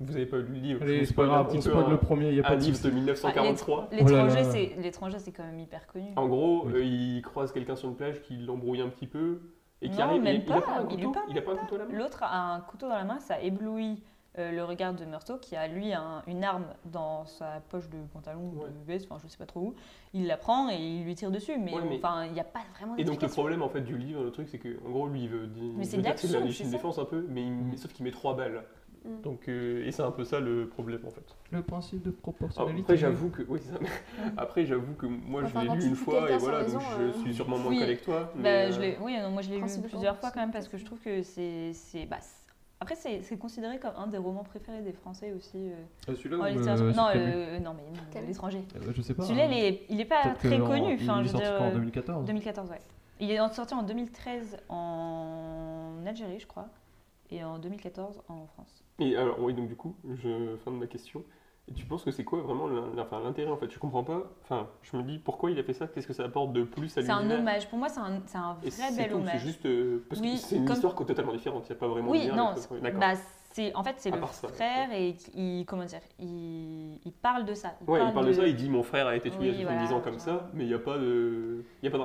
Speaker 2: vous n'avez pas lu le livre.
Speaker 1: Allez,
Speaker 2: Je vous
Speaker 1: c'est pas
Speaker 2: spoil un
Speaker 1: grave,
Speaker 2: petit
Speaker 1: on
Speaker 2: peu
Speaker 1: spoil
Speaker 2: un-
Speaker 1: le premier, il n'y a pas
Speaker 2: un
Speaker 1: de
Speaker 2: livre
Speaker 1: souci.
Speaker 2: de 1943.
Speaker 3: L'étranger,
Speaker 1: Oh là là.
Speaker 3: c'est l'étranger, c'est quand même hyper connu.
Speaker 2: En gros,
Speaker 1: Oui.
Speaker 2: euh, il croise quelqu'un sur une plage qui l'embrouille un petit peu et qui
Speaker 3: Non,
Speaker 2: arrive.
Speaker 3: même
Speaker 2: il, il a
Speaker 3: pas,
Speaker 2: pas un
Speaker 3: il lui
Speaker 2: couteau,
Speaker 3: parle
Speaker 2: il a pas un couteau à la main.
Speaker 3: L'autre a un couteau dans la main, ça éblouit euh, le regard de Meursault qui a lui un- une arme dans sa poche de pantalon ou
Speaker 2: Ouais.
Speaker 3: de veste, enfin je sais pas trop où. Il la prend et il lui tire dessus, mais
Speaker 2: Ouais, mais-
Speaker 3: enfin il n'y a pas vraiment
Speaker 2: Et donc le
Speaker 3: d'explication.
Speaker 2: problème en fait du livre, le truc c'est que en gros lui il veut, di-
Speaker 3: Mais c'est
Speaker 2: veut
Speaker 3: de
Speaker 2: dire que c'est de la
Speaker 3: l'action,
Speaker 2: légitime
Speaker 3: c'est ça
Speaker 2: défense un peu, mais il- mais sauf qu'il met trois balles.
Speaker 4: Mm.
Speaker 2: Donc euh, et c'est un peu ça le problème en fait.
Speaker 1: Le principe de
Speaker 2: Alors,
Speaker 1: proportionnalité.
Speaker 2: Après, j'avoue que, oui, c'est
Speaker 3: Mm.
Speaker 2: ça. Après, j'avoue que moi,
Speaker 4: Enfin,
Speaker 2: je
Speaker 4: quand
Speaker 2: l'ai lu
Speaker 4: tu
Speaker 2: une
Speaker 4: tues
Speaker 2: fois
Speaker 4: quelqu'un
Speaker 2: et
Speaker 4: sans
Speaker 2: voilà,
Speaker 4: raison,
Speaker 2: donc
Speaker 4: euh,
Speaker 2: je suis sûrement moins
Speaker 3: Oui.
Speaker 2: calé que toi.
Speaker 3: Bah,
Speaker 2: mais,
Speaker 3: je
Speaker 2: euh,
Speaker 3: l'ai- oui, non, moi je l'ai lu
Speaker 4: principe de
Speaker 3: plusieurs
Speaker 4: force,
Speaker 3: fois quand même parce
Speaker 4: c'est
Speaker 3: que je
Speaker 4: ça.
Speaker 3: trouve que c'est, c'est, bah, c'est- après c'est, c'est considéré comme un des romans préférés des Français aussi euh,
Speaker 2: Ah,
Speaker 1: Celui-là
Speaker 2: bah,
Speaker 3: en littérature. non, euh, non mais non,
Speaker 4: Quel-
Speaker 3: l'étranger.
Speaker 1: Je sais pas.
Speaker 3: Celui-là
Speaker 1: hein.
Speaker 3: il est, il est pas
Speaker 1: Peut-être que
Speaker 3: très
Speaker 1: en-
Speaker 3: connu,
Speaker 1: Il
Speaker 3: enfin
Speaker 1: est
Speaker 3: je veux
Speaker 1: sorti
Speaker 3: dire.
Speaker 1: quand en
Speaker 3: euh,
Speaker 1: 2014
Speaker 3: 2014, ouais. Il est en- sorti en 2013 en Algérie, je crois, et en 2014 en France.
Speaker 2: Et alors, oui, donc du coup, je... fin de ma question. Et tu penses que c'est quoi vraiment l'in- enfin, l'intérêt en fait Je comprends pas. Enfin, je me dis pourquoi il a fait ça Qu'est-ce que ça apporte de plus à
Speaker 3: C'est un
Speaker 2: l'univers
Speaker 3: hommage, pour moi, c'est un, c'est un
Speaker 2: Et
Speaker 3: vrai
Speaker 2: c'est
Speaker 3: bel
Speaker 2: tout, c'est
Speaker 3: hommage.
Speaker 2: juste. euh, parce
Speaker 3: Oui,
Speaker 2: que c'est une
Speaker 3: comme-
Speaker 2: histoire totalement différente, il n'y a pas vraiment de
Speaker 3: Oui,
Speaker 2: lien
Speaker 3: non,
Speaker 2: avec le premier. D'accord.
Speaker 3: Bah, c'est, en fait, c'est
Speaker 2: À
Speaker 3: le
Speaker 2: part ça,
Speaker 3: frère et il, comment dire, il, il parle de ça.
Speaker 2: Ouais, il parle de ça, il dit mon frère a été tué
Speaker 3: Oui,
Speaker 2: il y a 70 ans
Speaker 3: voilà,
Speaker 2: comme
Speaker 3: genre.
Speaker 2: ça, mais il n'y a pas de. il Y a pas de...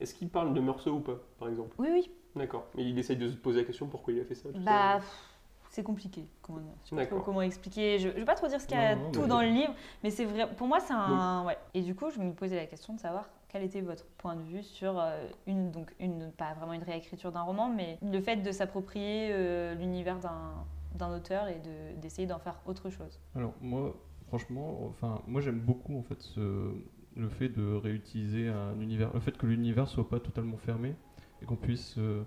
Speaker 2: Est-ce qu'il parle de Meursault ou pas, par exemple
Speaker 3: Oui, oui,
Speaker 2: D'accord. Mais il essaye de se poser la question pourquoi il a fait ça. tout ça.
Speaker 3: bah, pff, c'est compliqué. Comment, dire. je sais pas trop
Speaker 2: D'accord.
Speaker 3: comment expliquer, je ne vais pas trop dire ce qu'il y a
Speaker 1: Non, non,
Speaker 3: tout
Speaker 1: mais-
Speaker 3: dans le livre, mais c'est vrai, pour moi, c'est un... ouais. Et du coup, je me posais la question de savoir quel était votre point de vue sur euh, une, donc une, pas vraiment une réécriture d'un roman, mais le fait de s'approprier euh, l'univers d'un d'un auteur et de- d'essayer d'en faire autre chose.
Speaker 1: Alors moi, franchement, enfin moi j'aime beaucoup en fait ce- le fait de réutiliser un univers, le fait que l'univers soit pas totalement fermé et qu'on puisse euh,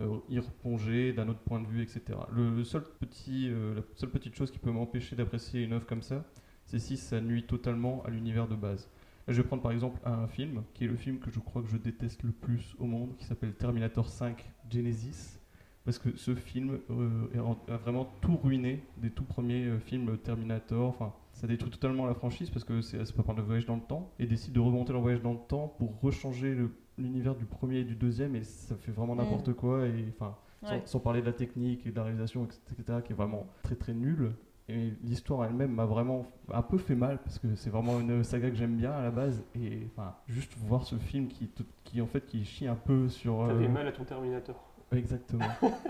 Speaker 1: euh, y replonger d'un autre point de vue, etc. Le, le seul petit, euh, la seule petite chose qui peut m'empêcher d'apprécier une œuvre comme ça, c'est si ça nuit totalement à l'univers de base. Là, Je vais prendre par exemple un film qui est le film que je crois que je déteste le plus au monde, qui s'appelle Terminator 5 Genesis parce que ce film euh, est en- a vraiment tout ruiné des tout premiers euh, films Terminator. Enfin, ça détruit totalement la franchise parce que c'est pas prendre le voyage dans le temps et décide de remonter leur voyage dans le temps pour rechanger le- l'univers du premier et du deuxième et ça fait vraiment n'importe quoi et enfin sans,
Speaker 3: Ouais.
Speaker 1: sans parler de la technique et de la réalisation etc, etc., qui est vraiment très très nulle Et l'histoire elle-même m'a vraiment un peu fait mal parce que c'est vraiment une saga que j'aime bien à la base et enfin juste voir ce film qui, tout- qui en fait qui chie un peu sur euh,
Speaker 2: T'avais mal à ton Terminator.
Speaker 1: exactement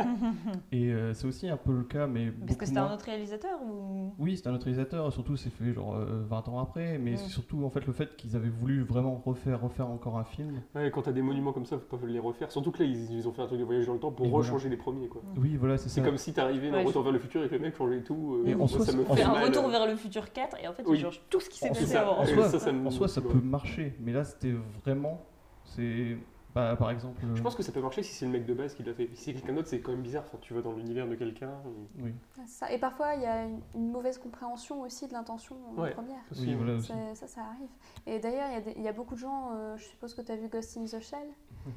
Speaker 1: et euh, c'est aussi un peu le cas mais
Speaker 3: Parce
Speaker 1: beaucoup
Speaker 3: que c'était
Speaker 1: moins.
Speaker 3: un autre réalisateur ou.
Speaker 1: Oui, c'est un autre réalisateur, surtout c'est fait genre euh, 20 ans après, mais
Speaker 3: Ouais.
Speaker 1: c'est surtout en fait le fait qu'ils avaient voulu vraiment refaire, refaire encore un film.
Speaker 2: Ouais, quand t'as des monuments comme ça, faut pas les refaire. Surtout que là, ils, ils ont fait un truc de voyage dans le temps pour
Speaker 1: Et voilà.
Speaker 2: rechanger les premiers. quoi.
Speaker 3: Mm.
Speaker 1: Oui, voilà, c'est
Speaker 2: C'est
Speaker 1: ça.
Speaker 2: comme si t'arrivais dans
Speaker 3: Ouais, je-
Speaker 2: Retour vers le futur et que le mec changeait tout. euh,
Speaker 1: Mais en
Speaker 2: moi,
Speaker 1: soi,
Speaker 2: ça me
Speaker 1: c'est- en euh,
Speaker 2: fait
Speaker 3: Fait un
Speaker 2: mal.
Speaker 3: retour vers le futur 4 et en fait,
Speaker 2: Oui.
Speaker 3: il change tout ce qui s'est
Speaker 1: En
Speaker 3: passé
Speaker 1: soi-
Speaker 3: avant.
Speaker 1: en
Speaker 2: Ouais,
Speaker 1: soi,
Speaker 2: ça, ça me-
Speaker 1: En soi, ça
Speaker 2: ouais.
Speaker 1: peut marcher, mais là c'était vraiment, c'est, bah, par exemple,
Speaker 2: Je pense que ça peut marcher si c'est le mec de base qui l'a fait. Si c'est quelqu'un d'autre, c'est quand même bizarre. Enfin, tu vas dans l'univers de quelqu'un. et-
Speaker 1: oui,
Speaker 4: Ça. Et parfois, il y a une, une mauvaise compréhension aussi de l'intention euh,
Speaker 2: Ouais.
Speaker 4: première.
Speaker 1: oui, voilà aussi.
Speaker 4: Ça, ça, ça arrive. Et d'ailleurs, il y a des- il y, a beaucoup de gens, euh, je suppose que tu as vu Ghost in the Shell,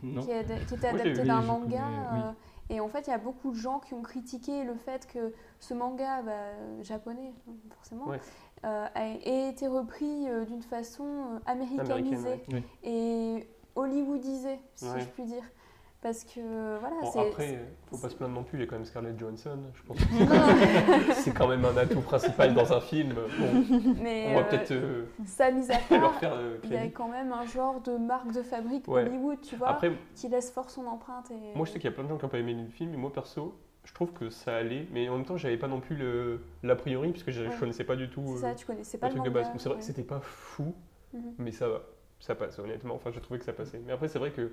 Speaker 1: Non.
Speaker 4: qui, est ad- qui était
Speaker 2: Moi, je l'ai
Speaker 4: adapté
Speaker 2: vu,
Speaker 4: d'un
Speaker 1: je
Speaker 4: manga.
Speaker 1: connais, oui.
Speaker 4: euh, et en fait, il y a beaucoup de gens qui ont critiqué le fait que ce manga bah, euh, japonais, forcément,
Speaker 2: Ouais.
Speaker 4: euh, a- ait été repris euh, d'une façon euh, américanisée
Speaker 2: Américaine,
Speaker 1: ouais.
Speaker 4: et hollywoodisée, si
Speaker 2: Ouais.
Speaker 4: je puis dire. Parce que voilà,
Speaker 2: Bon,
Speaker 4: c'est.
Speaker 2: après, euh, faut pas se plaindre non plus. Il y a quand même Scarlett Johansson. Je pense que c'est quand même un atout principal dans un film. Bon,
Speaker 4: mais
Speaker 2: on va
Speaker 4: euh,
Speaker 2: peut-être euh,
Speaker 4: ça mis à
Speaker 2: leur
Speaker 4: part,
Speaker 2: faire euh,
Speaker 4: il y a
Speaker 2: crédit.
Speaker 4: quand même un genre de marque de fabrique
Speaker 2: Ouais.
Speaker 4: Hollywood, tu vois,
Speaker 2: Après,
Speaker 4: qui laisse fort son empreinte. Et...
Speaker 2: Moi, je sais qu'il y a plein de gens qui n'ont pas aimé le film, mais moi, perso, je trouve que ça allait. Mais en même temps, j'avais pas non plus le- l'a priori, puisque je, je
Speaker 4: Ouais.
Speaker 2: connaissais pas du tout
Speaker 4: C'est
Speaker 2: euh,
Speaker 4: ça, tu connaissais
Speaker 2: le
Speaker 4: pas le
Speaker 2: truc de
Speaker 4: manga.
Speaker 2: base. Donc, C'est vrai que
Speaker 4: ouais.
Speaker 2: c'était pas fou,
Speaker 4: Mhm.
Speaker 2: mais ça va. Ça passe, honnêtement. Enfin, je trouvais que ça passait. Mais après, c'est vrai que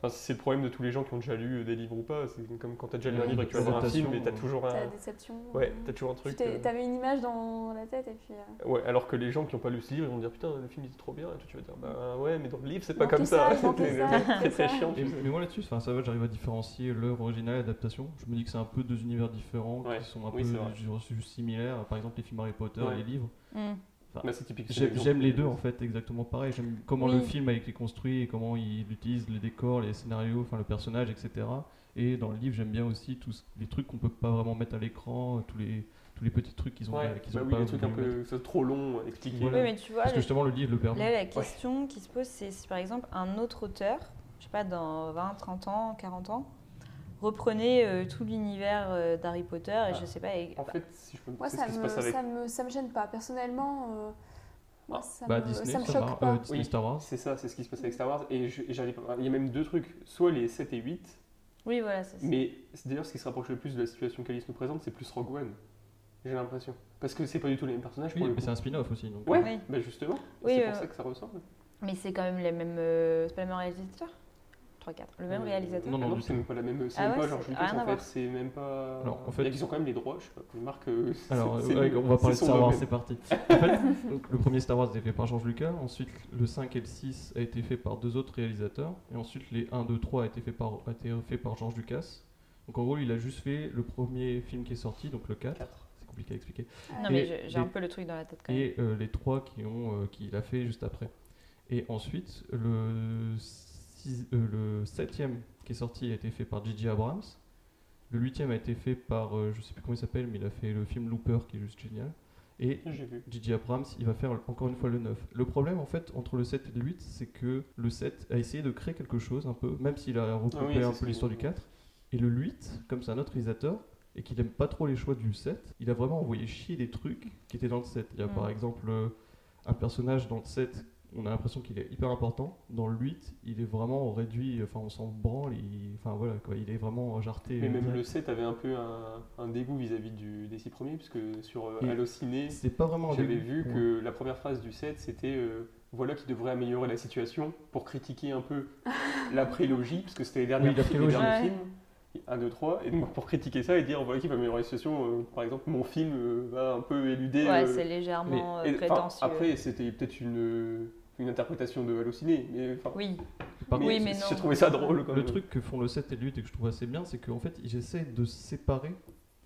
Speaker 2: enfin, c'est le problème de tous les gens qui ont déjà lu euh, des livres ou pas. C'est comme quand t'as déjà lu un
Speaker 1: Ouais,
Speaker 2: livre et que tu vas voir un film,
Speaker 1: l'adaptation,
Speaker 2: mais t'as
Speaker 1: ouais.
Speaker 2: toujours
Speaker 4: T'as
Speaker 2: un.
Speaker 4: la déception.
Speaker 2: Ouais,
Speaker 4: euh,
Speaker 2: t'as toujours un
Speaker 4: tu
Speaker 2: truc.
Speaker 4: t'es-
Speaker 2: euh,
Speaker 4: T'avais une image dans la tête et puis. euh,
Speaker 2: Ouais, alors que les gens qui n'ont pas lu ce livre, ils vont dire putain, le film il est trop bien. Et toi, tu vas dire bah ouais, mais dans le livre, c'est pas
Speaker 4: Manquait
Speaker 2: comme ça.
Speaker 4: ça, il manquait
Speaker 2: C'est
Speaker 4: ça, il
Speaker 2: vraiment
Speaker 4: manquait
Speaker 2: très très
Speaker 4: ça.
Speaker 2: chiant.
Speaker 1: Et-
Speaker 2: tu sais.
Speaker 1: mais moi là-dessus, enfin, ça va, j'arrive à différencier l'œuvre originale et l'adaptation. Je me dis que c'est un peu deux univers différents
Speaker 2: Ouais.
Speaker 1: qui sont un
Speaker 2: Oui,
Speaker 1: peu
Speaker 2: c'est vrai.
Speaker 1: ju- ju- similaires. Par exemple, les films Harry Potter
Speaker 2: Ouais.
Speaker 1: et les livres.
Speaker 3: Hmm.
Speaker 2: Bah, c'est typique. c'est
Speaker 1: J'aime
Speaker 2: l'exemple.
Speaker 1: j'aime les deux en fait, exactement pareil. J'aime comment le
Speaker 3: Oui.
Speaker 1: film a été construit et comment il utilise les décors, les scénarios, enfin le personnage, etc. Et dans le livre, j'aime bien aussi tous les trucs qu'on peut pas vraiment mettre à l'écran, tous les tous les petits trucs qu'ils ont,
Speaker 2: Ouais,
Speaker 1: qu'ils
Speaker 2: bah
Speaker 1: ont
Speaker 2: oui,
Speaker 1: pas
Speaker 2: les trucs un
Speaker 1: voulu mettre.
Speaker 2: peu c'est trop longs à expliquer.
Speaker 1: Voilà.
Speaker 3: Oui, mais tu vois,
Speaker 1: Parce que
Speaker 3: le-
Speaker 1: justement, le livre le permet.
Speaker 3: Là, la question qui se pose, c'est si par exemple un autre auteur, je sais pas, dans 20, 30 ans, 40 ans, reprenait euh, tout l'univers euh, d'Harry Potter et
Speaker 2: Ah.
Speaker 3: je sais pas. et-
Speaker 2: En fait, si je peux me
Speaker 4: Moi,
Speaker 2: c'est
Speaker 4: ça
Speaker 2: ce qui se
Speaker 4: me,
Speaker 2: passe avec. Ah,
Speaker 4: ça, me, ça me gêne pas. Personnellement, euh, moi, ça,
Speaker 1: Bah,
Speaker 4: me,
Speaker 1: Disney,
Speaker 4: ça me
Speaker 1: Star
Speaker 4: choque
Speaker 1: Wars-
Speaker 4: pas.
Speaker 1: euh, Disney
Speaker 2: Oui.
Speaker 1: Star Wars.
Speaker 2: C'est ça, c'est ce qui se passe avec Star Wars. Et je- et j'arrive pas- Il y a même deux trucs. Soit les 7 et 8,
Speaker 3: Oui, voilà, c'est ça.
Speaker 2: mais c'est d'ailleurs ce qui se rapproche le plus de la situation qu'Alice nous présente, c'est plus Rogue One. J'ai l'impression. Parce que c'est pas du tout les mêmes personnages.
Speaker 1: Oui,
Speaker 2: pour le
Speaker 1: mais c'est
Speaker 2: coup.
Speaker 1: un spin-off aussi. Donc,
Speaker 2: Ouais,
Speaker 3: Oui.
Speaker 2: bah justement.
Speaker 3: Oui,
Speaker 2: c'est
Speaker 3: euh,
Speaker 2: pour ça que ça ressemble.
Speaker 3: Mais c'est quand même les mêmes. euh, c'est pas le même réalisateur 3-4. Le même
Speaker 2: Euh,
Speaker 3: réalisateur
Speaker 1: non,
Speaker 2: ah
Speaker 1: du
Speaker 2: c'est
Speaker 1: tout.
Speaker 2: même pas la même. C'est
Speaker 3: Ah
Speaker 2: même
Speaker 3: ouais,
Speaker 2: pas George
Speaker 3: c'est-
Speaker 2: Lucas
Speaker 3: rien à
Speaker 2: en fait.
Speaker 3: voir.
Speaker 2: C'est même pas.
Speaker 1: Alors, en
Speaker 2: Il y
Speaker 1: fait-
Speaker 2: a- Ils ont quand même les droits, je sais pas. Une marque. euh, c'est-
Speaker 1: Alors,
Speaker 2: c'est
Speaker 1: ouais,
Speaker 2: le-
Speaker 1: on va
Speaker 2: c'est
Speaker 1: parler de
Speaker 2: son
Speaker 1: Star Wars,
Speaker 2: domaine.
Speaker 1: c'est parti. En fait, donc, le premier Star Wars est fait par George Lucas, ensuite le 5 et le 6 a été fait par deux autres réalisateurs, et ensuite les 1, 2, 3 a été fait par, a été fait par George Lucas. Donc en gros, il a juste fait le premier film qui est sorti, donc le 4,
Speaker 2: Quatre.
Speaker 1: c'est compliqué à expliquer,
Speaker 3: Non, mais
Speaker 1: Et-
Speaker 3: je- j'ai un
Speaker 1: et-
Speaker 3: peu le truc dans la tête quand même.
Speaker 1: et euh, les 3 qui ont, euh, qu'il a fait juste après. Et ensuite, le, 6, le 7e qui est sorti a été fait par J.J. Abrams, le 8e a été fait par, euh, je sais plus comment il s'appelle, mais il a fait le film Looper qui est juste génial. Et
Speaker 2: J'ai vu.
Speaker 1: DJ Abrams, il va faire encore une fois le 9. Le problème en fait entre le 7 et le 8, c'est que le 7 a essayé de créer quelque chose un peu, même s'il a recoupé
Speaker 2: Ah oui,
Speaker 1: un
Speaker 2: c'est
Speaker 1: peu
Speaker 2: ce
Speaker 1: l'histoire
Speaker 2: que-
Speaker 1: du 4. Et le 8, comme c'est un autre réalisateur, et qu'il aime pas trop les choix du 7, il a vraiment envoyé chier des trucs qui étaient dans le 7. Il y a
Speaker 3: Mm.
Speaker 1: par exemple euh, un personnage dans le 7, on a l'impression qu'il est hyper important. Dans le 8, il est vraiment réduit, enfin on s'en branle, il- enfin voilà quoi, il est vraiment jarté.
Speaker 2: Mais
Speaker 1: euh,
Speaker 2: même
Speaker 1: direct.
Speaker 2: le 7 avait un peu un, un dégoût vis-à-vis du- des 6 premiers, puisque sur euh,
Speaker 1: Et-
Speaker 2: Allociné,
Speaker 1: C'est pas vraiment un
Speaker 2: J'avais
Speaker 1: début
Speaker 2: vu
Speaker 1: pour moi.
Speaker 2: que la première phrase du set, c'était euh, voilà qui devrait améliorer la situation pour critiquer un peu la prélogie, parce que c'était les derniers
Speaker 1: Oui, la
Speaker 2: films.
Speaker 1: prélogie.
Speaker 3: Ouais.
Speaker 2: 1, 2, 3, et donc pour critiquer ça et dire voilà qui va améliorer la situation, euh, par exemple mon film euh, va un peu éluder.
Speaker 3: Ouais,
Speaker 2: euh,
Speaker 3: c'est légèrement
Speaker 2: et-
Speaker 3: euh,
Speaker 2: enfin,
Speaker 3: prétentieux.
Speaker 2: après, c'était peut-être une, une interprétation de Allociné, mais enfin.
Speaker 3: Oui,
Speaker 1: Par
Speaker 3: Oui, mais
Speaker 2: J'ai
Speaker 3: non.
Speaker 2: trouvé ça drôle quand
Speaker 1: Le
Speaker 2: même.
Speaker 1: truc que font le 7 et le 8 et que je trouve assez bien, c'est qu'en fait, ils essaient de se séparer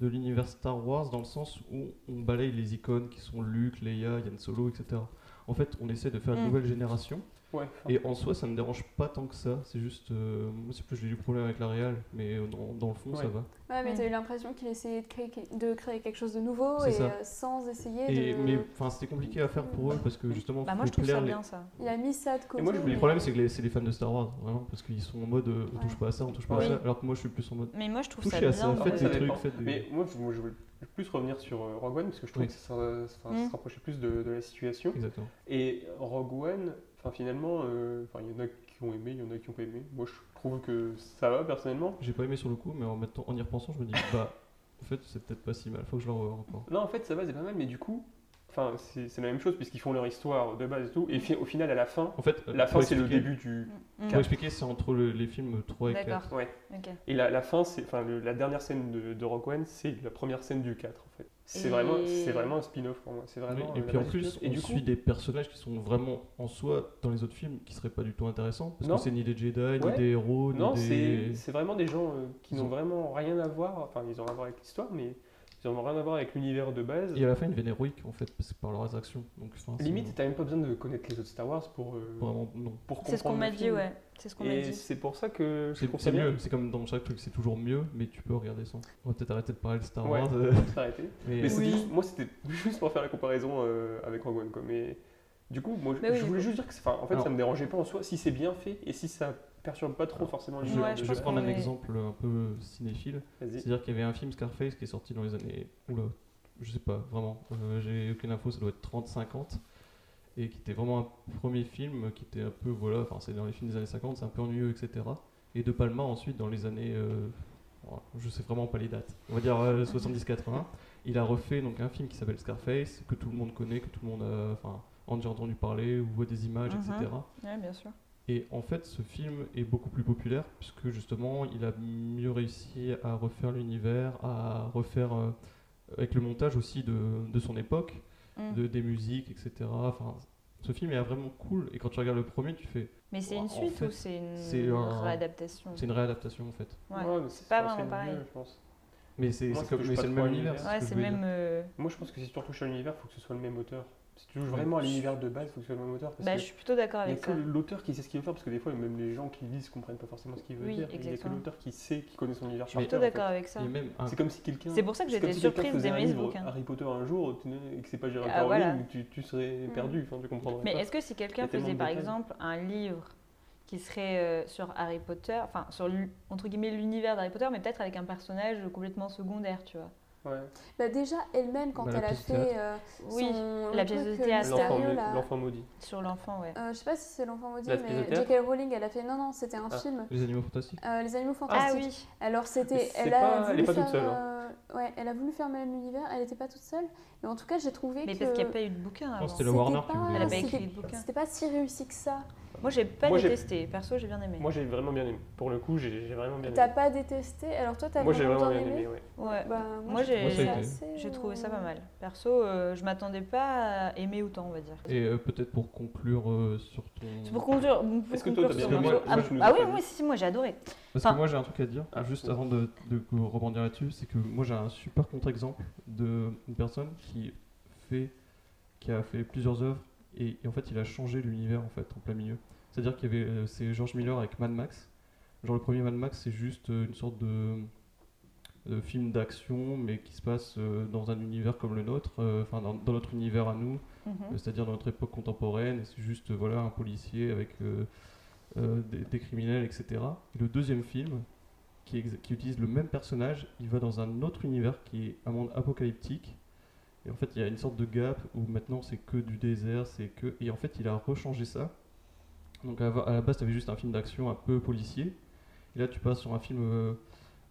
Speaker 1: de l'univers Star Wars dans le sens où on balaye les icônes qui sont Luke, Leia, Yann Solo, etc. En fait, on essaie de faire une
Speaker 3: Mm.
Speaker 1: nouvelle génération.
Speaker 2: Ouais, enfin,
Speaker 1: Et euh, en soi, ça me dérange pas tant que ça. C'est juste. euh, moi, c'est plus j'ai du problème avec la réal, mais euh, dans, dans le fond, ça
Speaker 2: Ouais.
Speaker 1: va.
Speaker 4: Ouais, mais
Speaker 3: Mm.
Speaker 4: t'as eu l'impression qu'il essayait de créer, de créer quelque chose de nouveau
Speaker 1: C'est
Speaker 4: et
Speaker 1: ça.
Speaker 4: euh, sans essayer
Speaker 1: Et,
Speaker 4: de.
Speaker 1: mais enfin, c'était compliqué à faire pour eux parce que justement,
Speaker 3: bah moi je
Speaker 1: faut
Speaker 3: trouve ça
Speaker 1: plaire les-
Speaker 3: bien ça.
Speaker 4: Il a mis ça de côté.
Speaker 2: Et moi, je voulais
Speaker 1: Le
Speaker 4: mais-
Speaker 1: problème, c'est que les- c'est les fans de Star Wars, vraiment, parce qu'ils sont en mode euh, on touche pas à ça, on touche pas
Speaker 2: Oui.
Speaker 1: à ça. Alors que moi, je suis plus en mode
Speaker 3: Mais moi je trouve ça
Speaker 1: touchez
Speaker 3: bien.
Speaker 1: à ça,
Speaker 2: fait,
Speaker 1: faites
Speaker 2: ça
Speaker 1: des
Speaker 2: dépend.
Speaker 1: trucs, faites des.
Speaker 2: Mais moi, je, moi, je- Je vais plus revenir sur euh, Rogue One parce que je trouve
Speaker 1: Oui.
Speaker 2: que ça, se- ça
Speaker 6: Mm.
Speaker 2: se rapprochait plus de, de la situation.
Speaker 1: Exactement.
Speaker 2: Et Rogue One, enfin, finalement, euh, enfin, il y en a qui ont aimé, il y en a qui n'ont pas aimé. Moi, je trouve que ça va personnellement.
Speaker 1: J'ai pas aimé sur le coup, mais en, mettant- en y repensant, je me dis, bah, en fait, c'est peut-être pas si mal. Faut que je le revoie encore.
Speaker 2: Non, en fait, ça va, c'est pas mal, mais du coup, enfin, c'est c'est la même chose puisqu'ils font leur histoire de base et tout. Et fi- au final, à la fin,
Speaker 1: En fait, euh,
Speaker 2: la fin,
Speaker 1: pour
Speaker 2: c'est le
Speaker 1: expliquer-
Speaker 2: début du.
Speaker 6: Mm.
Speaker 1: Pour expliquer, c'est entre le- les films 3 et 4.
Speaker 6: D'accord.
Speaker 2: Ouais.
Speaker 6: Ok.
Speaker 2: Et la, la fin, c'est, enfin, le- la dernière scène de, de Rogue One, c'est la première scène du 4, en fait. C'est
Speaker 6: Et-
Speaker 2: vraiment, c'est vraiment un spin-off pour moi. C'est
Speaker 1: Oui,
Speaker 2: vraiment.
Speaker 1: et
Speaker 2: euh,
Speaker 1: puis en
Speaker 2: la-
Speaker 1: plus,
Speaker 2: et
Speaker 1: on
Speaker 2: du coup,
Speaker 1: suit des personnages qui sont vraiment en soi dans les autres films qui seraient pas du tout intéressants parce
Speaker 2: Non.
Speaker 1: que c'est ni des Jedi,
Speaker 2: Ouais.
Speaker 1: ni des héros,
Speaker 2: non,
Speaker 1: ni des.
Speaker 2: c'est, c'est vraiment des gens euh, qui
Speaker 1: Ils
Speaker 2: n'ont
Speaker 1: ont-
Speaker 2: vraiment rien à voir. Enfin, ils ont rien à voir avec l'histoire, mais ils n'ont rien à voir avec l'univers de base.
Speaker 1: Et à la fin, ils deviennent héroïques en fait parce que par leurs actions. Donc, enfin, c'est
Speaker 2: Limite, t'as même pas besoin de connaître les autres Star Wars pour, euh,
Speaker 1: vraiment non.
Speaker 2: pour comprendre.
Speaker 3: C'est ce qu'on
Speaker 2: le
Speaker 3: m'a dit,
Speaker 2: film.
Speaker 3: ouais. C'est ce qu'on m'a
Speaker 2: Et
Speaker 3: dit.
Speaker 2: c'est pour ça que je
Speaker 1: C'est
Speaker 2: trouve
Speaker 1: c'est
Speaker 2: ça bien.
Speaker 1: mieux, c'est comme dans chaque truc, c'est toujours mieux, mais tu peux regarder sans. On va peut-être arrêter de parler de Star
Speaker 2: Ouais.
Speaker 1: Wars. euh,
Speaker 2: de s'arrêter.
Speaker 1: mais-
Speaker 2: Mais c'est
Speaker 3: Oui.
Speaker 2: juste- moi, c'était juste pour faire la comparaison euh, avec Rogue One. Quoi. Mais du coup, moi, je-
Speaker 3: Mais oui,
Speaker 2: je voulais
Speaker 3: faut-
Speaker 2: juste dire que c'est- enfin, en fait, ça
Speaker 1: Alors-
Speaker 2: me dérangeait pas en soi si c'est bien fait et si ça perturbe pas trop
Speaker 1: Alors,
Speaker 2: forcément
Speaker 1: Je,
Speaker 3: Ouais,
Speaker 2: l'univers
Speaker 3: je
Speaker 1: je
Speaker 2: de
Speaker 1: vais
Speaker 3: pense
Speaker 1: prendre
Speaker 3: qu'on
Speaker 1: un
Speaker 3: est-
Speaker 1: exemple un peu cinéphile.
Speaker 2: Vas-y.
Speaker 1: C'est-à-dire qu'il y avait un film Scarface qui est sorti dans les années. Oula, je sais pas, vraiment. euh, J'ai aucune info, ça doit être 30-50. Et qui était vraiment un premier film qui était un peu. Voilà, enfin, c'est dans les films des années 50, c'est un peu ennuyeux, etc. Et De Palma, ensuite, dans les années. euh, voilà, je sais vraiment pas les dates. On va dire euh, 70-80. Il a refait donc un film qui s'appelle Scarface, que tout le monde connaît, que tout le monde a. Enfin, en a déjà entendu parler, ou voit des images,
Speaker 3: Mhm.
Speaker 1: etc.
Speaker 3: Ouais, bien sûr.
Speaker 1: Et en fait, ce film est beaucoup plus populaire puisque justement, il a mieux réussi à refaire l'univers, à refaire euh, avec le montage aussi de, de son époque,
Speaker 3: Mm.
Speaker 1: de, des musiques, etc. Enfin, ce film est vraiment cool. Et quand tu regardes le premier, tu fais,
Speaker 3: Mais c'est
Speaker 1: Ouah,
Speaker 3: une
Speaker 1: Oh, en
Speaker 3: suite
Speaker 1: fait,
Speaker 3: ou c'est une
Speaker 1: c'est un-
Speaker 3: réadaptation
Speaker 1: c'est une réadaptation en fait.
Speaker 3: Ouais.
Speaker 2: Ouais, mais
Speaker 3: pas
Speaker 2: enfin,
Speaker 3: vraiment
Speaker 2: mieux,
Speaker 3: pareil.
Speaker 2: je pense.
Speaker 1: Mais c'est
Speaker 2: Moi,
Speaker 1: c'est
Speaker 2: ça
Speaker 1: comme-
Speaker 2: touche
Speaker 1: mais
Speaker 2: pas
Speaker 1: c'est le
Speaker 2: trop à
Speaker 1: même univers.
Speaker 2: l'univers.
Speaker 3: Ouais,
Speaker 1: ce que je
Speaker 3: c'est le
Speaker 1: veux
Speaker 3: même.
Speaker 1: dire.
Speaker 3: euh,
Speaker 2: Moi, je pense que si tu retouches à l'univers, faut que ce soit le même auteur. Si tu touches
Speaker 1: Ouais.
Speaker 2: vraiment à l'univers de base, faut que ce soit le même auteur. Parce
Speaker 3: Bah,
Speaker 2: que
Speaker 3: je suis plutôt d'accord
Speaker 2: il n'y a
Speaker 3: avec
Speaker 2: que
Speaker 3: ça.
Speaker 2: l'auteur qui sait ce qu'il veut faire, parce que des fois, même les gens qui lisent comprennent pas forcément ce qu'il veut
Speaker 3: Oui,
Speaker 2: dire. Il n'y a que
Speaker 3: exactement.
Speaker 2: l'auteur qui sait, qui connaît son univers.
Speaker 1: Je
Speaker 3: Je suis
Speaker 2: par
Speaker 3: plutôt
Speaker 2: cœur, en fait.
Speaker 3: d'accord avec ça.
Speaker 1: Et même ah, un-
Speaker 2: C'est comme si quelqu'un.
Speaker 3: C'est pour ça que
Speaker 2: comme
Speaker 3: j'étais
Speaker 2: si quelqu'un
Speaker 3: surprise
Speaker 2: faisait un
Speaker 3: d'aimer ce
Speaker 2: livre
Speaker 3: bouquin.
Speaker 2: Harry Potter un jour tu- et que c'est pas Gérald
Speaker 3: Ah,
Speaker 2: Carling,
Speaker 3: voilà.
Speaker 2: tu, tu serais
Speaker 4: Mm.
Speaker 2: perdu, enfin, tu comprendrais
Speaker 3: Mais
Speaker 2: pas.
Speaker 3: est-ce que si
Speaker 2: Il y
Speaker 3: quelqu'un
Speaker 2: a tellement
Speaker 3: faisait
Speaker 2: de
Speaker 3: par
Speaker 2: détails.
Speaker 3: exemple un livre qui serait euh, sur Harry Potter, enfin sur l'u- entre guillemets l'univers d'Harry Potter, mais peut-être avec un personnage complètement secondaire, tu vois
Speaker 2: Ouais.
Speaker 4: Bah, déjà, elle-même, quand
Speaker 1: Bah, la
Speaker 4: elle a
Speaker 1: pièce de
Speaker 4: fait euh,
Speaker 3: Oui,
Speaker 4: son-
Speaker 3: la
Speaker 4: le
Speaker 3: pièce de
Speaker 4: truc, euh,
Speaker 3: théâtre.
Speaker 4: mystérieux,
Speaker 2: L'enfant maudit-
Speaker 4: là.
Speaker 2: l'enfant maudit.
Speaker 3: sur l'enfant, ouais.
Speaker 4: Euh, je sais pas si c'est l'enfant maudit,
Speaker 2: La pièce de
Speaker 4: mais
Speaker 2: théâtre.
Speaker 4: J.K. Rowling, elle a fait non, non, c'était un
Speaker 2: Ah.
Speaker 4: film.
Speaker 1: Les animaux fantastiques.
Speaker 4: Euh, les animaux
Speaker 3: Ah
Speaker 4: fantastiques.
Speaker 3: oui,
Speaker 4: Alors
Speaker 2: Mais
Speaker 4: c'était,
Speaker 2: c'est
Speaker 4: elle a
Speaker 2: pas-
Speaker 4: voulu
Speaker 2: elle est pas toute
Speaker 4: faire,
Speaker 2: seule, hein.
Speaker 4: euh, ouais, elle a voulu faire même l'univers. Elle n'était pas toute seule. Mais en tout cas, j'ai trouvé
Speaker 3: mais
Speaker 4: que
Speaker 3: parce qu'il n'y a pas eu de bouquin
Speaker 1: Non,
Speaker 3: avant.
Speaker 1: Oh, c'était le Warner qui
Speaker 4: pas-
Speaker 1: voulait.
Speaker 3: Ah Elle a pas
Speaker 4: Ah,
Speaker 3: écrit
Speaker 4: c'était-
Speaker 3: de bouquin.
Speaker 4: c'était pas si réussi que ça.
Speaker 3: Moi j'ai pas
Speaker 2: Moi, j'ai-
Speaker 3: détesté, perso j'ai bien aimé.
Speaker 2: Moi j'ai vraiment bien aimé. Pour le coup, j'ai j'ai vraiment bien
Speaker 4: T'as
Speaker 2: aimé.
Speaker 4: pas détesté. Alors toi, t'as
Speaker 2: Moi j'ai
Speaker 4: vraiment
Speaker 2: vraiment
Speaker 4: bien
Speaker 2: bien aimé, ouais.
Speaker 3: Ouais.
Speaker 4: Bah,
Speaker 3: Moi, j'ai-
Speaker 1: Moi, ça a été.
Speaker 4: assez,
Speaker 3: J'ai trouvé ça pas
Speaker 4: euh,
Speaker 3: mal. Perso, euh, je m'attendais pas à aimer autant, on va dire.
Speaker 1: Et euh, peut-être pour conclure euh, sur ton.
Speaker 3: C'est pour conduire. pour
Speaker 2: Est-ce que toi,
Speaker 3: conclure
Speaker 2: t'as
Speaker 3: sur
Speaker 1: bien
Speaker 3: mon
Speaker 1: aimé
Speaker 3: show.
Speaker 1: Parce
Speaker 3: Ah,
Speaker 2: que moi, tu nous
Speaker 3: ah
Speaker 2: as
Speaker 3: oui,
Speaker 2: pas
Speaker 3: oui, si, si, moi j'ai adoré.
Speaker 1: Parce
Speaker 3: Enfin-
Speaker 1: que moi j'ai un truc à dire,
Speaker 2: Ah,
Speaker 1: juste
Speaker 2: oui.
Speaker 1: avant de, de rebondir là-dessus, c'est que moi j'ai un super contre-exemple d'une personne qui fait, qui a fait plusieurs œuvres et, et en fait il a changé l'univers en fait en plein milieu. C'est-à-dire qu'il y avait, euh, c'est George Miller avec Mad Max. Genre le premier Mad Max c'est juste euh, une sorte de, de film d'action mais qui se passe euh, dans un univers comme le nôtre, euh, enfin dans, dans notre univers à nous,
Speaker 3: Mhm.
Speaker 1: euh, c'est-à-dire dans notre époque contemporaine, et c'est juste euh, voilà un policier avec euh, euh, des, des criminels, etc. Et le deuxième film, qui, ex- qui utilise le même personnage, il va dans un autre univers qui est un monde apocalyptique. Et en fait, il y a une sorte de gap où maintenant c'est que du désert, c'est que. Et en fait, il a rechangé ça. Donc à, à la base, tu avais juste un film d'action un peu policier. Et là, tu passes sur un film euh,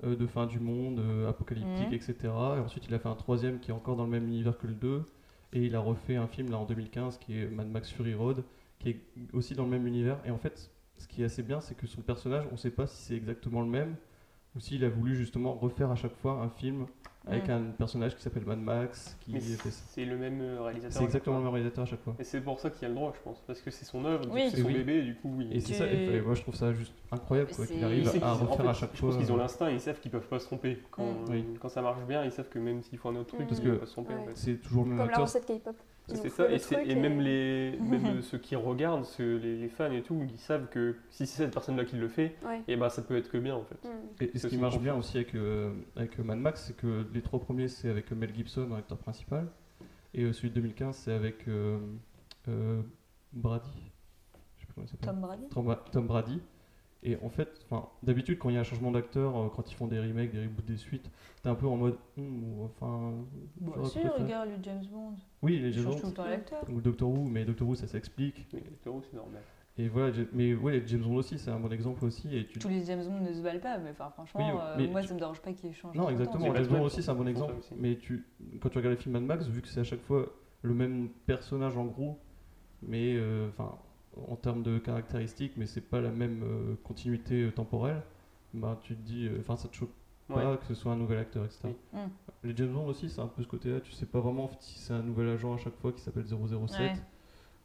Speaker 1: euh, de fin du monde, euh, apocalyptique,
Speaker 3: Mhm.
Speaker 1: etc. Et ensuite, il a fait un troisième qui est encore dans le même univers que le 2. Et il a refait un film là en 2015 qui est Mad Max Fury Road, qui est aussi dans le même univers. Et en fait, ce qui est assez bien, c'est que son personnage, on ne sait pas si c'est exactement le même ou s'il a voulu justement refaire à chaque fois un film avec
Speaker 3: Mm.
Speaker 1: un personnage qui s'appelle Mad Max, qui
Speaker 2: Mais
Speaker 1: fait ça.
Speaker 2: c'est le même euh, réalisateur.
Speaker 1: C'est exactement le même réalisateur à chaque fois.
Speaker 2: Et c'est pour ça qu'il a le droit, je pense. Parce que c'est son œuvre, du coup,
Speaker 3: Oui.
Speaker 2: c'est son
Speaker 1: Oui.
Speaker 2: bébé, du coup, oui.
Speaker 1: Et c'est ça, et, et moi je trouve ça juste incroyable quoi, qu'il
Speaker 3: C'est-
Speaker 1: arrive
Speaker 2: Ils savent
Speaker 1: à
Speaker 2: qu'ils- en
Speaker 1: refaire
Speaker 2: fait,
Speaker 1: à chaque
Speaker 2: je
Speaker 1: fois.
Speaker 2: pense qu'ils ont
Speaker 1: euh,
Speaker 2: l'instinct, ils savent qu'ils peuvent pas se tromper. Quand,
Speaker 3: Mm.
Speaker 1: Oui.
Speaker 2: quand ça marche bien, ils savent que même s'ils font un autre truc,
Speaker 1: Parce
Speaker 2: ils
Speaker 1: que-
Speaker 2: peuvent pas se tromper. en
Speaker 4: Ouais.
Speaker 2: fait.
Speaker 1: C'est toujours le même
Speaker 4: Comme la
Speaker 1: acteur.
Speaker 4: recette K-pop. Ils ont
Speaker 2: Mmh, C'est ça,
Speaker 4: trouvé
Speaker 2: et,
Speaker 4: le
Speaker 2: c'est-
Speaker 4: truc
Speaker 2: et même, les, même ceux qui regardent, ceux- les, les fans et tout, ils savent que si c'est cette personne-là qui le fait,
Speaker 4: Ouais.
Speaker 2: et ben ça peut être que bien en fait.
Speaker 4: Hmm.
Speaker 1: Et,
Speaker 3: Mmh.
Speaker 1: et ce
Speaker 2: Ça,
Speaker 1: qui
Speaker 2: c'est
Speaker 1: marche
Speaker 2: confirmé.
Speaker 1: bien aussi avec, euh, avec Mad Max, c'est que les trois premiers, c'est avec Mel Gibson, acteur principal. Et euh, celui de 2015, c'est avec euh, euh, Brady. Je sais plus comment il s'appelle.
Speaker 3: Tom Brady
Speaker 1: Tom, Tom Brady. Et Et en fait, enfin, d'habitude, quand il y a un changement d'acteur, euh, quand ils font des remakes, des reboots, des suites, t'es un peu en mode. Hum, ou, enfin. j'aurais
Speaker 3: Si,
Speaker 1: préféré.
Speaker 3: regarde le James Bond.
Speaker 1: Oui, les
Speaker 3: Il
Speaker 1: gens.
Speaker 3: change tout le temps l'acteur.
Speaker 1: Ou Doctor Who, mais Doctor Who, ça s'explique.
Speaker 2: Mais le taureau, c'est normal.
Speaker 1: Et voilà, j'ai- mais ouais, James Bond aussi, c'est un bon exemple aussi. Et tu...
Speaker 3: Tous les James Bond ne se valent pas, mais enfin, franchement,
Speaker 1: Oui,
Speaker 3: euh,
Speaker 1: mais
Speaker 3: moi,
Speaker 1: tu-
Speaker 3: ça me dérange pas qu'ils changent.
Speaker 1: Non,
Speaker 3: tout le temps.
Speaker 1: exactement.
Speaker 2: C'est
Speaker 1: James Bond
Speaker 2: Batman,
Speaker 1: aussi, c'est un bon
Speaker 2: c'est
Speaker 1: exemple.
Speaker 2: ça aussi.
Speaker 1: Mais tu, quand tu regardes les films Mad Max, vu que c'est à chaque fois le même personnage en gros, mais euh, enfin en termes de caractéristiques, mais c'est pas la même euh, continuité euh, temporelle, bah tu te dis, euh, enfin ça te choque
Speaker 2: Ouais.
Speaker 1: pas que ce soit un nouvel acteur, etc.
Speaker 3: Oui. Mm.
Speaker 1: Les James Bond aussi, c'est un peu ce côté-là. Tu sais pas vraiment si c'est un nouvel agent à chaque fois qui s'appelle 007
Speaker 3: Ouais.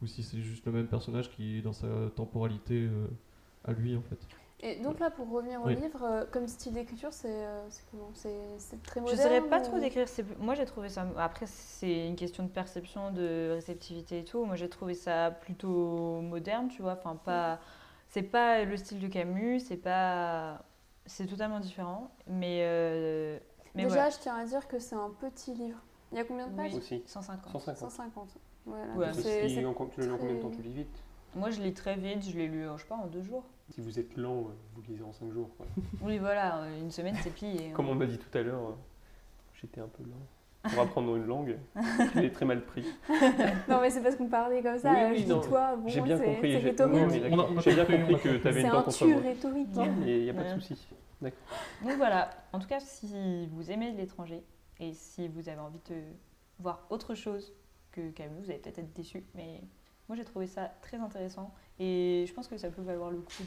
Speaker 1: ou si c'est juste le même personnage qui est dans sa temporalité euh, à lui en fait.
Speaker 4: Et donc là, pour revenir au
Speaker 1: Oui.
Speaker 4: livre, euh, comme style d'écriture, c'est euh, c'est comment C'est c'est très
Speaker 3: Je
Speaker 4: moderne
Speaker 3: saurais pas trop
Speaker 4: ou-
Speaker 3: décrire. c'est plus- Moi, j'ai trouvé ça. Après, c'est une question de perception, de réceptivité et tout. Moi, j'ai trouvé ça plutôt moderne, tu vois. Enfin, pas. C'est pas le style de Camus. C'est pas. C'est totalement différent. Mais. euh, Mais
Speaker 4: Déjà,
Speaker 3: voilà.
Speaker 4: je tiens à dire que c'est un petit livre. Il y a combien de pages
Speaker 3: Oui.
Speaker 2: Aussi.
Speaker 3: 150.
Speaker 2: 150.
Speaker 4: 150. Voilà.
Speaker 3: Ouais.
Speaker 4: Donc c'est-
Speaker 2: Si
Speaker 4: c'est-
Speaker 2: on compte- tu le lis en combien de temps
Speaker 4: très-
Speaker 2: tu lis vite
Speaker 3: Moi, je l'ai très vite. Je l'ai lu, euh, je sais pas, en deux jours.
Speaker 2: Si vous êtes lent, euh, vous lisez en 5 jours. quoi.
Speaker 3: Oui, voilà. euh, Une semaine, c'est plié. hein.
Speaker 2: Comme on m'a dit tout à l'heure, euh, j'étais un peu lent. Pour apprendre une langue, je l'ai très mal pris.
Speaker 4: Non, mais c'est parce qu'on parlait comme ça.
Speaker 2: Oui,
Speaker 4: euh,
Speaker 2: oui,
Speaker 4: je dis
Speaker 2: non.
Speaker 4: toi, bon,
Speaker 2: J'ai bien
Speaker 4: c'est-
Speaker 2: compris.
Speaker 4: C'est
Speaker 2: j'ai-
Speaker 4: rhétorique.
Speaker 2: Oui, mais
Speaker 1: On a-
Speaker 2: d'accord.
Speaker 1: on a
Speaker 2: J'ai bien
Speaker 1: compris,
Speaker 2: compris
Speaker 1: on a
Speaker 2: que tu avais
Speaker 4: C'est
Speaker 2: une
Speaker 4: un
Speaker 2: dent contre
Speaker 4: tu
Speaker 2: moi.
Speaker 4: rhétorique. hein.
Speaker 2: Non, mais il n'y a pas de
Speaker 3: Ouais.
Speaker 2: souci.
Speaker 3: Donc voilà, en tout cas, si vous aimez l'étranger et si vous avez envie de voir autre chose que Camus, vous allez peut-être être déçu, mais moi j'ai trouvé ça très intéressant et je pense que ça peut valoir le coup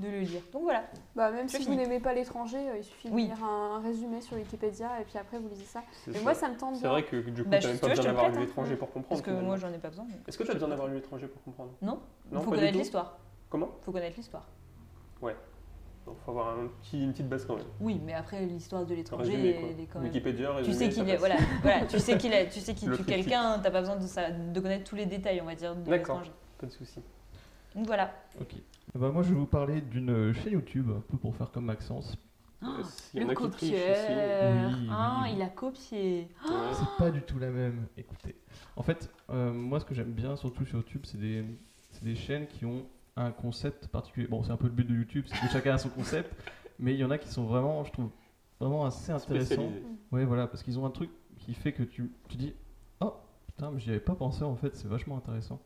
Speaker 3: de, de le lire. Donc voilà,
Speaker 4: Bah, même
Speaker 3: Je
Speaker 4: si vous
Speaker 3: finis.
Speaker 4: n'aimez pas l'étranger, euh, il suffit de
Speaker 3: Oui.
Speaker 4: lire un, un résumé sur Wikipédia et puis après vous lisez ça.
Speaker 2: C'est
Speaker 4: Mais
Speaker 2: ça.
Speaker 4: moi, ça me tente
Speaker 2: C'est
Speaker 4: bien.
Speaker 2: vrai que du coup,
Speaker 3: Bah,
Speaker 2: t'as
Speaker 3: je-
Speaker 2: même
Speaker 3: tu
Speaker 2: pas
Speaker 3: vois,
Speaker 2: besoin
Speaker 3: je te le
Speaker 2: d'avoir lu
Speaker 3: prête, hein.
Speaker 2: l'étranger pour comprendre.
Speaker 3: parce que
Speaker 2: finalement.
Speaker 3: moi j'en ai pas besoin. mais
Speaker 2: Est-ce que tu as besoin d'avoir lu l'étranger pour comprendre
Speaker 3: Non,
Speaker 2: Non,
Speaker 3: faut
Speaker 2: pas du
Speaker 3: connaître
Speaker 2: tout.
Speaker 3: l'histoire.
Speaker 2: Comment
Speaker 3: Faut connaître l'histoire.
Speaker 2: Il faut avoir un petit- une petite base quand même.
Speaker 3: Oui, mais après l'histoire de
Speaker 2: Un
Speaker 3: l'étranger,
Speaker 2: résumé, quoi.
Speaker 3: elle est quand même.
Speaker 2: Wikipédia,
Speaker 3: Tu
Speaker 2: résumé, ça
Speaker 3: sais qu'il est,
Speaker 2: passe.
Speaker 3: voilà, voilà, tu sais qu'il est, tu sais qu'il
Speaker 2: Le
Speaker 3: tue
Speaker 2: critique.
Speaker 3: quelqu'un, t'as pas besoin de, ça, de connaître tous les détails, on va dire, de
Speaker 2: D'accord.
Speaker 3: l'étranger.
Speaker 2: Pas de souci.
Speaker 3: Donc voilà.
Speaker 1: Ok. Eh ben, moi, je vais vous parler d'une chaîne YouTube, un peu pour faire comme Maxence.
Speaker 2: Euh, s'il y en
Speaker 3: Oh, Le
Speaker 2: a qui trichent aussi, Ah
Speaker 3: copieur,
Speaker 1: Oui,
Speaker 3: Ah,
Speaker 1: oui, oui.
Speaker 3: il a copié.
Speaker 2: ouais.
Speaker 1: C'est pas du tout la même. Écoutez, en fait, euh, moi, ce que j'aime bien surtout sur YouTube, c'est des, c'est des chaînes qui ont un concept particulier. Bon, c'est un peu le but de YouTube, c'est que chacun a son concept, mais il y en a qui sont vraiment, je trouve, vraiment assez intéressants.
Speaker 2: Spécialisé.
Speaker 1: Ouais, voilà, parce qu'ils ont un truc qui fait que tu, tu dis, oh putain, mais j'y avais pas pensé en fait, c'est vachement intéressant.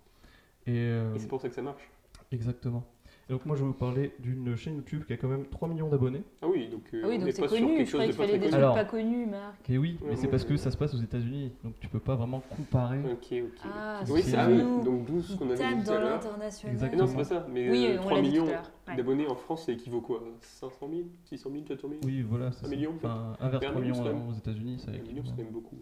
Speaker 1: Et, euh,
Speaker 2: Et c'est pour ça que ça marche.
Speaker 1: exactement. Et donc, moi, je vais vous parler d'une chaîne YouTube qui a quand même 3 millions d'abonnés.
Speaker 2: Ah oui, donc euh,
Speaker 3: Ah oui,
Speaker 2: on
Speaker 3: donc
Speaker 2: n'est
Speaker 3: c'est
Speaker 2: pas sur
Speaker 3: connu.
Speaker 2: quelque chose
Speaker 3: Je croyais
Speaker 2: de
Speaker 3: qu'il
Speaker 2: pas très
Speaker 3: fallait des
Speaker 2: connu.
Speaker 3: trucs
Speaker 1: Alors.
Speaker 3: pas connus, Marc.
Speaker 1: Et oui, mais
Speaker 2: Ouais,
Speaker 1: c'est
Speaker 2: ouais,
Speaker 1: parce que
Speaker 2: ouais.
Speaker 1: ça se passe aux États-Unis, donc tu peux pas vraiment comparer.
Speaker 2: Ok, ok.
Speaker 3: Ah,
Speaker 2: oui,
Speaker 1: c'est
Speaker 2: c'est ah oui,
Speaker 3: nous.
Speaker 2: donc 12 ce qu'on avait
Speaker 3: Tape
Speaker 2: dit tout
Speaker 3: dans
Speaker 2: à l'heure.
Speaker 3: l'international.
Speaker 2: Mais
Speaker 1: Exactement.
Speaker 2: Non, c'est pas ça, mais
Speaker 3: Oui,
Speaker 2: euh,
Speaker 3: on
Speaker 2: 3
Speaker 3: l'a dit tout
Speaker 2: millions
Speaker 3: à l'heure. Ouais.
Speaker 2: d'abonnés en France, ça équivaut quoi 500 000 600 000 400 000
Speaker 1: Oui, voilà, c'est
Speaker 2: Un
Speaker 1: ça.
Speaker 2: million,
Speaker 1: Enfin, un vers
Speaker 2: Mais un
Speaker 1: 3
Speaker 2: million,
Speaker 1: millions
Speaker 2: c'est quand même-
Speaker 1: aux États-Unis, ça
Speaker 2: Un million, c'est quand
Speaker 1: équivaut.
Speaker 2: même beaucoup.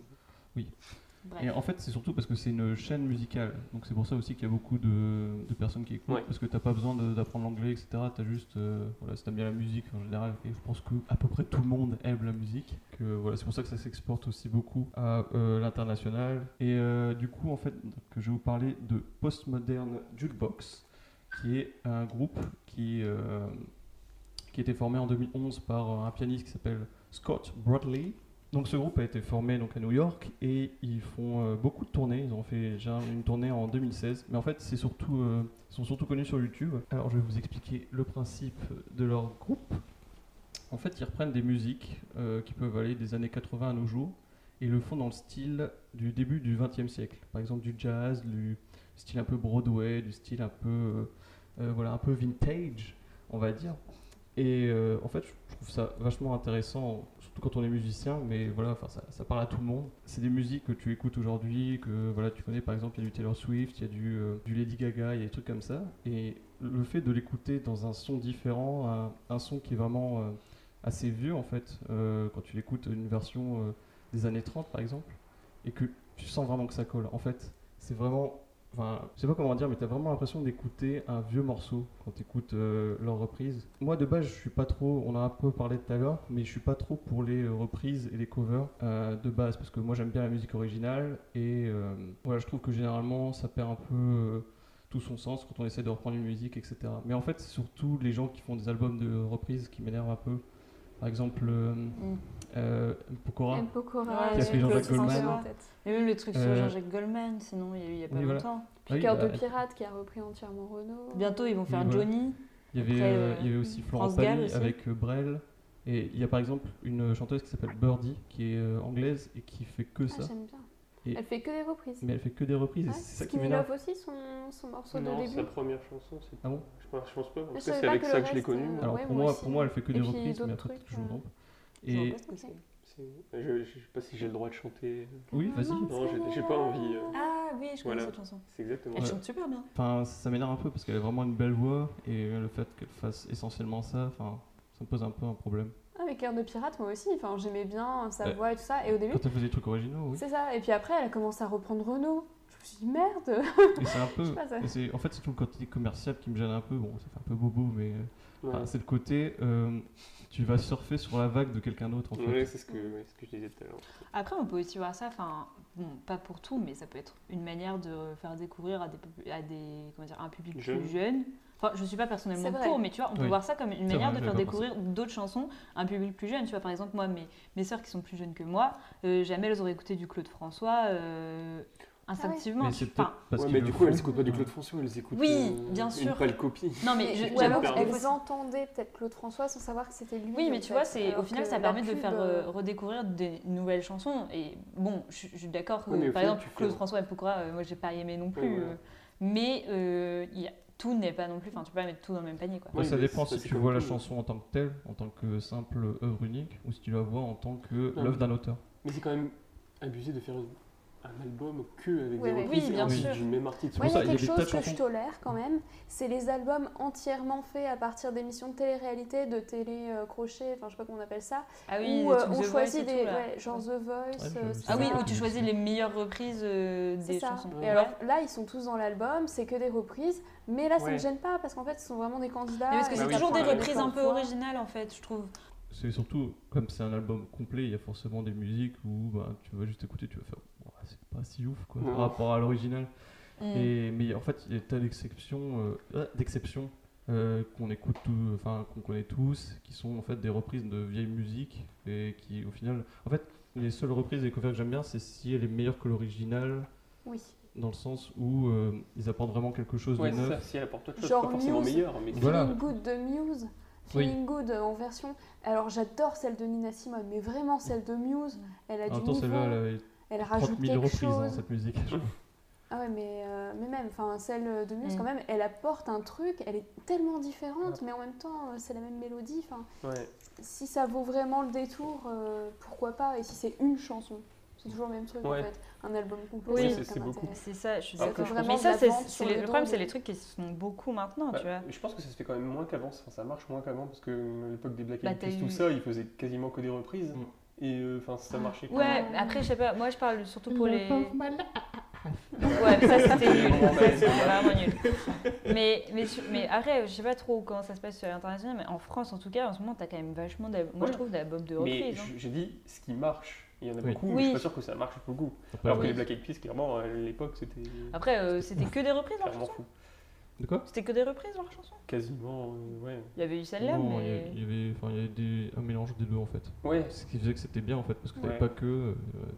Speaker 3: Bref.
Speaker 1: Et en fait, c'est surtout parce que c'est une chaîne musicale. Donc c'est pour ça aussi qu'il y a beaucoup de, de personnes qui écoutent.
Speaker 2: Ouais.
Speaker 1: Parce que t'as pas besoin de- d'apprendre l'anglais, etc. T'as juste. euh, voilà, si t'aimes bien la musique en général, et je pense que à peu près tout le monde aime la musique. Que, voilà, c'est pour ça que ça s'exporte aussi beaucoup à euh, l'international. Et euh, du coup, en fait, que je vais vous parler de Postmodern Jukebox, qui est un groupe qui. euh, qui a été formé en 2011 par euh, un pianiste qui s'appelle Scott Bradley. Donc ce groupe a été formé donc à New York et ils font euh, beaucoup de tournées. Ils ont fait déjà une tournée en 2016, mais en fait c'est surtout euh, ils sont surtout connus sur YouTube. Alors je vais vous expliquer le principe de leur groupe. En fait, ils reprennent des musiques euh, qui peuvent aller des années 80 à nos jours et ils le font dans le style du début du 20e siècle. Par exemple du jazz, du style un peu Broadway, du style un peu euh, euh, voilà un peu vintage, on va dire. Et euh, en fait, je je trouve ça vachement intéressant, surtout quand on est musicien, mais voilà, enfin, ça, ça parle à tout le monde. C'est des musiques que tu écoutes aujourd'hui, que voilà, tu connais, par exemple, il y a du Taylor Swift, il y a du, euh, du Lady Gaga, il y a des trucs comme ça. Et le fait de l'écouter dans un son différent, un, un son qui est vraiment euh, assez vieux, en fait, euh, quand tu l'écoutes une version euh, des années 30, par exemple, et que tu sens vraiment que ça colle. En fait, c'est vraiment. Enfin, je sais pas comment dire, mais t'as vraiment l'impression d'écouter un vieux morceau quand t'écoutes euh, leur reprise. Moi, de base, je suis pas trop. On en a un peu parlé tout à l'heure, mais je suis pas trop pour les euh, reprises et les covers euh, de base parce que moi, j'aime bien la musique originale et euh, voilà, je trouve que généralement, ça perd un peu. euh, tout son sens quand on essaie de reprendre une musique, etc. Mais en fait, c'est surtout les gens qui font des albums de reprises qui m'énervent un peu. Par exemple, euh,
Speaker 3: Mm.
Speaker 1: euh, Pokora.
Speaker 4: M. Pokora
Speaker 3: Ouais, Qui a pris
Speaker 1: Jean-Jacques
Speaker 4: Claude
Speaker 1: Goldman.
Speaker 4: François en tête.
Speaker 3: Et même le truc sur
Speaker 1: Euh,
Speaker 3: Jean-Jacques Goldman, sinon il y a eu il y a pas
Speaker 1: oui, voilà.
Speaker 3: longtemps.
Speaker 1: Ah oui,
Speaker 4: Cœur
Speaker 1: bah,
Speaker 4: de pirate qui a repris entièrement Renault.
Speaker 3: Bientôt ils vont faire
Speaker 1: Oui, voilà.
Speaker 3: Johnny.
Speaker 1: Il y avait, euh,
Speaker 3: Après, euh,
Speaker 1: il y avait aussi Florent
Speaker 3: France Gall
Speaker 1: Pagny
Speaker 3: aussi.
Speaker 1: avec euh, Brel. Et il y a par exemple une chanteuse qui s'appelle Birdie, qui est euh, anglaise et qui fait que
Speaker 4: Ah,
Speaker 1: ça.
Speaker 4: j'aime bien.
Speaker 1: Et-
Speaker 4: Elle fait que des reprises.
Speaker 1: Mais elle fait que des reprises, et
Speaker 4: Ouais,
Speaker 1: c'est ça qui
Speaker 4: Skinny
Speaker 1: m'énerve.
Speaker 4: Love aussi, son, son morceau
Speaker 2: Non,
Speaker 4: de
Speaker 2: c'est la
Speaker 4: début.
Speaker 2: première chanson. c'est-
Speaker 1: Ah bon
Speaker 2: je, pense, je pense pas. En tout
Speaker 4: Je
Speaker 2: cas,
Speaker 4: savais
Speaker 2: c'est
Speaker 4: pas
Speaker 2: avec
Speaker 4: que le
Speaker 2: ça que je l'ai
Speaker 4: reste,
Speaker 2: connue.
Speaker 4: euh,
Speaker 1: Alors
Speaker 4: ouais,
Speaker 1: pour
Speaker 4: moi
Speaker 1: moi,
Speaker 4: aussi.
Speaker 1: pour moi, elle fait que
Speaker 4: Et
Speaker 1: des
Speaker 4: puis
Speaker 1: reprises, mais
Speaker 4: d'autres
Speaker 1: après peut-être
Speaker 4: trucs, euh,
Speaker 1: que je me
Speaker 4: ouais.
Speaker 1: trompe.
Speaker 3: Je vois
Speaker 1: Et
Speaker 3: pas ce que c'est.
Speaker 2: C'est- Je, je sais pas si j'ai le droit de chanter.
Speaker 1: oui,
Speaker 4: Ah,
Speaker 1: vas-y.
Speaker 2: Non, j'ai- j'ai pas envie, euh.
Speaker 3: Ah oui, je connais
Speaker 2: Voilà.
Speaker 3: cette chanson.
Speaker 2: C'est exactement
Speaker 3: Elle
Speaker 1: Ouais.
Speaker 2: ça.
Speaker 3: chante super bien.
Speaker 1: Enfin, ça m'énerve un peu parce qu'elle a vraiment une belle voix et le fait qu'elle fasse essentiellement ça, enfin, ça me pose un peu un problème.
Speaker 4: Ah, mais Cœur de Pirate, moi aussi. Enfin, j'aimais bien sa
Speaker 1: Ouais.
Speaker 4: voix et tout ça. Et au début,
Speaker 1: Quand elle faisait des trucs originaux, oui.
Speaker 4: c'est ça. Et puis après, elle a commencé à reprendre Renault. Je me suis dit, merde
Speaker 1: Et c'est un
Speaker 4: Je
Speaker 1: peu.
Speaker 4: sais pas, ça-
Speaker 1: et c'est- en fait, c'est tout le côté commercial qui me gêne un peu. Bon, ça fait un peu bobo, mais euh,
Speaker 2: Ouais.
Speaker 1: enfin, c'est le côté. euh, tu vas surfer sur la vague de quelqu'un d'autre, en fait.
Speaker 2: Ouais, c'est ce, que- ouais, ce que je disais tout à l'heure.
Speaker 3: Après, on peut aussi voir ça, enfin, bon, pas pour tout, mais ça peut être une manière de faire découvrir à des, popu- à des comment dire, à un public
Speaker 2: Jeune.
Speaker 3: plus jeune. Enfin, je suis pas personnellement
Speaker 4: C'est vrai.
Speaker 3: pour, mais tu vois, on peut
Speaker 1: Oui.
Speaker 3: voir ça comme une manière
Speaker 1: vrai,
Speaker 3: de
Speaker 1: j'avais
Speaker 3: faire
Speaker 1: pas
Speaker 3: découvrir d'autres chansons à un public plus jeune. Tu vois, par exemple, moi, mes, mes sœurs qui sont plus jeunes que moi, euh, jamais elles auraient écouté du Claude François euh,
Speaker 4: Ah
Speaker 3: instinctivement.
Speaker 1: Mais c'est
Speaker 3: Enfin,
Speaker 1: peut-être parce
Speaker 2: Ouais,
Speaker 1: qu'il
Speaker 2: mais
Speaker 1: le
Speaker 2: du coup,
Speaker 1: faut.
Speaker 2: elles écoutent pas du Claude François, elles écoutent
Speaker 3: Oui,
Speaker 2: euh,
Speaker 3: bien
Speaker 2: une
Speaker 3: sûr.
Speaker 2: pâle copie.
Speaker 3: non, mais je-
Speaker 4: Mais,
Speaker 2: j'ai
Speaker 4: ou alors,
Speaker 2: pas
Speaker 3: j'avoue que-
Speaker 4: elles entendaient peut-être Claude François sans savoir que c'était lui.
Speaker 3: Oui,
Speaker 4: en
Speaker 3: mais tu
Speaker 4: fait.
Speaker 3: vois, c'est au
Speaker 4: Alors
Speaker 3: final,
Speaker 4: que
Speaker 3: ça
Speaker 4: la
Speaker 3: permet de
Speaker 4: pub,
Speaker 3: faire
Speaker 4: euh,
Speaker 3: euh, redécouvrir des nouvelles chansons. Et bon, je, suis- je suis d'accord que,
Speaker 2: Oui, mais au
Speaker 3: par
Speaker 2: final,
Speaker 3: exemple,
Speaker 2: tu
Speaker 3: Claude
Speaker 2: fais-
Speaker 3: François et Pokora, euh, moi, j'ai pas aimé non plus.
Speaker 2: Oui, voilà.
Speaker 3: euh, mais euh, il y a- tout n'est pas non plus. Enfin, tu peux pas mettre tout dans le même panier, quoi.
Speaker 1: Après,
Speaker 2: Oui,
Speaker 1: ça
Speaker 2: mais
Speaker 1: dépend
Speaker 2: c'est-
Speaker 1: si
Speaker 2: c'est
Speaker 1: tu
Speaker 2: comme
Speaker 1: vois la
Speaker 2: tout.
Speaker 1: chanson en tant que telle, en tant que simple euh, œuvre unique, ou si tu la vois en tant que
Speaker 2: Non.
Speaker 1: l'œuvre d'un auteur.
Speaker 2: Mais c'est quand même abusé de faire une- un album que avec
Speaker 4: Ouais,
Speaker 2: des
Speaker 4: ouais.
Speaker 2: reprises
Speaker 3: Oui, bien
Speaker 2: ainsi
Speaker 3: sûr.
Speaker 2: du même artiste.
Speaker 4: Moi,
Speaker 1: pour
Speaker 4: il y a
Speaker 1: ça, il y a
Speaker 4: quelque
Speaker 1: des tas de
Speaker 4: chose que je
Speaker 1: chansons.
Speaker 4: tolère quand même, c'est les albums entièrement faits à partir d'émissions de télé-réalité, de télé-crochet, enfin je sais pas comment on appelle ça,
Speaker 3: Ah oui,
Speaker 4: où euh,
Speaker 3: tout
Speaker 4: on
Speaker 3: The
Speaker 4: choisit
Speaker 3: Voice et
Speaker 4: des.
Speaker 3: tout, là.
Speaker 4: ouais, genre The Voice.
Speaker 1: j'aime
Speaker 4: euh,
Speaker 1: ça.
Speaker 3: Ah oui,
Speaker 4: ça.
Speaker 3: où tu choisis les meilleures reprises euh,
Speaker 4: C'est
Speaker 3: des
Speaker 4: ça.
Speaker 3: chansons.
Speaker 4: Et alors là, ils sont tous dans l'album, c'est que des reprises, mais là ça
Speaker 2: Ouais.
Speaker 4: me gêne pas parce qu'en fait, ce sont vraiment des candidats. euh,
Speaker 3: Mais parce que
Speaker 4: et
Speaker 2: Ah
Speaker 1: Bah
Speaker 3: c'est
Speaker 4: ça
Speaker 2: oui.
Speaker 3: toujours
Speaker 4: prend
Speaker 3: des
Speaker 2: Ouais,
Speaker 3: reprises un peu
Speaker 4: parfois.
Speaker 3: originales, en fait, je trouve.
Speaker 1: C'est surtout, comme c'est un album complet, il y a forcément des musiques où bah, tu vas juste écouter, tu vas faire Ouah, c'est pas si ouf quoi,
Speaker 2: Non.
Speaker 1: par rapport à l'original.
Speaker 3: Mm.
Speaker 1: Et Mais en fait, il y a des tas d'exceptions euh, ah, d'exceptions, euh, qu'on écoute tout, enfin qu'on connaît tous, qui sont en fait des reprises de vieilles musiques et qui au final. En fait, les seules reprises des covers que j'aime bien, c'est si elle est meilleure que l'original,
Speaker 4: Oui.
Speaker 1: dans le sens où euh, ils apportent vraiment quelque chose
Speaker 2: Ouais,
Speaker 1: de
Speaker 2: c'est
Speaker 1: neuf.
Speaker 2: ça. Si elle apporte autre chose, c'est
Speaker 4: Genre
Speaker 2: pas forcément
Speaker 4: Muse.
Speaker 2: meilleur. Mais
Speaker 1: Voilà.
Speaker 4: Feeling Good de Muse.
Speaker 1: Oui.
Speaker 4: Feeling Good euh, en version. Alors j'adore celle de Nina Simone, mais vraiment celle de Muse, elle a
Speaker 1: En
Speaker 4: du
Speaker 1: même temps,
Speaker 4: niveau.
Speaker 1: celle-là, elle avait
Speaker 4: Elle
Speaker 1: 30 000
Speaker 4: rajoute quelque
Speaker 1: reprises, hein,
Speaker 4: chose.
Speaker 1: cette musique. je crois.
Speaker 4: Ah ouais, mais, euh, mais même, enfin, celle de Muse,
Speaker 3: Mm.
Speaker 4: quand même, elle apporte un truc, elle est tellement différente, mais en même temps, euh, c'est la même mélodie. Enfin,
Speaker 2: Ouais.
Speaker 4: si ça vaut vraiment le détour, euh, pourquoi pas Et si c'est une chanson, c'est toujours le même truc,
Speaker 2: Ouais.
Speaker 4: en fait. Un album complet,
Speaker 3: Oui,
Speaker 4: ça
Speaker 2: c'est-
Speaker 4: n'a
Speaker 2: c'est
Speaker 4: aucun
Speaker 2: beaucoup.
Speaker 4: intérêt.
Speaker 3: C'est ça, je suis
Speaker 4: Ça
Speaker 3: d'accord.
Speaker 4: fait vraiment
Speaker 3: Mais
Speaker 4: de
Speaker 3: ça,
Speaker 4: la
Speaker 3: c'est
Speaker 4: vente
Speaker 3: c'est
Speaker 4: sur
Speaker 3: les-
Speaker 4: le
Speaker 3: le problème,
Speaker 4: dos
Speaker 3: c'est
Speaker 4: des-
Speaker 3: les trucs qui sont beaucoup maintenant,
Speaker 2: Bah,
Speaker 3: tu vois.
Speaker 2: mais Je pense que ça se fait quand même moins qu'avant, enfin, ça marche moins qu'avant parce que euh, à l'époque des Black
Speaker 3: Bah,
Speaker 2: Eyed Peas,
Speaker 3: t'as
Speaker 2: tout
Speaker 3: eu- Ah.
Speaker 2: ça, ils faisaient quasiment que des reprises
Speaker 1: Mm.
Speaker 2: et euh, enfin ça marchait. pas.
Speaker 3: Ouais,
Speaker 4: Ouais.
Speaker 3: après, je sais pas, moi je parle surtout pour les.
Speaker 1: Bah,
Speaker 3: Ouais, mais ça c'était nul.
Speaker 2: Bon, bah,
Speaker 3: Ça, c'était
Speaker 2: voilà.
Speaker 3: vraiment nul. Mais, mais, sur- mais après, je sais pas trop comment ça se passe sur l'international, mais en France en tout cas, en ce moment, t'as quand même vachement d'al- Moi
Speaker 2: Ouais.
Speaker 3: je trouve d'albums de
Speaker 2: Mais
Speaker 3: reprise.
Speaker 2: j- j'ai dit ce qui marche. Il y en a
Speaker 1: Oui.
Speaker 2: beaucoup, mais
Speaker 3: hein. Oui.
Speaker 2: je suis pas sûr que ça marche beaucoup. Alors que les Black Eyed Peas, clairement, à l'époque, c'était
Speaker 3: Après, euh, c'était que des reprises leurs
Speaker 2: clairement
Speaker 3: chansons
Speaker 2: fou.
Speaker 1: De quoi
Speaker 3: C'était que des reprises leurs chansons
Speaker 2: Quasiment, euh, ouais.
Speaker 3: Il y avait eu celle-là,
Speaker 1: Non, il y
Speaker 3: mais.
Speaker 1: a- il y avait, enfin, il y avait des- un mélange des deux en fait.
Speaker 2: Ouais,
Speaker 1: Ce qui faisait que c'était bien en fait, parce que t'avais
Speaker 2: Ouais.
Speaker 1: pas que euh,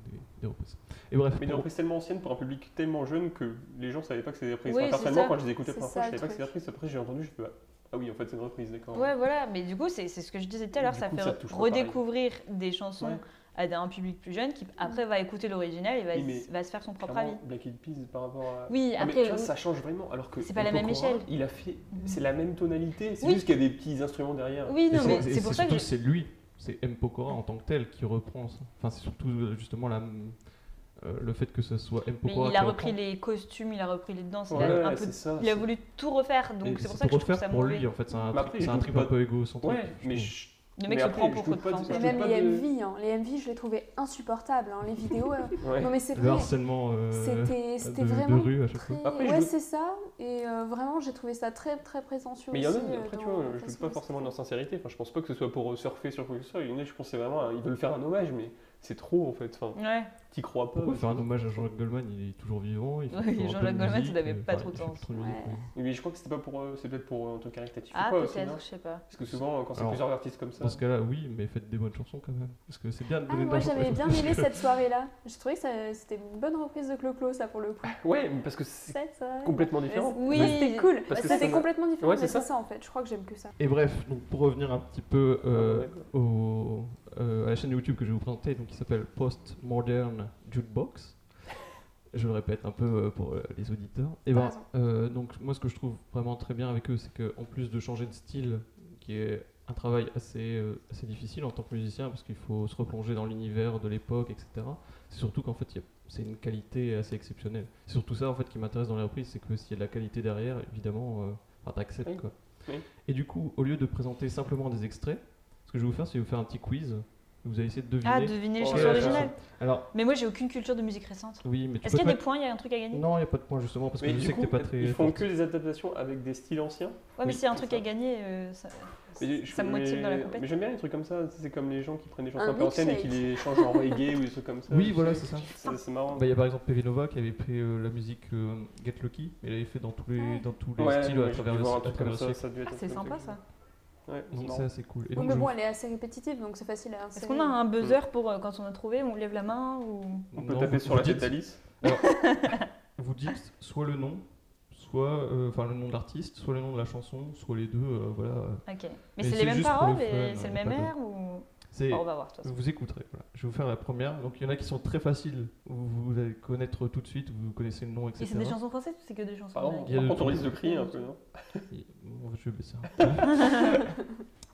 Speaker 1: des, des reprises. Et bref,
Speaker 2: mais des
Speaker 1: pour-
Speaker 2: reprises tellement anciennes pour un public tellement jeune que les gens savaient pas que c'était des reprises.
Speaker 3: Oui,
Speaker 2: Enfin,
Speaker 3: c'est
Speaker 2: personnellement,
Speaker 3: ça.
Speaker 2: quand je les écoutais
Speaker 4: C'est
Speaker 2: la première
Speaker 4: ça,
Speaker 2: fois, je
Speaker 4: le
Speaker 2: savais pas que c'était des
Speaker 4: truc.
Speaker 2: reprises. Après, j'ai entendu, je fais ah, ah oui, en fait, c'est une reprise, d'accord.
Speaker 3: Ouais, voilà, mais du coup, c'est c'est ce que je disais tout à l'heure,
Speaker 2: Du
Speaker 3: ça
Speaker 2: coup,
Speaker 3: fait
Speaker 2: ça touche pas
Speaker 3: redécouvrir des chansons
Speaker 2: Ouais.
Speaker 3: à d- un public plus jeune qui après va écouter l'original et va,
Speaker 2: Oui, mais
Speaker 3: va se faire son propre
Speaker 2: Clairement,
Speaker 3: avis.
Speaker 2: Black Eyed Peas par rapport à.
Speaker 3: Oui,
Speaker 2: Ah, mais
Speaker 3: après,
Speaker 2: tu vois,
Speaker 3: oui.
Speaker 2: ça change vraiment. Alors que.
Speaker 3: C'est pas la
Speaker 2: El
Speaker 3: même
Speaker 2: Pokora,
Speaker 3: échelle.
Speaker 2: Il a fait. C'est la même tonalité, c'est
Speaker 3: Oui.
Speaker 2: juste qu'il y a des petits instruments derrière.
Speaker 3: Oui,
Speaker 1: et
Speaker 3: non, mais
Speaker 1: et
Speaker 3: c'est pour ça que
Speaker 1: surtout,
Speaker 3: je-
Speaker 1: c'est lui, c'est M. Pokora en tant que tel qui reprend. ça. Enfin, c'est surtout euh, justement la, euh, le fait que ce soit M.
Speaker 3: mais
Speaker 1: Pokora
Speaker 3: il a
Speaker 1: qui
Speaker 3: repris
Speaker 1: reprend.
Speaker 3: les costumes, il a repris les danses, il
Speaker 2: Ouais,
Speaker 3: a un peu
Speaker 2: c'est ça.
Speaker 3: Il a
Speaker 2: c'est-
Speaker 3: voulu tout refaire, donc
Speaker 1: Et
Speaker 3: c'est pour ça que je trouve
Speaker 1: refaire
Speaker 3: ça
Speaker 1: pour
Speaker 3: mauvais.
Speaker 1: lui en fait, c'est un,
Speaker 2: Bah,
Speaker 1: truc-
Speaker 2: après,
Speaker 1: c'est
Speaker 2: je
Speaker 1: un
Speaker 2: doute
Speaker 1: truc
Speaker 2: pas-
Speaker 1: un peu égocentrique.
Speaker 2: Ouais,
Speaker 1: je
Speaker 2: mais
Speaker 1: trouve.
Speaker 2: je-
Speaker 3: Le
Speaker 2: Mais
Speaker 3: mec se
Speaker 2: après,
Speaker 3: prend
Speaker 2: je
Speaker 3: pour
Speaker 2: doute
Speaker 3: Claude
Speaker 2: pas de-
Speaker 4: Mais
Speaker 3: François.
Speaker 2: je
Speaker 4: même
Speaker 2: trouve
Speaker 4: les
Speaker 2: pas de-
Speaker 4: MV, hein, les MV, je les trouvais insupportables, hein, les vidéos. euh.
Speaker 2: ouais.
Speaker 4: Non mais c'est
Speaker 1: Le
Speaker 4: vrai,
Speaker 1: harcèlement euh,
Speaker 4: c'était
Speaker 1: de,
Speaker 4: c'était
Speaker 1: de
Speaker 4: vraiment
Speaker 1: rue à chaque
Speaker 4: très...
Speaker 1: fois.
Speaker 2: Après, je
Speaker 4: ouais,
Speaker 2: le-
Speaker 4: c'est ça, et euh, vraiment, j'ai trouvé ça très très prétentieux
Speaker 2: Mais il y en a,
Speaker 4: aussi, euh,
Speaker 2: après, tu
Speaker 4: dans
Speaker 2: vois,
Speaker 4: la
Speaker 2: je
Speaker 4: façon
Speaker 2: doute pas
Speaker 4: dont c'est
Speaker 2: forcément de
Speaker 4: fait.
Speaker 2: leur sincérité. Enfin, je pense pas que ce soit pour euh, surfer sur quoi que ce soit. Il y en a, je pense que c'est vraiment. un- Ils veulent faire un hommage, mais c'est trop en fait. Enfin,
Speaker 3: Ouais.
Speaker 2: t'y crois pas.
Speaker 1: Pourquoi faire un hommage à Jean-Jacques Goldman Il est toujours vivant. il fait
Speaker 3: Ouais,
Speaker 1: toujours un peu
Speaker 3: Jean-Jacques
Speaker 1: de
Speaker 3: Goldman,
Speaker 1: musique,
Speaker 3: ça n'avait
Speaker 1: euh,
Speaker 3: pas
Speaker 1: enfin,
Speaker 3: trop de
Speaker 1: il fait
Speaker 3: sens.
Speaker 1: trop de musique,
Speaker 3: Ouais.
Speaker 1: oui.
Speaker 2: Mais je crois que c'était pas pour. euh, C'est peut-être pour euh, un truc caritatif
Speaker 3: Ah,
Speaker 2: ou quoi aussi. non
Speaker 3: peut-être, je sais pas.
Speaker 2: Parce que souvent, euh, quand c'est
Speaker 1: Alors,
Speaker 2: plusieurs artistes comme ça.
Speaker 1: Dans ce cas-là, oui, mais faites des bonnes chansons quand même. Parce que c'est bien de
Speaker 4: Ah,
Speaker 1: donner de
Speaker 4: moi
Speaker 1: l'argent,
Speaker 4: j'avais bien
Speaker 1: parce
Speaker 4: aimé
Speaker 1: que-
Speaker 4: cette soirée-là. J'ai trouvé que ça- c'était une bonne reprise de Clo-Clo, ça pour le coup.
Speaker 2: Ouais, mais parce que c'est
Speaker 4: Cette soirée.
Speaker 2: complètement différent.
Speaker 3: Oui.
Speaker 4: Ouais, c'était cool.
Speaker 2: Parce que
Speaker 4: C'était
Speaker 2: ça-
Speaker 4: complètement différent,
Speaker 2: Ouais,
Speaker 4: mais
Speaker 2: c'est ça.
Speaker 4: c'est ça. en fait. Je crois que j'aime que ça.
Speaker 1: Et bref, donc pour revenir un petit peu euh,
Speaker 2: Ouais,
Speaker 1: au- euh, à la chaîne YouTube que je vais vous présenter, donc qui s'appelle Postmodern Jukebox. Je le répète un peu euh, pour euh, les auditeurs. Et
Speaker 4: T'as
Speaker 1: ben,
Speaker 4: raison.
Speaker 1: euh, donc moi ce que je trouve vraiment très bien avec eux, c'est qu'en plus de changer de style, qui est un travail assez, euh, assez difficile en tant que musicien, parce qu'il faut se replonger dans l'univers de l'époque, etc. C'est surtout qu'en fait, il y a- c'est une qualité assez exceptionnelle. C'est surtout ça en fait qui m'intéresse dans les reprises, c'est que s'il y a de la qualité derrière, évidemment, euh, enfin, t'acceptes
Speaker 2: Oui.
Speaker 1: quoi.
Speaker 2: Oui.
Speaker 1: Et du coup, au lieu de présenter simplement des extraits, ce que je vais vous faire, c'est vous faire un petit quiz. Vous allez essayer de deviner.
Speaker 3: Ah, deviner les
Speaker 2: Oh,
Speaker 3: chansons
Speaker 2: ouais,
Speaker 3: originales.
Speaker 1: Alors,
Speaker 3: Mais moi, j'ai aucune culture de musique récente.
Speaker 1: oui, mais tu
Speaker 3: Est-ce
Speaker 1: peux
Speaker 3: qu'il y a
Speaker 1: pas-
Speaker 3: des points Il y a un truc à gagner
Speaker 1: Non, il n'y a pas de point justement parce que
Speaker 2: Mais
Speaker 1: je
Speaker 2: du
Speaker 1: sais
Speaker 2: coup,
Speaker 1: que t'es pas très.
Speaker 2: ils font
Speaker 1: forte.
Speaker 2: que des adaptations avec des styles anciens.
Speaker 3: Ouais, mais
Speaker 2: Oui,
Speaker 3: s'il y a un
Speaker 2: c'est
Speaker 3: truc
Speaker 2: ça.
Speaker 3: à gagner, euh, ça,
Speaker 2: Mais je-
Speaker 3: ça me motive dans la
Speaker 2: mais-
Speaker 3: compétition.
Speaker 2: Mais j'aime bien les trucs comme ça. C'est comme les gens qui prennent des chansons
Speaker 4: Un
Speaker 2: un peu anciennes et qui
Speaker 4: milkshake.
Speaker 2: les changent en reggae ou des trucs comme ça.
Speaker 1: Oui,
Speaker 2: tu
Speaker 1: voilà,
Speaker 2: sais.
Speaker 1: c'est ça.
Speaker 2: Ça, C'est marrant.
Speaker 1: Bah, Il y a par exemple Pevinova qui avait pris euh, la musique euh, Get Lucky, mais il avait fait dans tous les,
Speaker 4: Ouais.
Speaker 1: dans tous les
Speaker 2: Ouais,
Speaker 1: styles
Speaker 2: ouais,
Speaker 1: à
Speaker 2: j'ai
Speaker 1: travers
Speaker 2: dû
Speaker 1: le,
Speaker 2: voir un
Speaker 1: à
Speaker 2: truc
Speaker 1: travers
Speaker 2: comme
Speaker 1: le siècle.
Speaker 2: ça. ça devait être
Speaker 3: Ah,
Speaker 2: un
Speaker 3: c'est
Speaker 2: truc
Speaker 3: sympa
Speaker 2: comme
Speaker 3: ça.
Speaker 2: Ouais, c'est
Speaker 1: Donc,
Speaker 2: marrant.
Speaker 1: ça, c'est cool. Et
Speaker 4: Oui,
Speaker 1: donc,
Speaker 4: mais
Speaker 1: je-
Speaker 4: bon, elle est assez répétitive, donc c'est facile à
Speaker 3: Est-ce
Speaker 4: insérer.
Speaker 3: qu'on a un buzzer pour euh, quand on a trouvé, on lève la main ou
Speaker 2: On peut
Speaker 1: Non,
Speaker 2: taper
Speaker 1: vous-
Speaker 2: sur la
Speaker 1: vous
Speaker 2: tête
Speaker 1: dites-
Speaker 2: d'Alice.
Speaker 1: Vous dites soit le nom, soit euh, enfin le nom de l'artiste, soit le nom de la chanson, soit les deux. euh, voilà.
Speaker 3: Ok. Mais,
Speaker 1: Mais
Speaker 3: c'est
Speaker 1: c'est
Speaker 3: les mêmes
Speaker 1: juste pour
Speaker 3: paroles
Speaker 1: le
Speaker 3: et
Speaker 1: fun,
Speaker 3: c'est le
Speaker 1: y a
Speaker 3: même
Speaker 1: pas de-
Speaker 3: air ou
Speaker 1: C'est
Speaker 3: Bon, On va voir de toute façon.
Speaker 1: Vous écouterez. Voilà. Je vais vous faire la première. Donc il y en a qui sont très faciles. Vous, vous allez connaître tout de suite. Vous connaissez le nom, etc.
Speaker 3: Et c'est des chansons françaises ou c'est que des chansons
Speaker 2: Par
Speaker 3: américaines
Speaker 1: Il y a
Speaker 2: par
Speaker 1: le
Speaker 2: contre, on
Speaker 1: tout.
Speaker 2: risque de crier un peu, non
Speaker 1: Et- bon, je vais baisser un peu.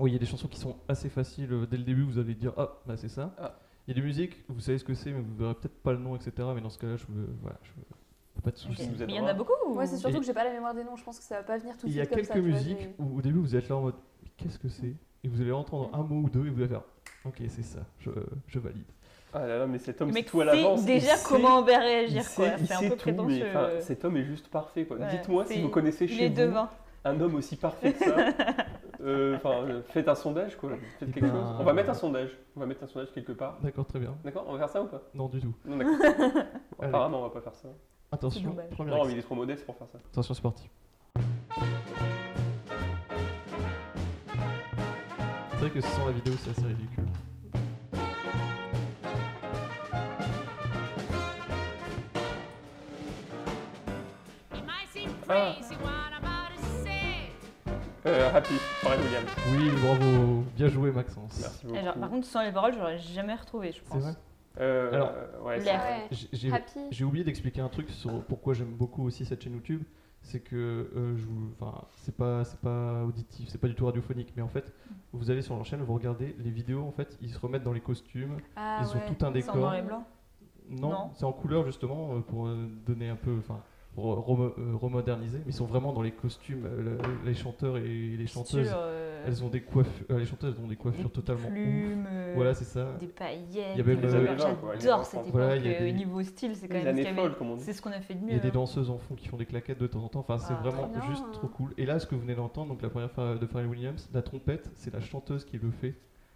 Speaker 1: oui, il y a des chansons qui sont assez faciles. euh, Dès le début, vous allez dire ah, bah c'est ça.
Speaker 2: Ah.
Speaker 1: Il y a des musiques, vous savez ce que c'est, mais vous verrez peut-être pas le nom, etc. Mais dans ce cas-là, je veux, voilà, je veux- pas de
Speaker 3: Ok.
Speaker 1: soucis.
Speaker 2: vous
Speaker 3: Mais
Speaker 2: êtes
Speaker 3: il y en
Speaker 2: droit.
Speaker 3: a beaucoup ou-
Speaker 4: Moi, c'est
Speaker 1: Et-
Speaker 4: surtout que j'ai pas la mémoire des noms, je pense que ça va pas venir tout de
Speaker 1: Il y a
Speaker 4: suite. comme
Speaker 1: quelques
Speaker 4: ça, tu vois,
Speaker 1: musiques
Speaker 4: j'ai-
Speaker 1: où au début vous êtes là en mode Mais qu'est-ce que c'est Et vous allez entendre un mot ou deux et vous allez faire ok c'est ça, je, je valide.
Speaker 2: Ah là là, mais cet homme,
Speaker 3: Mais
Speaker 2: c'est tout à l'avance.
Speaker 3: c'est
Speaker 2: il
Speaker 3: déjà
Speaker 2: sait-
Speaker 3: comment on va
Speaker 2: il
Speaker 3: réagir quoi.
Speaker 2: sait- il
Speaker 3: C'est un
Speaker 2: sait
Speaker 3: peu
Speaker 2: tout, mais,
Speaker 3: prétentieux.
Speaker 2: enfin, Cet homme est juste parfait, quoi.
Speaker 3: Ouais,
Speaker 2: Dites-moi si
Speaker 3: c'est-
Speaker 2: vous connaissez
Speaker 3: Il
Speaker 2: chez
Speaker 3: est
Speaker 2: vous
Speaker 3: devant.
Speaker 2: un homme aussi parfait que ça. Euh, Enfin, euh, faites un sondage, quoi. Faites
Speaker 1: Eh
Speaker 2: quelque
Speaker 1: ben,
Speaker 2: chose. On va mettre un sondage. On va mettre un sondage quelque part.
Speaker 1: D'accord très bien.
Speaker 2: D'accord On va faire ça ou pas
Speaker 1: Non du tout.
Speaker 2: Non, d'accord.
Speaker 1: Allez.
Speaker 2: Apparemment, on va pas faire ça.
Speaker 3: C'est
Speaker 1: Attention,
Speaker 3: dommage.
Speaker 1: première
Speaker 2: Non, mais
Speaker 1: extrait.
Speaker 2: il est trop modeste pour faire ça.
Speaker 1: Attention c'est parti. C'est vrai que sans la vidéo c'est assez ridicule.
Speaker 2: Ah. Euh, happy, Pharrell Williams.
Speaker 1: Oui bravo, bien joué Maxence.
Speaker 2: Merci
Speaker 3: Et genre, par
Speaker 2: beaucoup.
Speaker 3: contre, sans les paroles, j'aurais jamais retrouvé, je
Speaker 1: C'est
Speaker 3: pense.
Speaker 1: vrai.
Speaker 2: Euh,
Speaker 1: Alors,
Speaker 2: euh, ouais,
Speaker 4: Ah
Speaker 2: c'est-
Speaker 3: L'air.
Speaker 4: ouais.
Speaker 1: J'ai- j'ai-
Speaker 4: Happy.
Speaker 1: J'ai oublié d'expliquer un truc sur pourquoi j'aime beaucoup aussi cette chaîne YouTube, c'est que euh, je vous, enfin, c'est pas, c'est pas auditif, c'est pas du tout radiophonique, mais en fait, vous allez sur leur chaîne, vous regardez les vidéos, en fait, ils se remettent dans les costumes,
Speaker 4: Ah,
Speaker 1: ils
Speaker 4: ouais.
Speaker 1: ont tout un
Speaker 3: Sans noir
Speaker 1: décor.
Speaker 3: et blanc.
Speaker 1: Non,
Speaker 3: Non.
Speaker 1: c'est en couleur justement euh, pour euh, donner un peu, enfin, pour remo- euh, remoderniser, mais ils sont vraiment dans les costumes, euh, le- les chanteurs et les chanteuses,
Speaker 3: Sur, euh,
Speaker 1: elles ont des coiffures, les chanteuses elles ont des coiffures
Speaker 3: des
Speaker 1: totalement ouf.
Speaker 3: plumes, euh,
Speaker 1: Voilà, c'est ça.
Speaker 3: des paillettes.
Speaker 1: Il y avait
Speaker 3: des
Speaker 1: le-
Speaker 3: couleurs.
Speaker 2: les années 20, quoi, les
Speaker 3: J'adore
Speaker 2: années
Speaker 3: cette
Speaker 2: 30.
Speaker 3: époque.
Speaker 1: Voilà, il y a
Speaker 3: euh,
Speaker 1: des-
Speaker 3: niveau style, c'est quand
Speaker 2: les
Speaker 3: même ce
Speaker 2: années
Speaker 3: qu'il y avait.
Speaker 2: folles, comme on dit.
Speaker 3: C'est ce qu'on a fait de
Speaker 1: Il y a
Speaker 3: mieux.
Speaker 1: des
Speaker 3: hein.
Speaker 1: danseuses en fond qui font des claquettes de temps en temps. Enfin, c'est
Speaker 3: Ah,
Speaker 1: vraiment
Speaker 4: trop bien.
Speaker 1: juste trop cool. Et là, ce que vous venez d'entendre, donc la première fois de Pharrell Williams, la trompette, c'est la chanteuse qui le fait.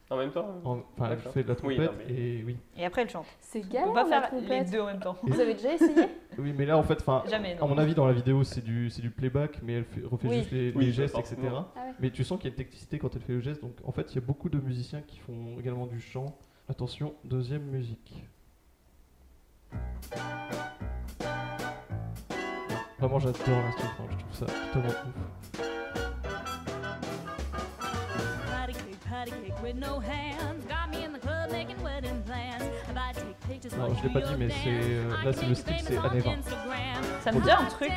Speaker 2: En même temps
Speaker 1: En- Enfin, elle
Speaker 2: D'accord.
Speaker 1: fait de la
Speaker 2: Oui, non,
Speaker 1: trompette
Speaker 2: mais-
Speaker 1: et oui.
Speaker 3: hein. Et après, elle chante.
Speaker 4: C'est
Speaker 3: On
Speaker 4: galère.
Speaker 3: peut pas
Speaker 4: la
Speaker 3: faire les
Speaker 4: trompette.
Speaker 3: deux en même temps.
Speaker 4: Vous avez déjà essayé
Speaker 1: Oui, mais là, en fait, enfin,
Speaker 3: Jamais,
Speaker 1: Ah, à
Speaker 3: non.
Speaker 1: mon avis, dans la vidéo, c'est du, c'est du playback, mais elle fait- refait
Speaker 3: Oui.
Speaker 1: juste les,
Speaker 2: Oui,
Speaker 1: les gestes, etc.
Speaker 2: forcément.
Speaker 4: Ah ouais.
Speaker 1: Mais tu sens qu'il y a une technicité quand elle fait le geste. Donc, en fait, il y a beaucoup de musiciens qui font également du chant. Attention, deuxième musique. Vraiment, j'adore l'instrument. Je trouve ça totalement ouf. Non, je l'ai pas dit, mais c'est euh, là c'est le style, c'est années 20.
Speaker 3: Ça me dit un truc.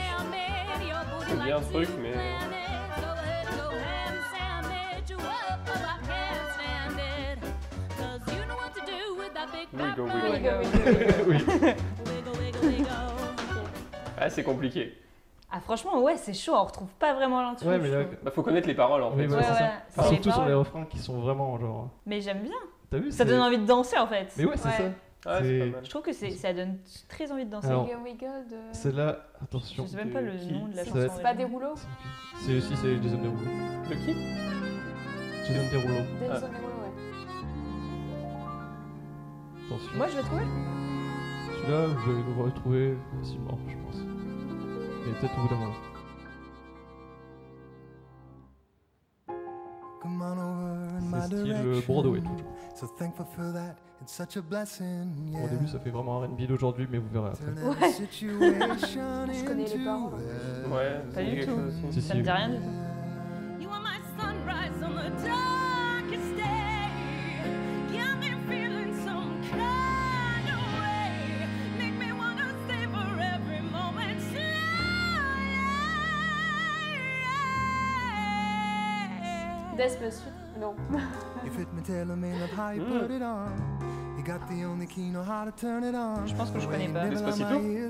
Speaker 2: C'est bien un truc, mais. Wiggle,
Speaker 4: Ah,
Speaker 2: wiggle.
Speaker 4: oui, oui, oui, oui.
Speaker 2: Ah, c'est compliqué.
Speaker 3: Ah, franchement, ouais, c'est chaud. On retrouve pas vraiment l'intuition.
Speaker 1: Ouais, mais là,
Speaker 2: Bah, faut connaître les paroles en
Speaker 1: Oui,
Speaker 2: fait.
Speaker 1: voilà,
Speaker 3: Ouais,
Speaker 1: c'est
Speaker 3: voilà,
Speaker 1: ça.
Speaker 3: c'est les
Speaker 1: Surtout sur les
Speaker 3: paroles.
Speaker 1: refrains qui sont vraiment genre. hein.
Speaker 3: Mais j'aime bien.
Speaker 1: T'as vu
Speaker 3: Ça
Speaker 1: c'est-
Speaker 3: donne envie de danser en fait.
Speaker 1: Mais ouais, c'est
Speaker 4: Ouais.
Speaker 1: ça.
Speaker 2: Ah, c'est pas
Speaker 1: C'est-
Speaker 2: mal.
Speaker 3: Je trouve que c'est- ça donne très envie de danser.
Speaker 1: Alors,
Speaker 4: Wiggle, wiggle de- C'est
Speaker 1: Celle-là, attention.
Speaker 3: je sais même pas le
Speaker 2: qui-
Speaker 3: nom de la
Speaker 1: ça
Speaker 3: chanson.
Speaker 1: va être-
Speaker 4: pas
Speaker 3: originale.
Speaker 4: des rouleaux
Speaker 1: C'est aussi c'est Jason Derulo.
Speaker 2: De qui
Speaker 1: Jason Derulo.
Speaker 4: Des
Speaker 2: Ah.
Speaker 4: rouleaux, ouais.
Speaker 1: Attention.
Speaker 11: Moi, je vais trouver.
Speaker 1: Celui-là, vous allez le retrouver facilement, je pense. Et peut-être au bout d'un moment.
Speaker 8: Come on over in my
Speaker 1: C'est style
Speaker 8: direction.
Speaker 1: Broadway, toujours.
Speaker 8: So thankful for that. It's such a blessing. Yeah.
Speaker 1: Au début, ça fait vraiment R&B d'aujourd'hui, mais vous verrez après.
Speaker 8: Turn
Speaker 11: Ouais.
Speaker 8: any situation
Speaker 4: Je connais les
Speaker 8: into
Speaker 4: paroles.
Speaker 8: a-
Speaker 2: Ouais,
Speaker 3: Pas du
Speaker 2: quelque
Speaker 3: tout.
Speaker 2: chose
Speaker 1: Si,
Speaker 2: aussi.
Speaker 3: Ça
Speaker 1: si,
Speaker 3: me dit rien du tout.
Speaker 7: You are my sunrise on the darkest day. Got me feeling some kind of way. Make me wanna stay for every moment.
Speaker 4: Despacito. Non.
Speaker 8: You fit me, tell me love how you
Speaker 2: Mm.
Speaker 8: put it on. You got the only key, know how to turn it on.
Speaker 11: Je pense que je connais pas.
Speaker 2: Despacito
Speaker 1: Oui.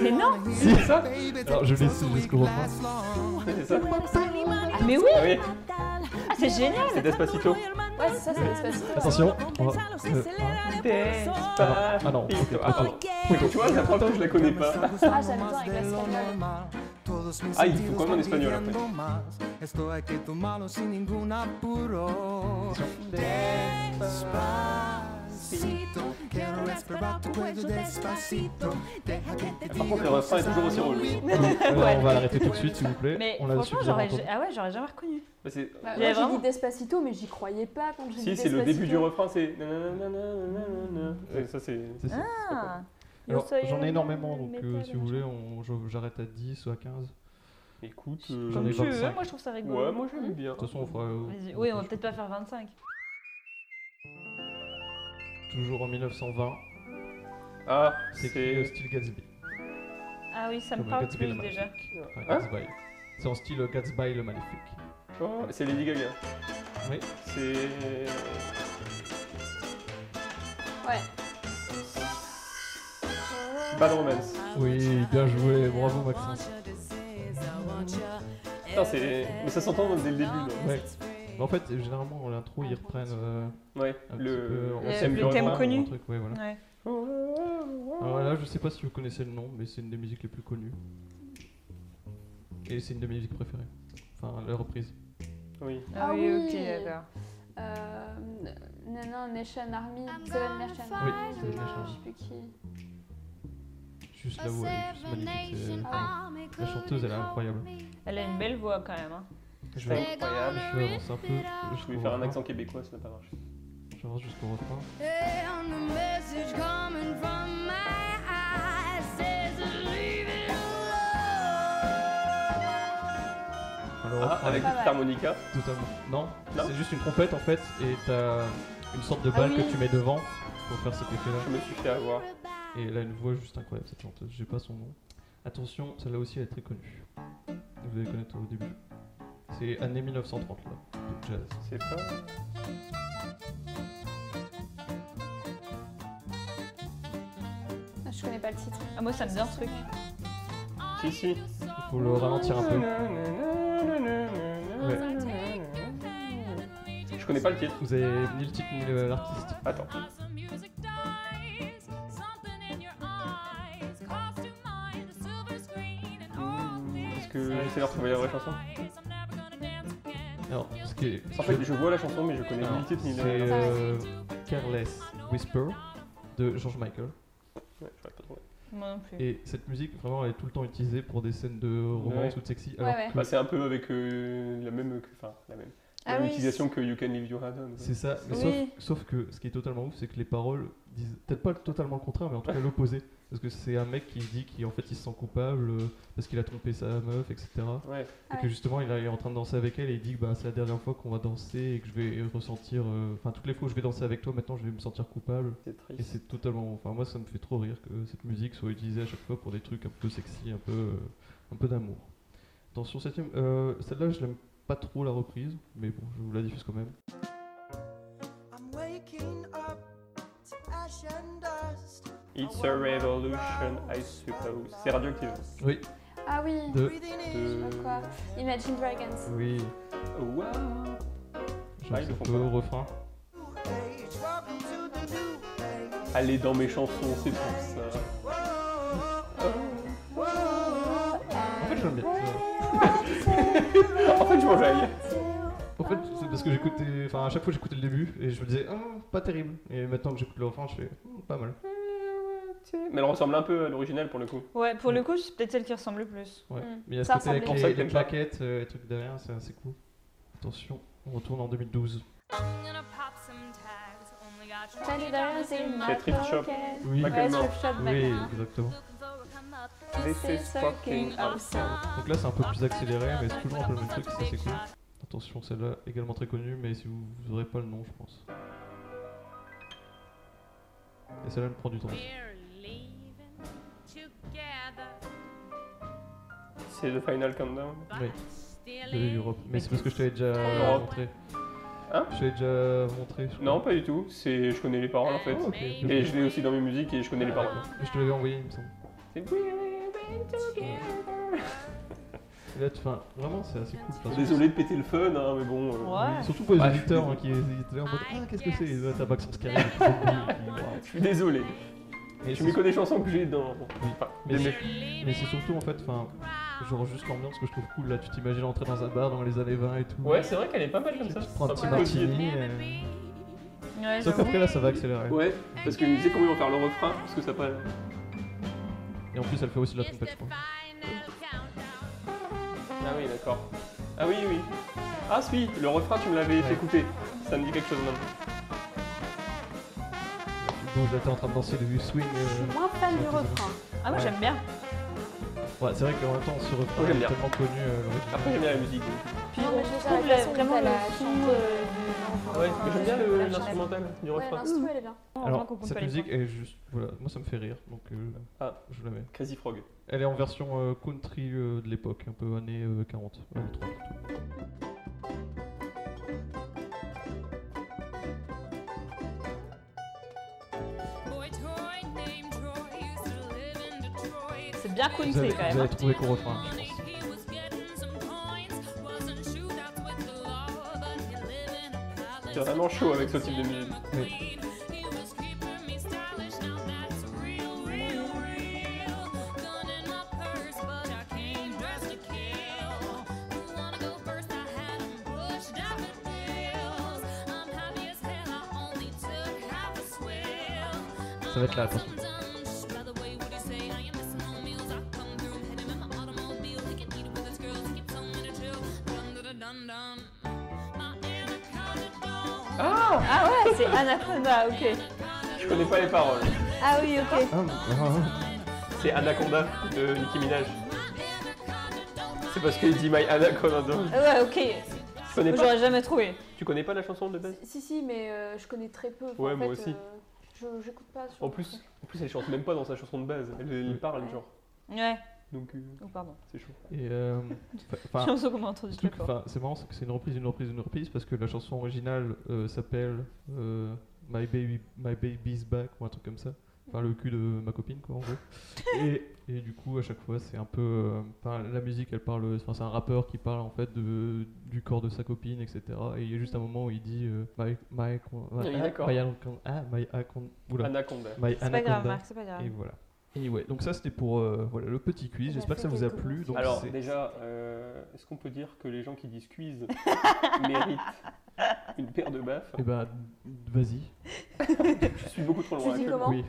Speaker 8: Mais non
Speaker 1: Si.
Speaker 2: C'est ça
Speaker 1: Alors, je laisse jusqu'au refrain.
Speaker 2: C'est ça
Speaker 3: Ah, mais oui
Speaker 2: Ah oui,
Speaker 3: Ah, c'est génial
Speaker 2: c'est Despacito.
Speaker 4: Ouais, c'est ça, c'est Despacito.
Speaker 1: Attention, on va... euh,
Speaker 2: Despacito.
Speaker 1: ah non, ok, attends.
Speaker 2: Tu vois, la preuve que je la connais pas.
Speaker 4: Ah, j'aime bien avec l'espagnol.
Speaker 2: Ah, il faut quand même en espagnol, après. Par contre, le refrain est toujours aussi relou.
Speaker 1: Alors, on va l'arrêter tout de suite, s'il vous plaît.
Speaker 3: Mais
Speaker 1: on l'a
Speaker 3: franchement,
Speaker 1: suffisamment
Speaker 3: j'aurais
Speaker 1: entendu.
Speaker 3: ah ouais, j'aurais jamais reconnu.
Speaker 2: Bah, c'est-
Speaker 4: Bah,
Speaker 3: Il y a
Speaker 4: moi, j'ai
Speaker 3: vraiment-
Speaker 4: dit Despacito, mais j'y croyais pas quand j'ai dit
Speaker 2: Si, c'est
Speaker 4: Despacito.
Speaker 2: le début du refrain, c'est. nanananananana. Ouais, Ça, c'est.
Speaker 1: C'est ça.
Speaker 3: Ah
Speaker 1: Alors,
Speaker 3: Yo soy
Speaker 1: j'en
Speaker 3: un
Speaker 1: ai énormément, donc
Speaker 3: metal,
Speaker 1: euh, si vous voulez,
Speaker 3: machin.
Speaker 1: on- je- j'arrête à 10 ou à 15.
Speaker 2: Écoute.
Speaker 1: J'en
Speaker 2: euh,
Speaker 1: ai
Speaker 3: Comme tu veux,
Speaker 1: 25.
Speaker 3: moi je trouve ça rigolo. Mmh.
Speaker 2: Ouais, moi j'aime bien.
Speaker 1: De toute façon, on fera. euh,
Speaker 3: Vas-y. Oui, on va
Speaker 1: je-
Speaker 3: peut-être pas faire 25.
Speaker 1: Toujours en 1920,
Speaker 2: Ah,
Speaker 1: c'est euh,
Speaker 2: c'est.
Speaker 1: style Gatsby.
Speaker 3: Ah oui, ça me
Speaker 1: Comme
Speaker 3: parle
Speaker 1: Gatsby
Speaker 3: plus
Speaker 1: le
Speaker 3: déjà.
Speaker 1: Magnifique.
Speaker 2: Hein
Speaker 1: Enfin, Gatsby. C'est en style euh, Gatsby le Magnifique.
Speaker 2: Oh, C'est Lady Gaga.
Speaker 1: Oui.
Speaker 2: C'est.
Speaker 4: Ouais.
Speaker 2: Bad Romance.
Speaker 4: Ah
Speaker 1: Oui, bien joué, bravo Maxence.
Speaker 2: Putain, c'est. Mais ça s'entend dès le début. là.
Speaker 1: Ouais. Mais en fait, généralement, l'intro, ils reprennent euh,
Speaker 2: Ouais,
Speaker 1: un petit
Speaker 2: le.
Speaker 1: peu.
Speaker 2: on
Speaker 3: Le-
Speaker 2: s'aime
Speaker 3: le
Speaker 2: bien,
Speaker 3: thème
Speaker 2: voilà.
Speaker 3: connu.
Speaker 1: un truc, ouais, voilà.
Speaker 3: Ouais.
Speaker 1: Alors là, je sais pas si vous connaissez le nom, mais c'est une des musiques les plus connues. Et c'est une de mes musiques préférées. Enfin, la reprise.
Speaker 2: Oui.
Speaker 4: Ah oui.
Speaker 11: ok, d'accord.
Speaker 4: Euh, non, non, Nation Army, Seven Nation
Speaker 1: Oui,
Speaker 4: Army.
Speaker 1: c'est une chanson.
Speaker 4: Je sais plus qui.
Speaker 1: Juste là où elle est juste magnifique. c'est- La chanteuse, elle est incroyable.
Speaker 3: Elle a une belle voix quand même. hein.
Speaker 2: Je vais
Speaker 1: Je
Speaker 2: incroyable.
Speaker 1: vais avancer un peu.
Speaker 2: Je voulais
Speaker 1: jusqu'au
Speaker 2: faire un
Speaker 1: refrain.
Speaker 2: accent québécois, ça n'a pas marché.
Speaker 1: J'avance jusqu'au refrain. Le
Speaker 2: Ah,
Speaker 1: refrain
Speaker 2: avec
Speaker 1: est
Speaker 4: Pas
Speaker 2: une
Speaker 4: mal.
Speaker 2: petite harmonica.
Speaker 1: totalement. Non,
Speaker 2: Non
Speaker 1: c'est juste une trompette en fait, et t'as une sorte de
Speaker 4: Ah
Speaker 1: balle
Speaker 4: oui.
Speaker 1: que tu mets devant pour faire cet
Speaker 2: Je
Speaker 1: effet-là.
Speaker 2: me suis fait avoir.
Speaker 1: Et elle a une voix juste incroyable cette chanteuse. J'ai pas son nom. Attention, celle-là aussi elle est très connue. Vous allez connaître au début. C'est année 1930 là, de jazz.
Speaker 2: C'est pas.
Speaker 4: Ah, Je connais pas le titre.
Speaker 3: Ah, moi ça me dit un truc.
Speaker 2: Si, si.
Speaker 1: Il faut le ralentir un peu.
Speaker 2: Je connais pas le titre.
Speaker 1: Vous avez ni le titre ni le- l'artiste.
Speaker 2: Attends. Est-ce que j'essaie de retrouver la vraie chanson
Speaker 1: Alors, ce qui est.
Speaker 2: En fait, je vois la chanson, mais je connais ni
Speaker 1: Alors,
Speaker 2: le titre ni
Speaker 1: c'est
Speaker 2: le. Ouais,
Speaker 1: euh, Careless Whisper de George Michael.
Speaker 2: je vais pas trouver.
Speaker 3: Moi non plus.
Speaker 1: Et cette musique, vraiment, elle est tout le temps utilisée pour des scènes de romance
Speaker 2: Ouais.
Speaker 1: ou de sexy.
Speaker 4: Ouais,
Speaker 1: Alors
Speaker 4: ouais.
Speaker 1: que
Speaker 2: Bah, c'est un peu avec euh, la même. que- Enfin, la même. La
Speaker 4: Ah
Speaker 2: même
Speaker 4: oui,
Speaker 2: utilisation que You Can Leave Your Hand On.
Speaker 1: c'est ça. Mais
Speaker 3: Oui.
Speaker 1: sauf, sauf que ce qui est totalement ouf, c'est que les paroles disent peut-être pas totalement le contraire, mais en tout cas l'opposé. Parce que c'est un mec qui dit qu'en fait il se sent coupable euh, parce qu'il a trompé sa meuf, etc.
Speaker 2: Ouais.
Speaker 4: Ah
Speaker 1: Et que
Speaker 4: ouais.
Speaker 1: justement il est en train de danser avec elle et il dit que bah, c'est la dernière fois qu'on va danser et que je vais ressentir. euh, Enfin, toutes les fois où je vais danser avec toi, maintenant je vais me sentir coupable.
Speaker 2: C'est très.
Speaker 1: Et c'est totalement. Enfin, moi, ça me fait trop rire que cette musique soit utilisée à chaque fois pour des trucs un peu sexy, un peu, euh, un peu d'amour. Attention, septième. euh, Celle-là, je l'aime pas trop la reprise, mais bon, je vous la diffuse quand même.
Speaker 8: I'm waking up to ash and dust.
Speaker 2: It's a revolution, I suppose. C'est radioactive.
Speaker 1: Oui.
Speaker 4: Ah oui,
Speaker 1: De.
Speaker 2: De.
Speaker 4: quoi Imagine Dragons.
Speaker 1: Oui.
Speaker 2: Wow.
Speaker 1: J'aime
Speaker 2: Ah, ils le
Speaker 1: un
Speaker 2: font
Speaker 1: peu
Speaker 2: pas.
Speaker 1: le refrain.
Speaker 2: Uh. Allez dans mes chansons, c'est pour ça.
Speaker 1: En fait, j'aime bien.
Speaker 2: En fait, je m'en vais.
Speaker 1: En fait, c'est parce parce que j'écoutais, enfin à chaque fois j'écoutais le début et je me disais ah pas terrible et maintenant que j'écoute le refrain je fais Hmm, pas mal.
Speaker 2: Mais elle ressemble un peu à l'original pour le coup.
Speaker 3: Ouais, pour le coup, c'est peut-être celle qui ressemble le plus.
Speaker 1: Ouais.
Speaker 4: Hmm.
Speaker 1: Mais il y a ce
Speaker 4: Ça
Speaker 1: côté avec
Speaker 2: ressemblait.
Speaker 1: les,
Speaker 2: C'est
Speaker 1: les
Speaker 2: pour ça
Speaker 1: plaquettes euh, et trucs derrière c'est assez cool. Attention on retourne en 2012.
Speaker 2: C'est Thrift Shop.
Speaker 1: Oui.
Speaker 2: Michael Moore.
Speaker 1: Oui exactement.
Speaker 2: This is fucking awesome.
Speaker 1: Donc là c'est un peu plus accéléré mais c'est toujours un peu le même truc c'est assez cool. Attention celle-là également très connue mais si vous vous aurez pas le nom je pense. Et celle-là elle prend du temps.
Speaker 2: C'est The Final Countdown.
Speaker 1: Oui. De Europe. Mais c'est parce que je t'avais déjà
Speaker 2: Europe.
Speaker 1: montré.
Speaker 2: Hein
Speaker 1: Je t'avais déjà montré. je crois.
Speaker 2: Non, pas du tout. C'est, je connais les paroles en fait.
Speaker 1: Ah, ok.
Speaker 2: Et je l'ai aussi dans mes musiques et je connais les paroles.
Speaker 1: Je te l'avais envoyé, il me semble.
Speaker 2: C'est We're been together.
Speaker 1: Et là, tu- enfin, vraiment, c'est assez cool. Enfin,
Speaker 2: Désolé de péter le fun, hein, mais bon. euh,
Speaker 3: Ouais.
Speaker 1: c'est- Surtout pour les
Speaker 2: Ouais.
Speaker 1: auditeurs hein, qui étaient en mode Ah, qu'est-ce que c'est Et là, T'as pas accent carré.
Speaker 2: Je suis désolé.
Speaker 1: Mais
Speaker 2: Je
Speaker 1: c'est-
Speaker 2: m'y connais les chansons que j'ai dans. Enfin,
Speaker 1: mais c'est- mais c'est surtout en fait, enfin, genre juste l'ambiance que je trouve cool là. Tu t'imagines entrer dans un bar dans les années 20 et tout.
Speaker 2: Ouais, c'est vrai qu'elle est pas mal comme
Speaker 1: Tu
Speaker 2: ça.
Speaker 1: te prends un petit
Speaker 2: Sympa.
Speaker 1: martini. euh,
Speaker 3: Ouais,
Speaker 1: Sauf
Speaker 3: j'avoue.
Speaker 1: qu'après là, ça va accélérer.
Speaker 2: Ouais, parce que tu sais comment ils vont faire le refrain Parce que ça pas.
Speaker 1: Et en plus, elle fait aussi la trompette, je euh, crois.
Speaker 2: Ah oui, d'accord. Ah oui, oui. Ah si, le refrain, tu me l'avais fait
Speaker 1: Ouais.
Speaker 2: couper. Ça me dit quelque chose maintenant.
Speaker 1: Donc là, t'es en train de danser du swing.
Speaker 4: Je
Speaker 1: euh,
Speaker 4: suis moins fan
Speaker 1: sur
Speaker 4: du
Speaker 1: la piste.
Speaker 4: refrain.
Speaker 3: Ah, moi
Speaker 1: Ouais.
Speaker 3: j'aime bien.
Speaker 1: Ouais, c'est vrai qu'en même temps, ce refrain
Speaker 2: Moi, j'aime
Speaker 1: est
Speaker 2: bien.
Speaker 1: tellement connu. euh, l'original.
Speaker 2: Après, j'aime bien la musique.
Speaker 3: Puis
Speaker 4: Non,
Speaker 3: on
Speaker 4: mais je veux dire,
Speaker 3: trouve
Speaker 4: la
Speaker 3: la-
Speaker 4: façon
Speaker 3: vraiment
Speaker 4: dont
Speaker 3: le
Speaker 4: elle a
Speaker 3: son
Speaker 4: chanté,
Speaker 3: euh,
Speaker 2: Ouais, mais j'aime bien le-
Speaker 4: Ah Ouais,
Speaker 2: l'instrumental du
Speaker 4: Ouais,
Speaker 2: refrain.
Speaker 4: l'instru, elle est bien.
Speaker 3: on voit
Speaker 1: Alors,
Speaker 3: qu'on compte pas
Speaker 1: cette
Speaker 3: les
Speaker 1: musique est juste. Voilà, moi ça me fait rire, donc euh,
Speaker 2: Ah.
Speaker 1: je la mets.
Speaker 2: Crazy Frog.
Speaker 1: Elle est en version euh, country euh, de l'époque, un peu années euh, 40. euh, 30.
Speaker 3: C'est bien
Speaker 1: Vous
Speaker 3: country
Speaker 1: avez,
Speaker 3: quand
Speaker 1: vous
Speaker 3: même.
Speaker 1: avez trouvé qu'au refrain, je pense.
Speaker 2: C'est vraiment chaud avec ce type de musique.
Speaker 1: Oui. Ça va être là, attention.
Speaker 2: Ah
Speaker 3: Ah ouais, c'est Anaconda, ok.
Speaker 2: Je connais pas les paroles.
Speaker 6: Ah oui, ok.
Speaker 1: Ah, ah,
Speaker 2: C'est Anaconda de Nicki Minaj. C'est parce qu'il dit My Anaconda.
Speaker 1: Ah,
Speaker 3: Ouais, ok.
Speaker 2: Tu connais pas,
Speaker 3: J'aurais jamais trouvé.
Speaker 2: tu connais pas la chanson de base
Speaker 4: Si, si, mais euh, je connais très peu. Enfin,
Speaker 2: Ouais,
Speaker 4: en
Speaker 2: moi
Speaker 4: fait,
Speaker 2: aussi.
Speaker 4: euh, je- J'écoute pas. sur-
Speaker 2: En plus, en plus, elle chante même pas dans sa chanson de base. Elle, elle parle, genre.
Speaker 3: Ouais.
Speaker 2: Donc, euh,
Speaker 3: Oh, pardon.
Speaker 2: c'est chaud.
Speaker 1: ah. Et euh,
Speaker 3: Je
Speaker 1: enfin,
Speaker 3: qu'on a entendu
Speaker 1: surtout
Speaker 3: très
Speaker 1: que,
Speaker 3: fort.
Speaker 1: enfin, c'est marrant, c'est que c'est une reprise, une reprise, une reprise, parce que la chanson originale euh, s'appelle euh, My Baby, My Baby's Back ou un truc comme ça. Enfin, le cul de ma copine, quoi, en gros. et, et du coup, à chaque fois, c'est un peu. euh, Enfin, la musique, elle parle. Enfin, c'est un rappeur qui parle, en fait, de, du corps de sa copine, etc. Et il y a juste un moment où il dit. euh, my. My. con-
Speaker 2: Oui,
Speaker 1: ah,
Speaker 2: d'accord.
Speaker 1: My. Anaconda- Ah, my. Acon- Oula.
Speaker 2: Anaconda.
Speaker 1: My
Speaker 3: Ah, C'est pas grave,
Speaker 1: Anaconda.
Speaker 3: Marc, c'est pas grave.
Speaker 1: Et voilà. Et ouais, donc ça c'était pour euh, voilà, le petit quiz.
Speaker 4: On a
Speaker 1: J'espère que ça
Speaker 4: fait
Speaker 1: vous a
Speaker 4: quelques
Speaker 1: plu. Donc
Speaker 2: Alors,
Speaker 1: c'est-
Speaker 2: déjà, euh, est-ce qu'on peut dire que les gens qui disent quiz méritent une paire de baffes
Speaker 1: Eh ben, vas-y.
Speaker 2: Je suis beaucoup trop
Speaker 4: Tu
Speaker 2: loin.
Speaker 4: dis
Speaker 2: actuellement.
Speaker 4: Comment
Speaker 1: Oui.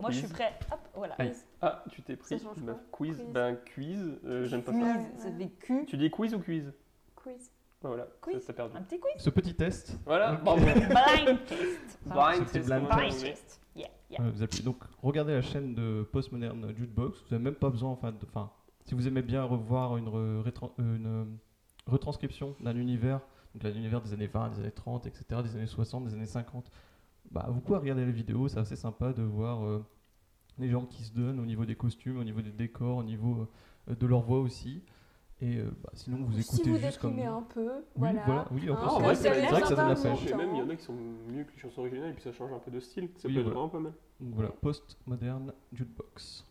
Speaker 3: Moi je
Speaker 1: Quiz.
Speaker 3: suis prêt. Hop, voilà.
Speaker 1: Aïe.
Speaker 2: Ah, tu t'es pris
Speaker 4: Ça change
Speaker 2: une
Speaker 4: quoi
Speaker 2: baffe. Quiz,
Speaker 4: Quiz.
Speaker 2: Ben, quiz, euh, j'aime pas ça.
Speaker 4: Ouais,
Speaker 6: Quiz, ça
Speaker 4: ouais.
Speaker 6: fait cul.
Speaker 2: Tu dis quiz ou quiz Ouais,
Speaker 4: Quiz. Ah.
Speaker 2: Voilà,
Speaker 3: Quiz.
Speaker 2: ça t'as perdu.
Speaker 3: Un petit quiz.
Speaker 1: Ce petit test.
Speaker 2: Voilà,
Speaker 1: Ok.
Speaker 2: bravo.
Speaker 3: Blind test. Pardon.
Speaker 2: Blind,
Speaker 1: petit
Speaker 2: c'est ce
Speaker 1: blind
Speaker 2: qu'on a
Speaker 3: Blind
Speaker 2: nommé.
Speaker 3: test. Yeah, yeah.
Speaker 1: euh, vous appelez- Donc regardez la chaîne de Postmodern Jukebox. Vous n'avez même pas besoin enfin, de... enfin, si vous aimez bien revoir une, re- rétran- euh, une, euh, retranscription d'un univers, donc d'un univers des années 20, des années 30, etc., des années 60, des années 50. Bah, vous pouvez regarder les vidéos, c'est assez sympa de voir euh, les gens qui se donnent au niveau des costumes, au niveau des décors, au niveau euh, de leur voix aussi. Et euh, bah, sinon vous écoutez
Speaker 4: Si vous
Speaker 1: juste comme
Speaker 4: déprimez un peu,
Speaker 1: Oui, voilà,
Speaker 4: voilà.
Speaker 1: oui, en
Speaker 4: Hein,
Speaker 1: plus,
Speaker 2: Ah,
Speaker 4: on
Speaker 2: ouais,
Speaker 4: se
Speaker 2: c'est vrai,
Speaker 4: laisse
Speaker 2: c'est vrai que ça
Speaker 1: donne la
Speaker 4: dans un
Speaker 1: pêche.
Speaker 2: Et même, il y en
Speaker 4: temps.
Speaker 2: a qui sont mieux que les chansons originales et puis ça change un peu de style. Ça
Speaker 1: Oui,
Speaker 2: peut être
Speaker 1: voilà.
Speaker 2: vraiment pas mal.
Speaker 1: Donc voilà, Postmodern Jukebox.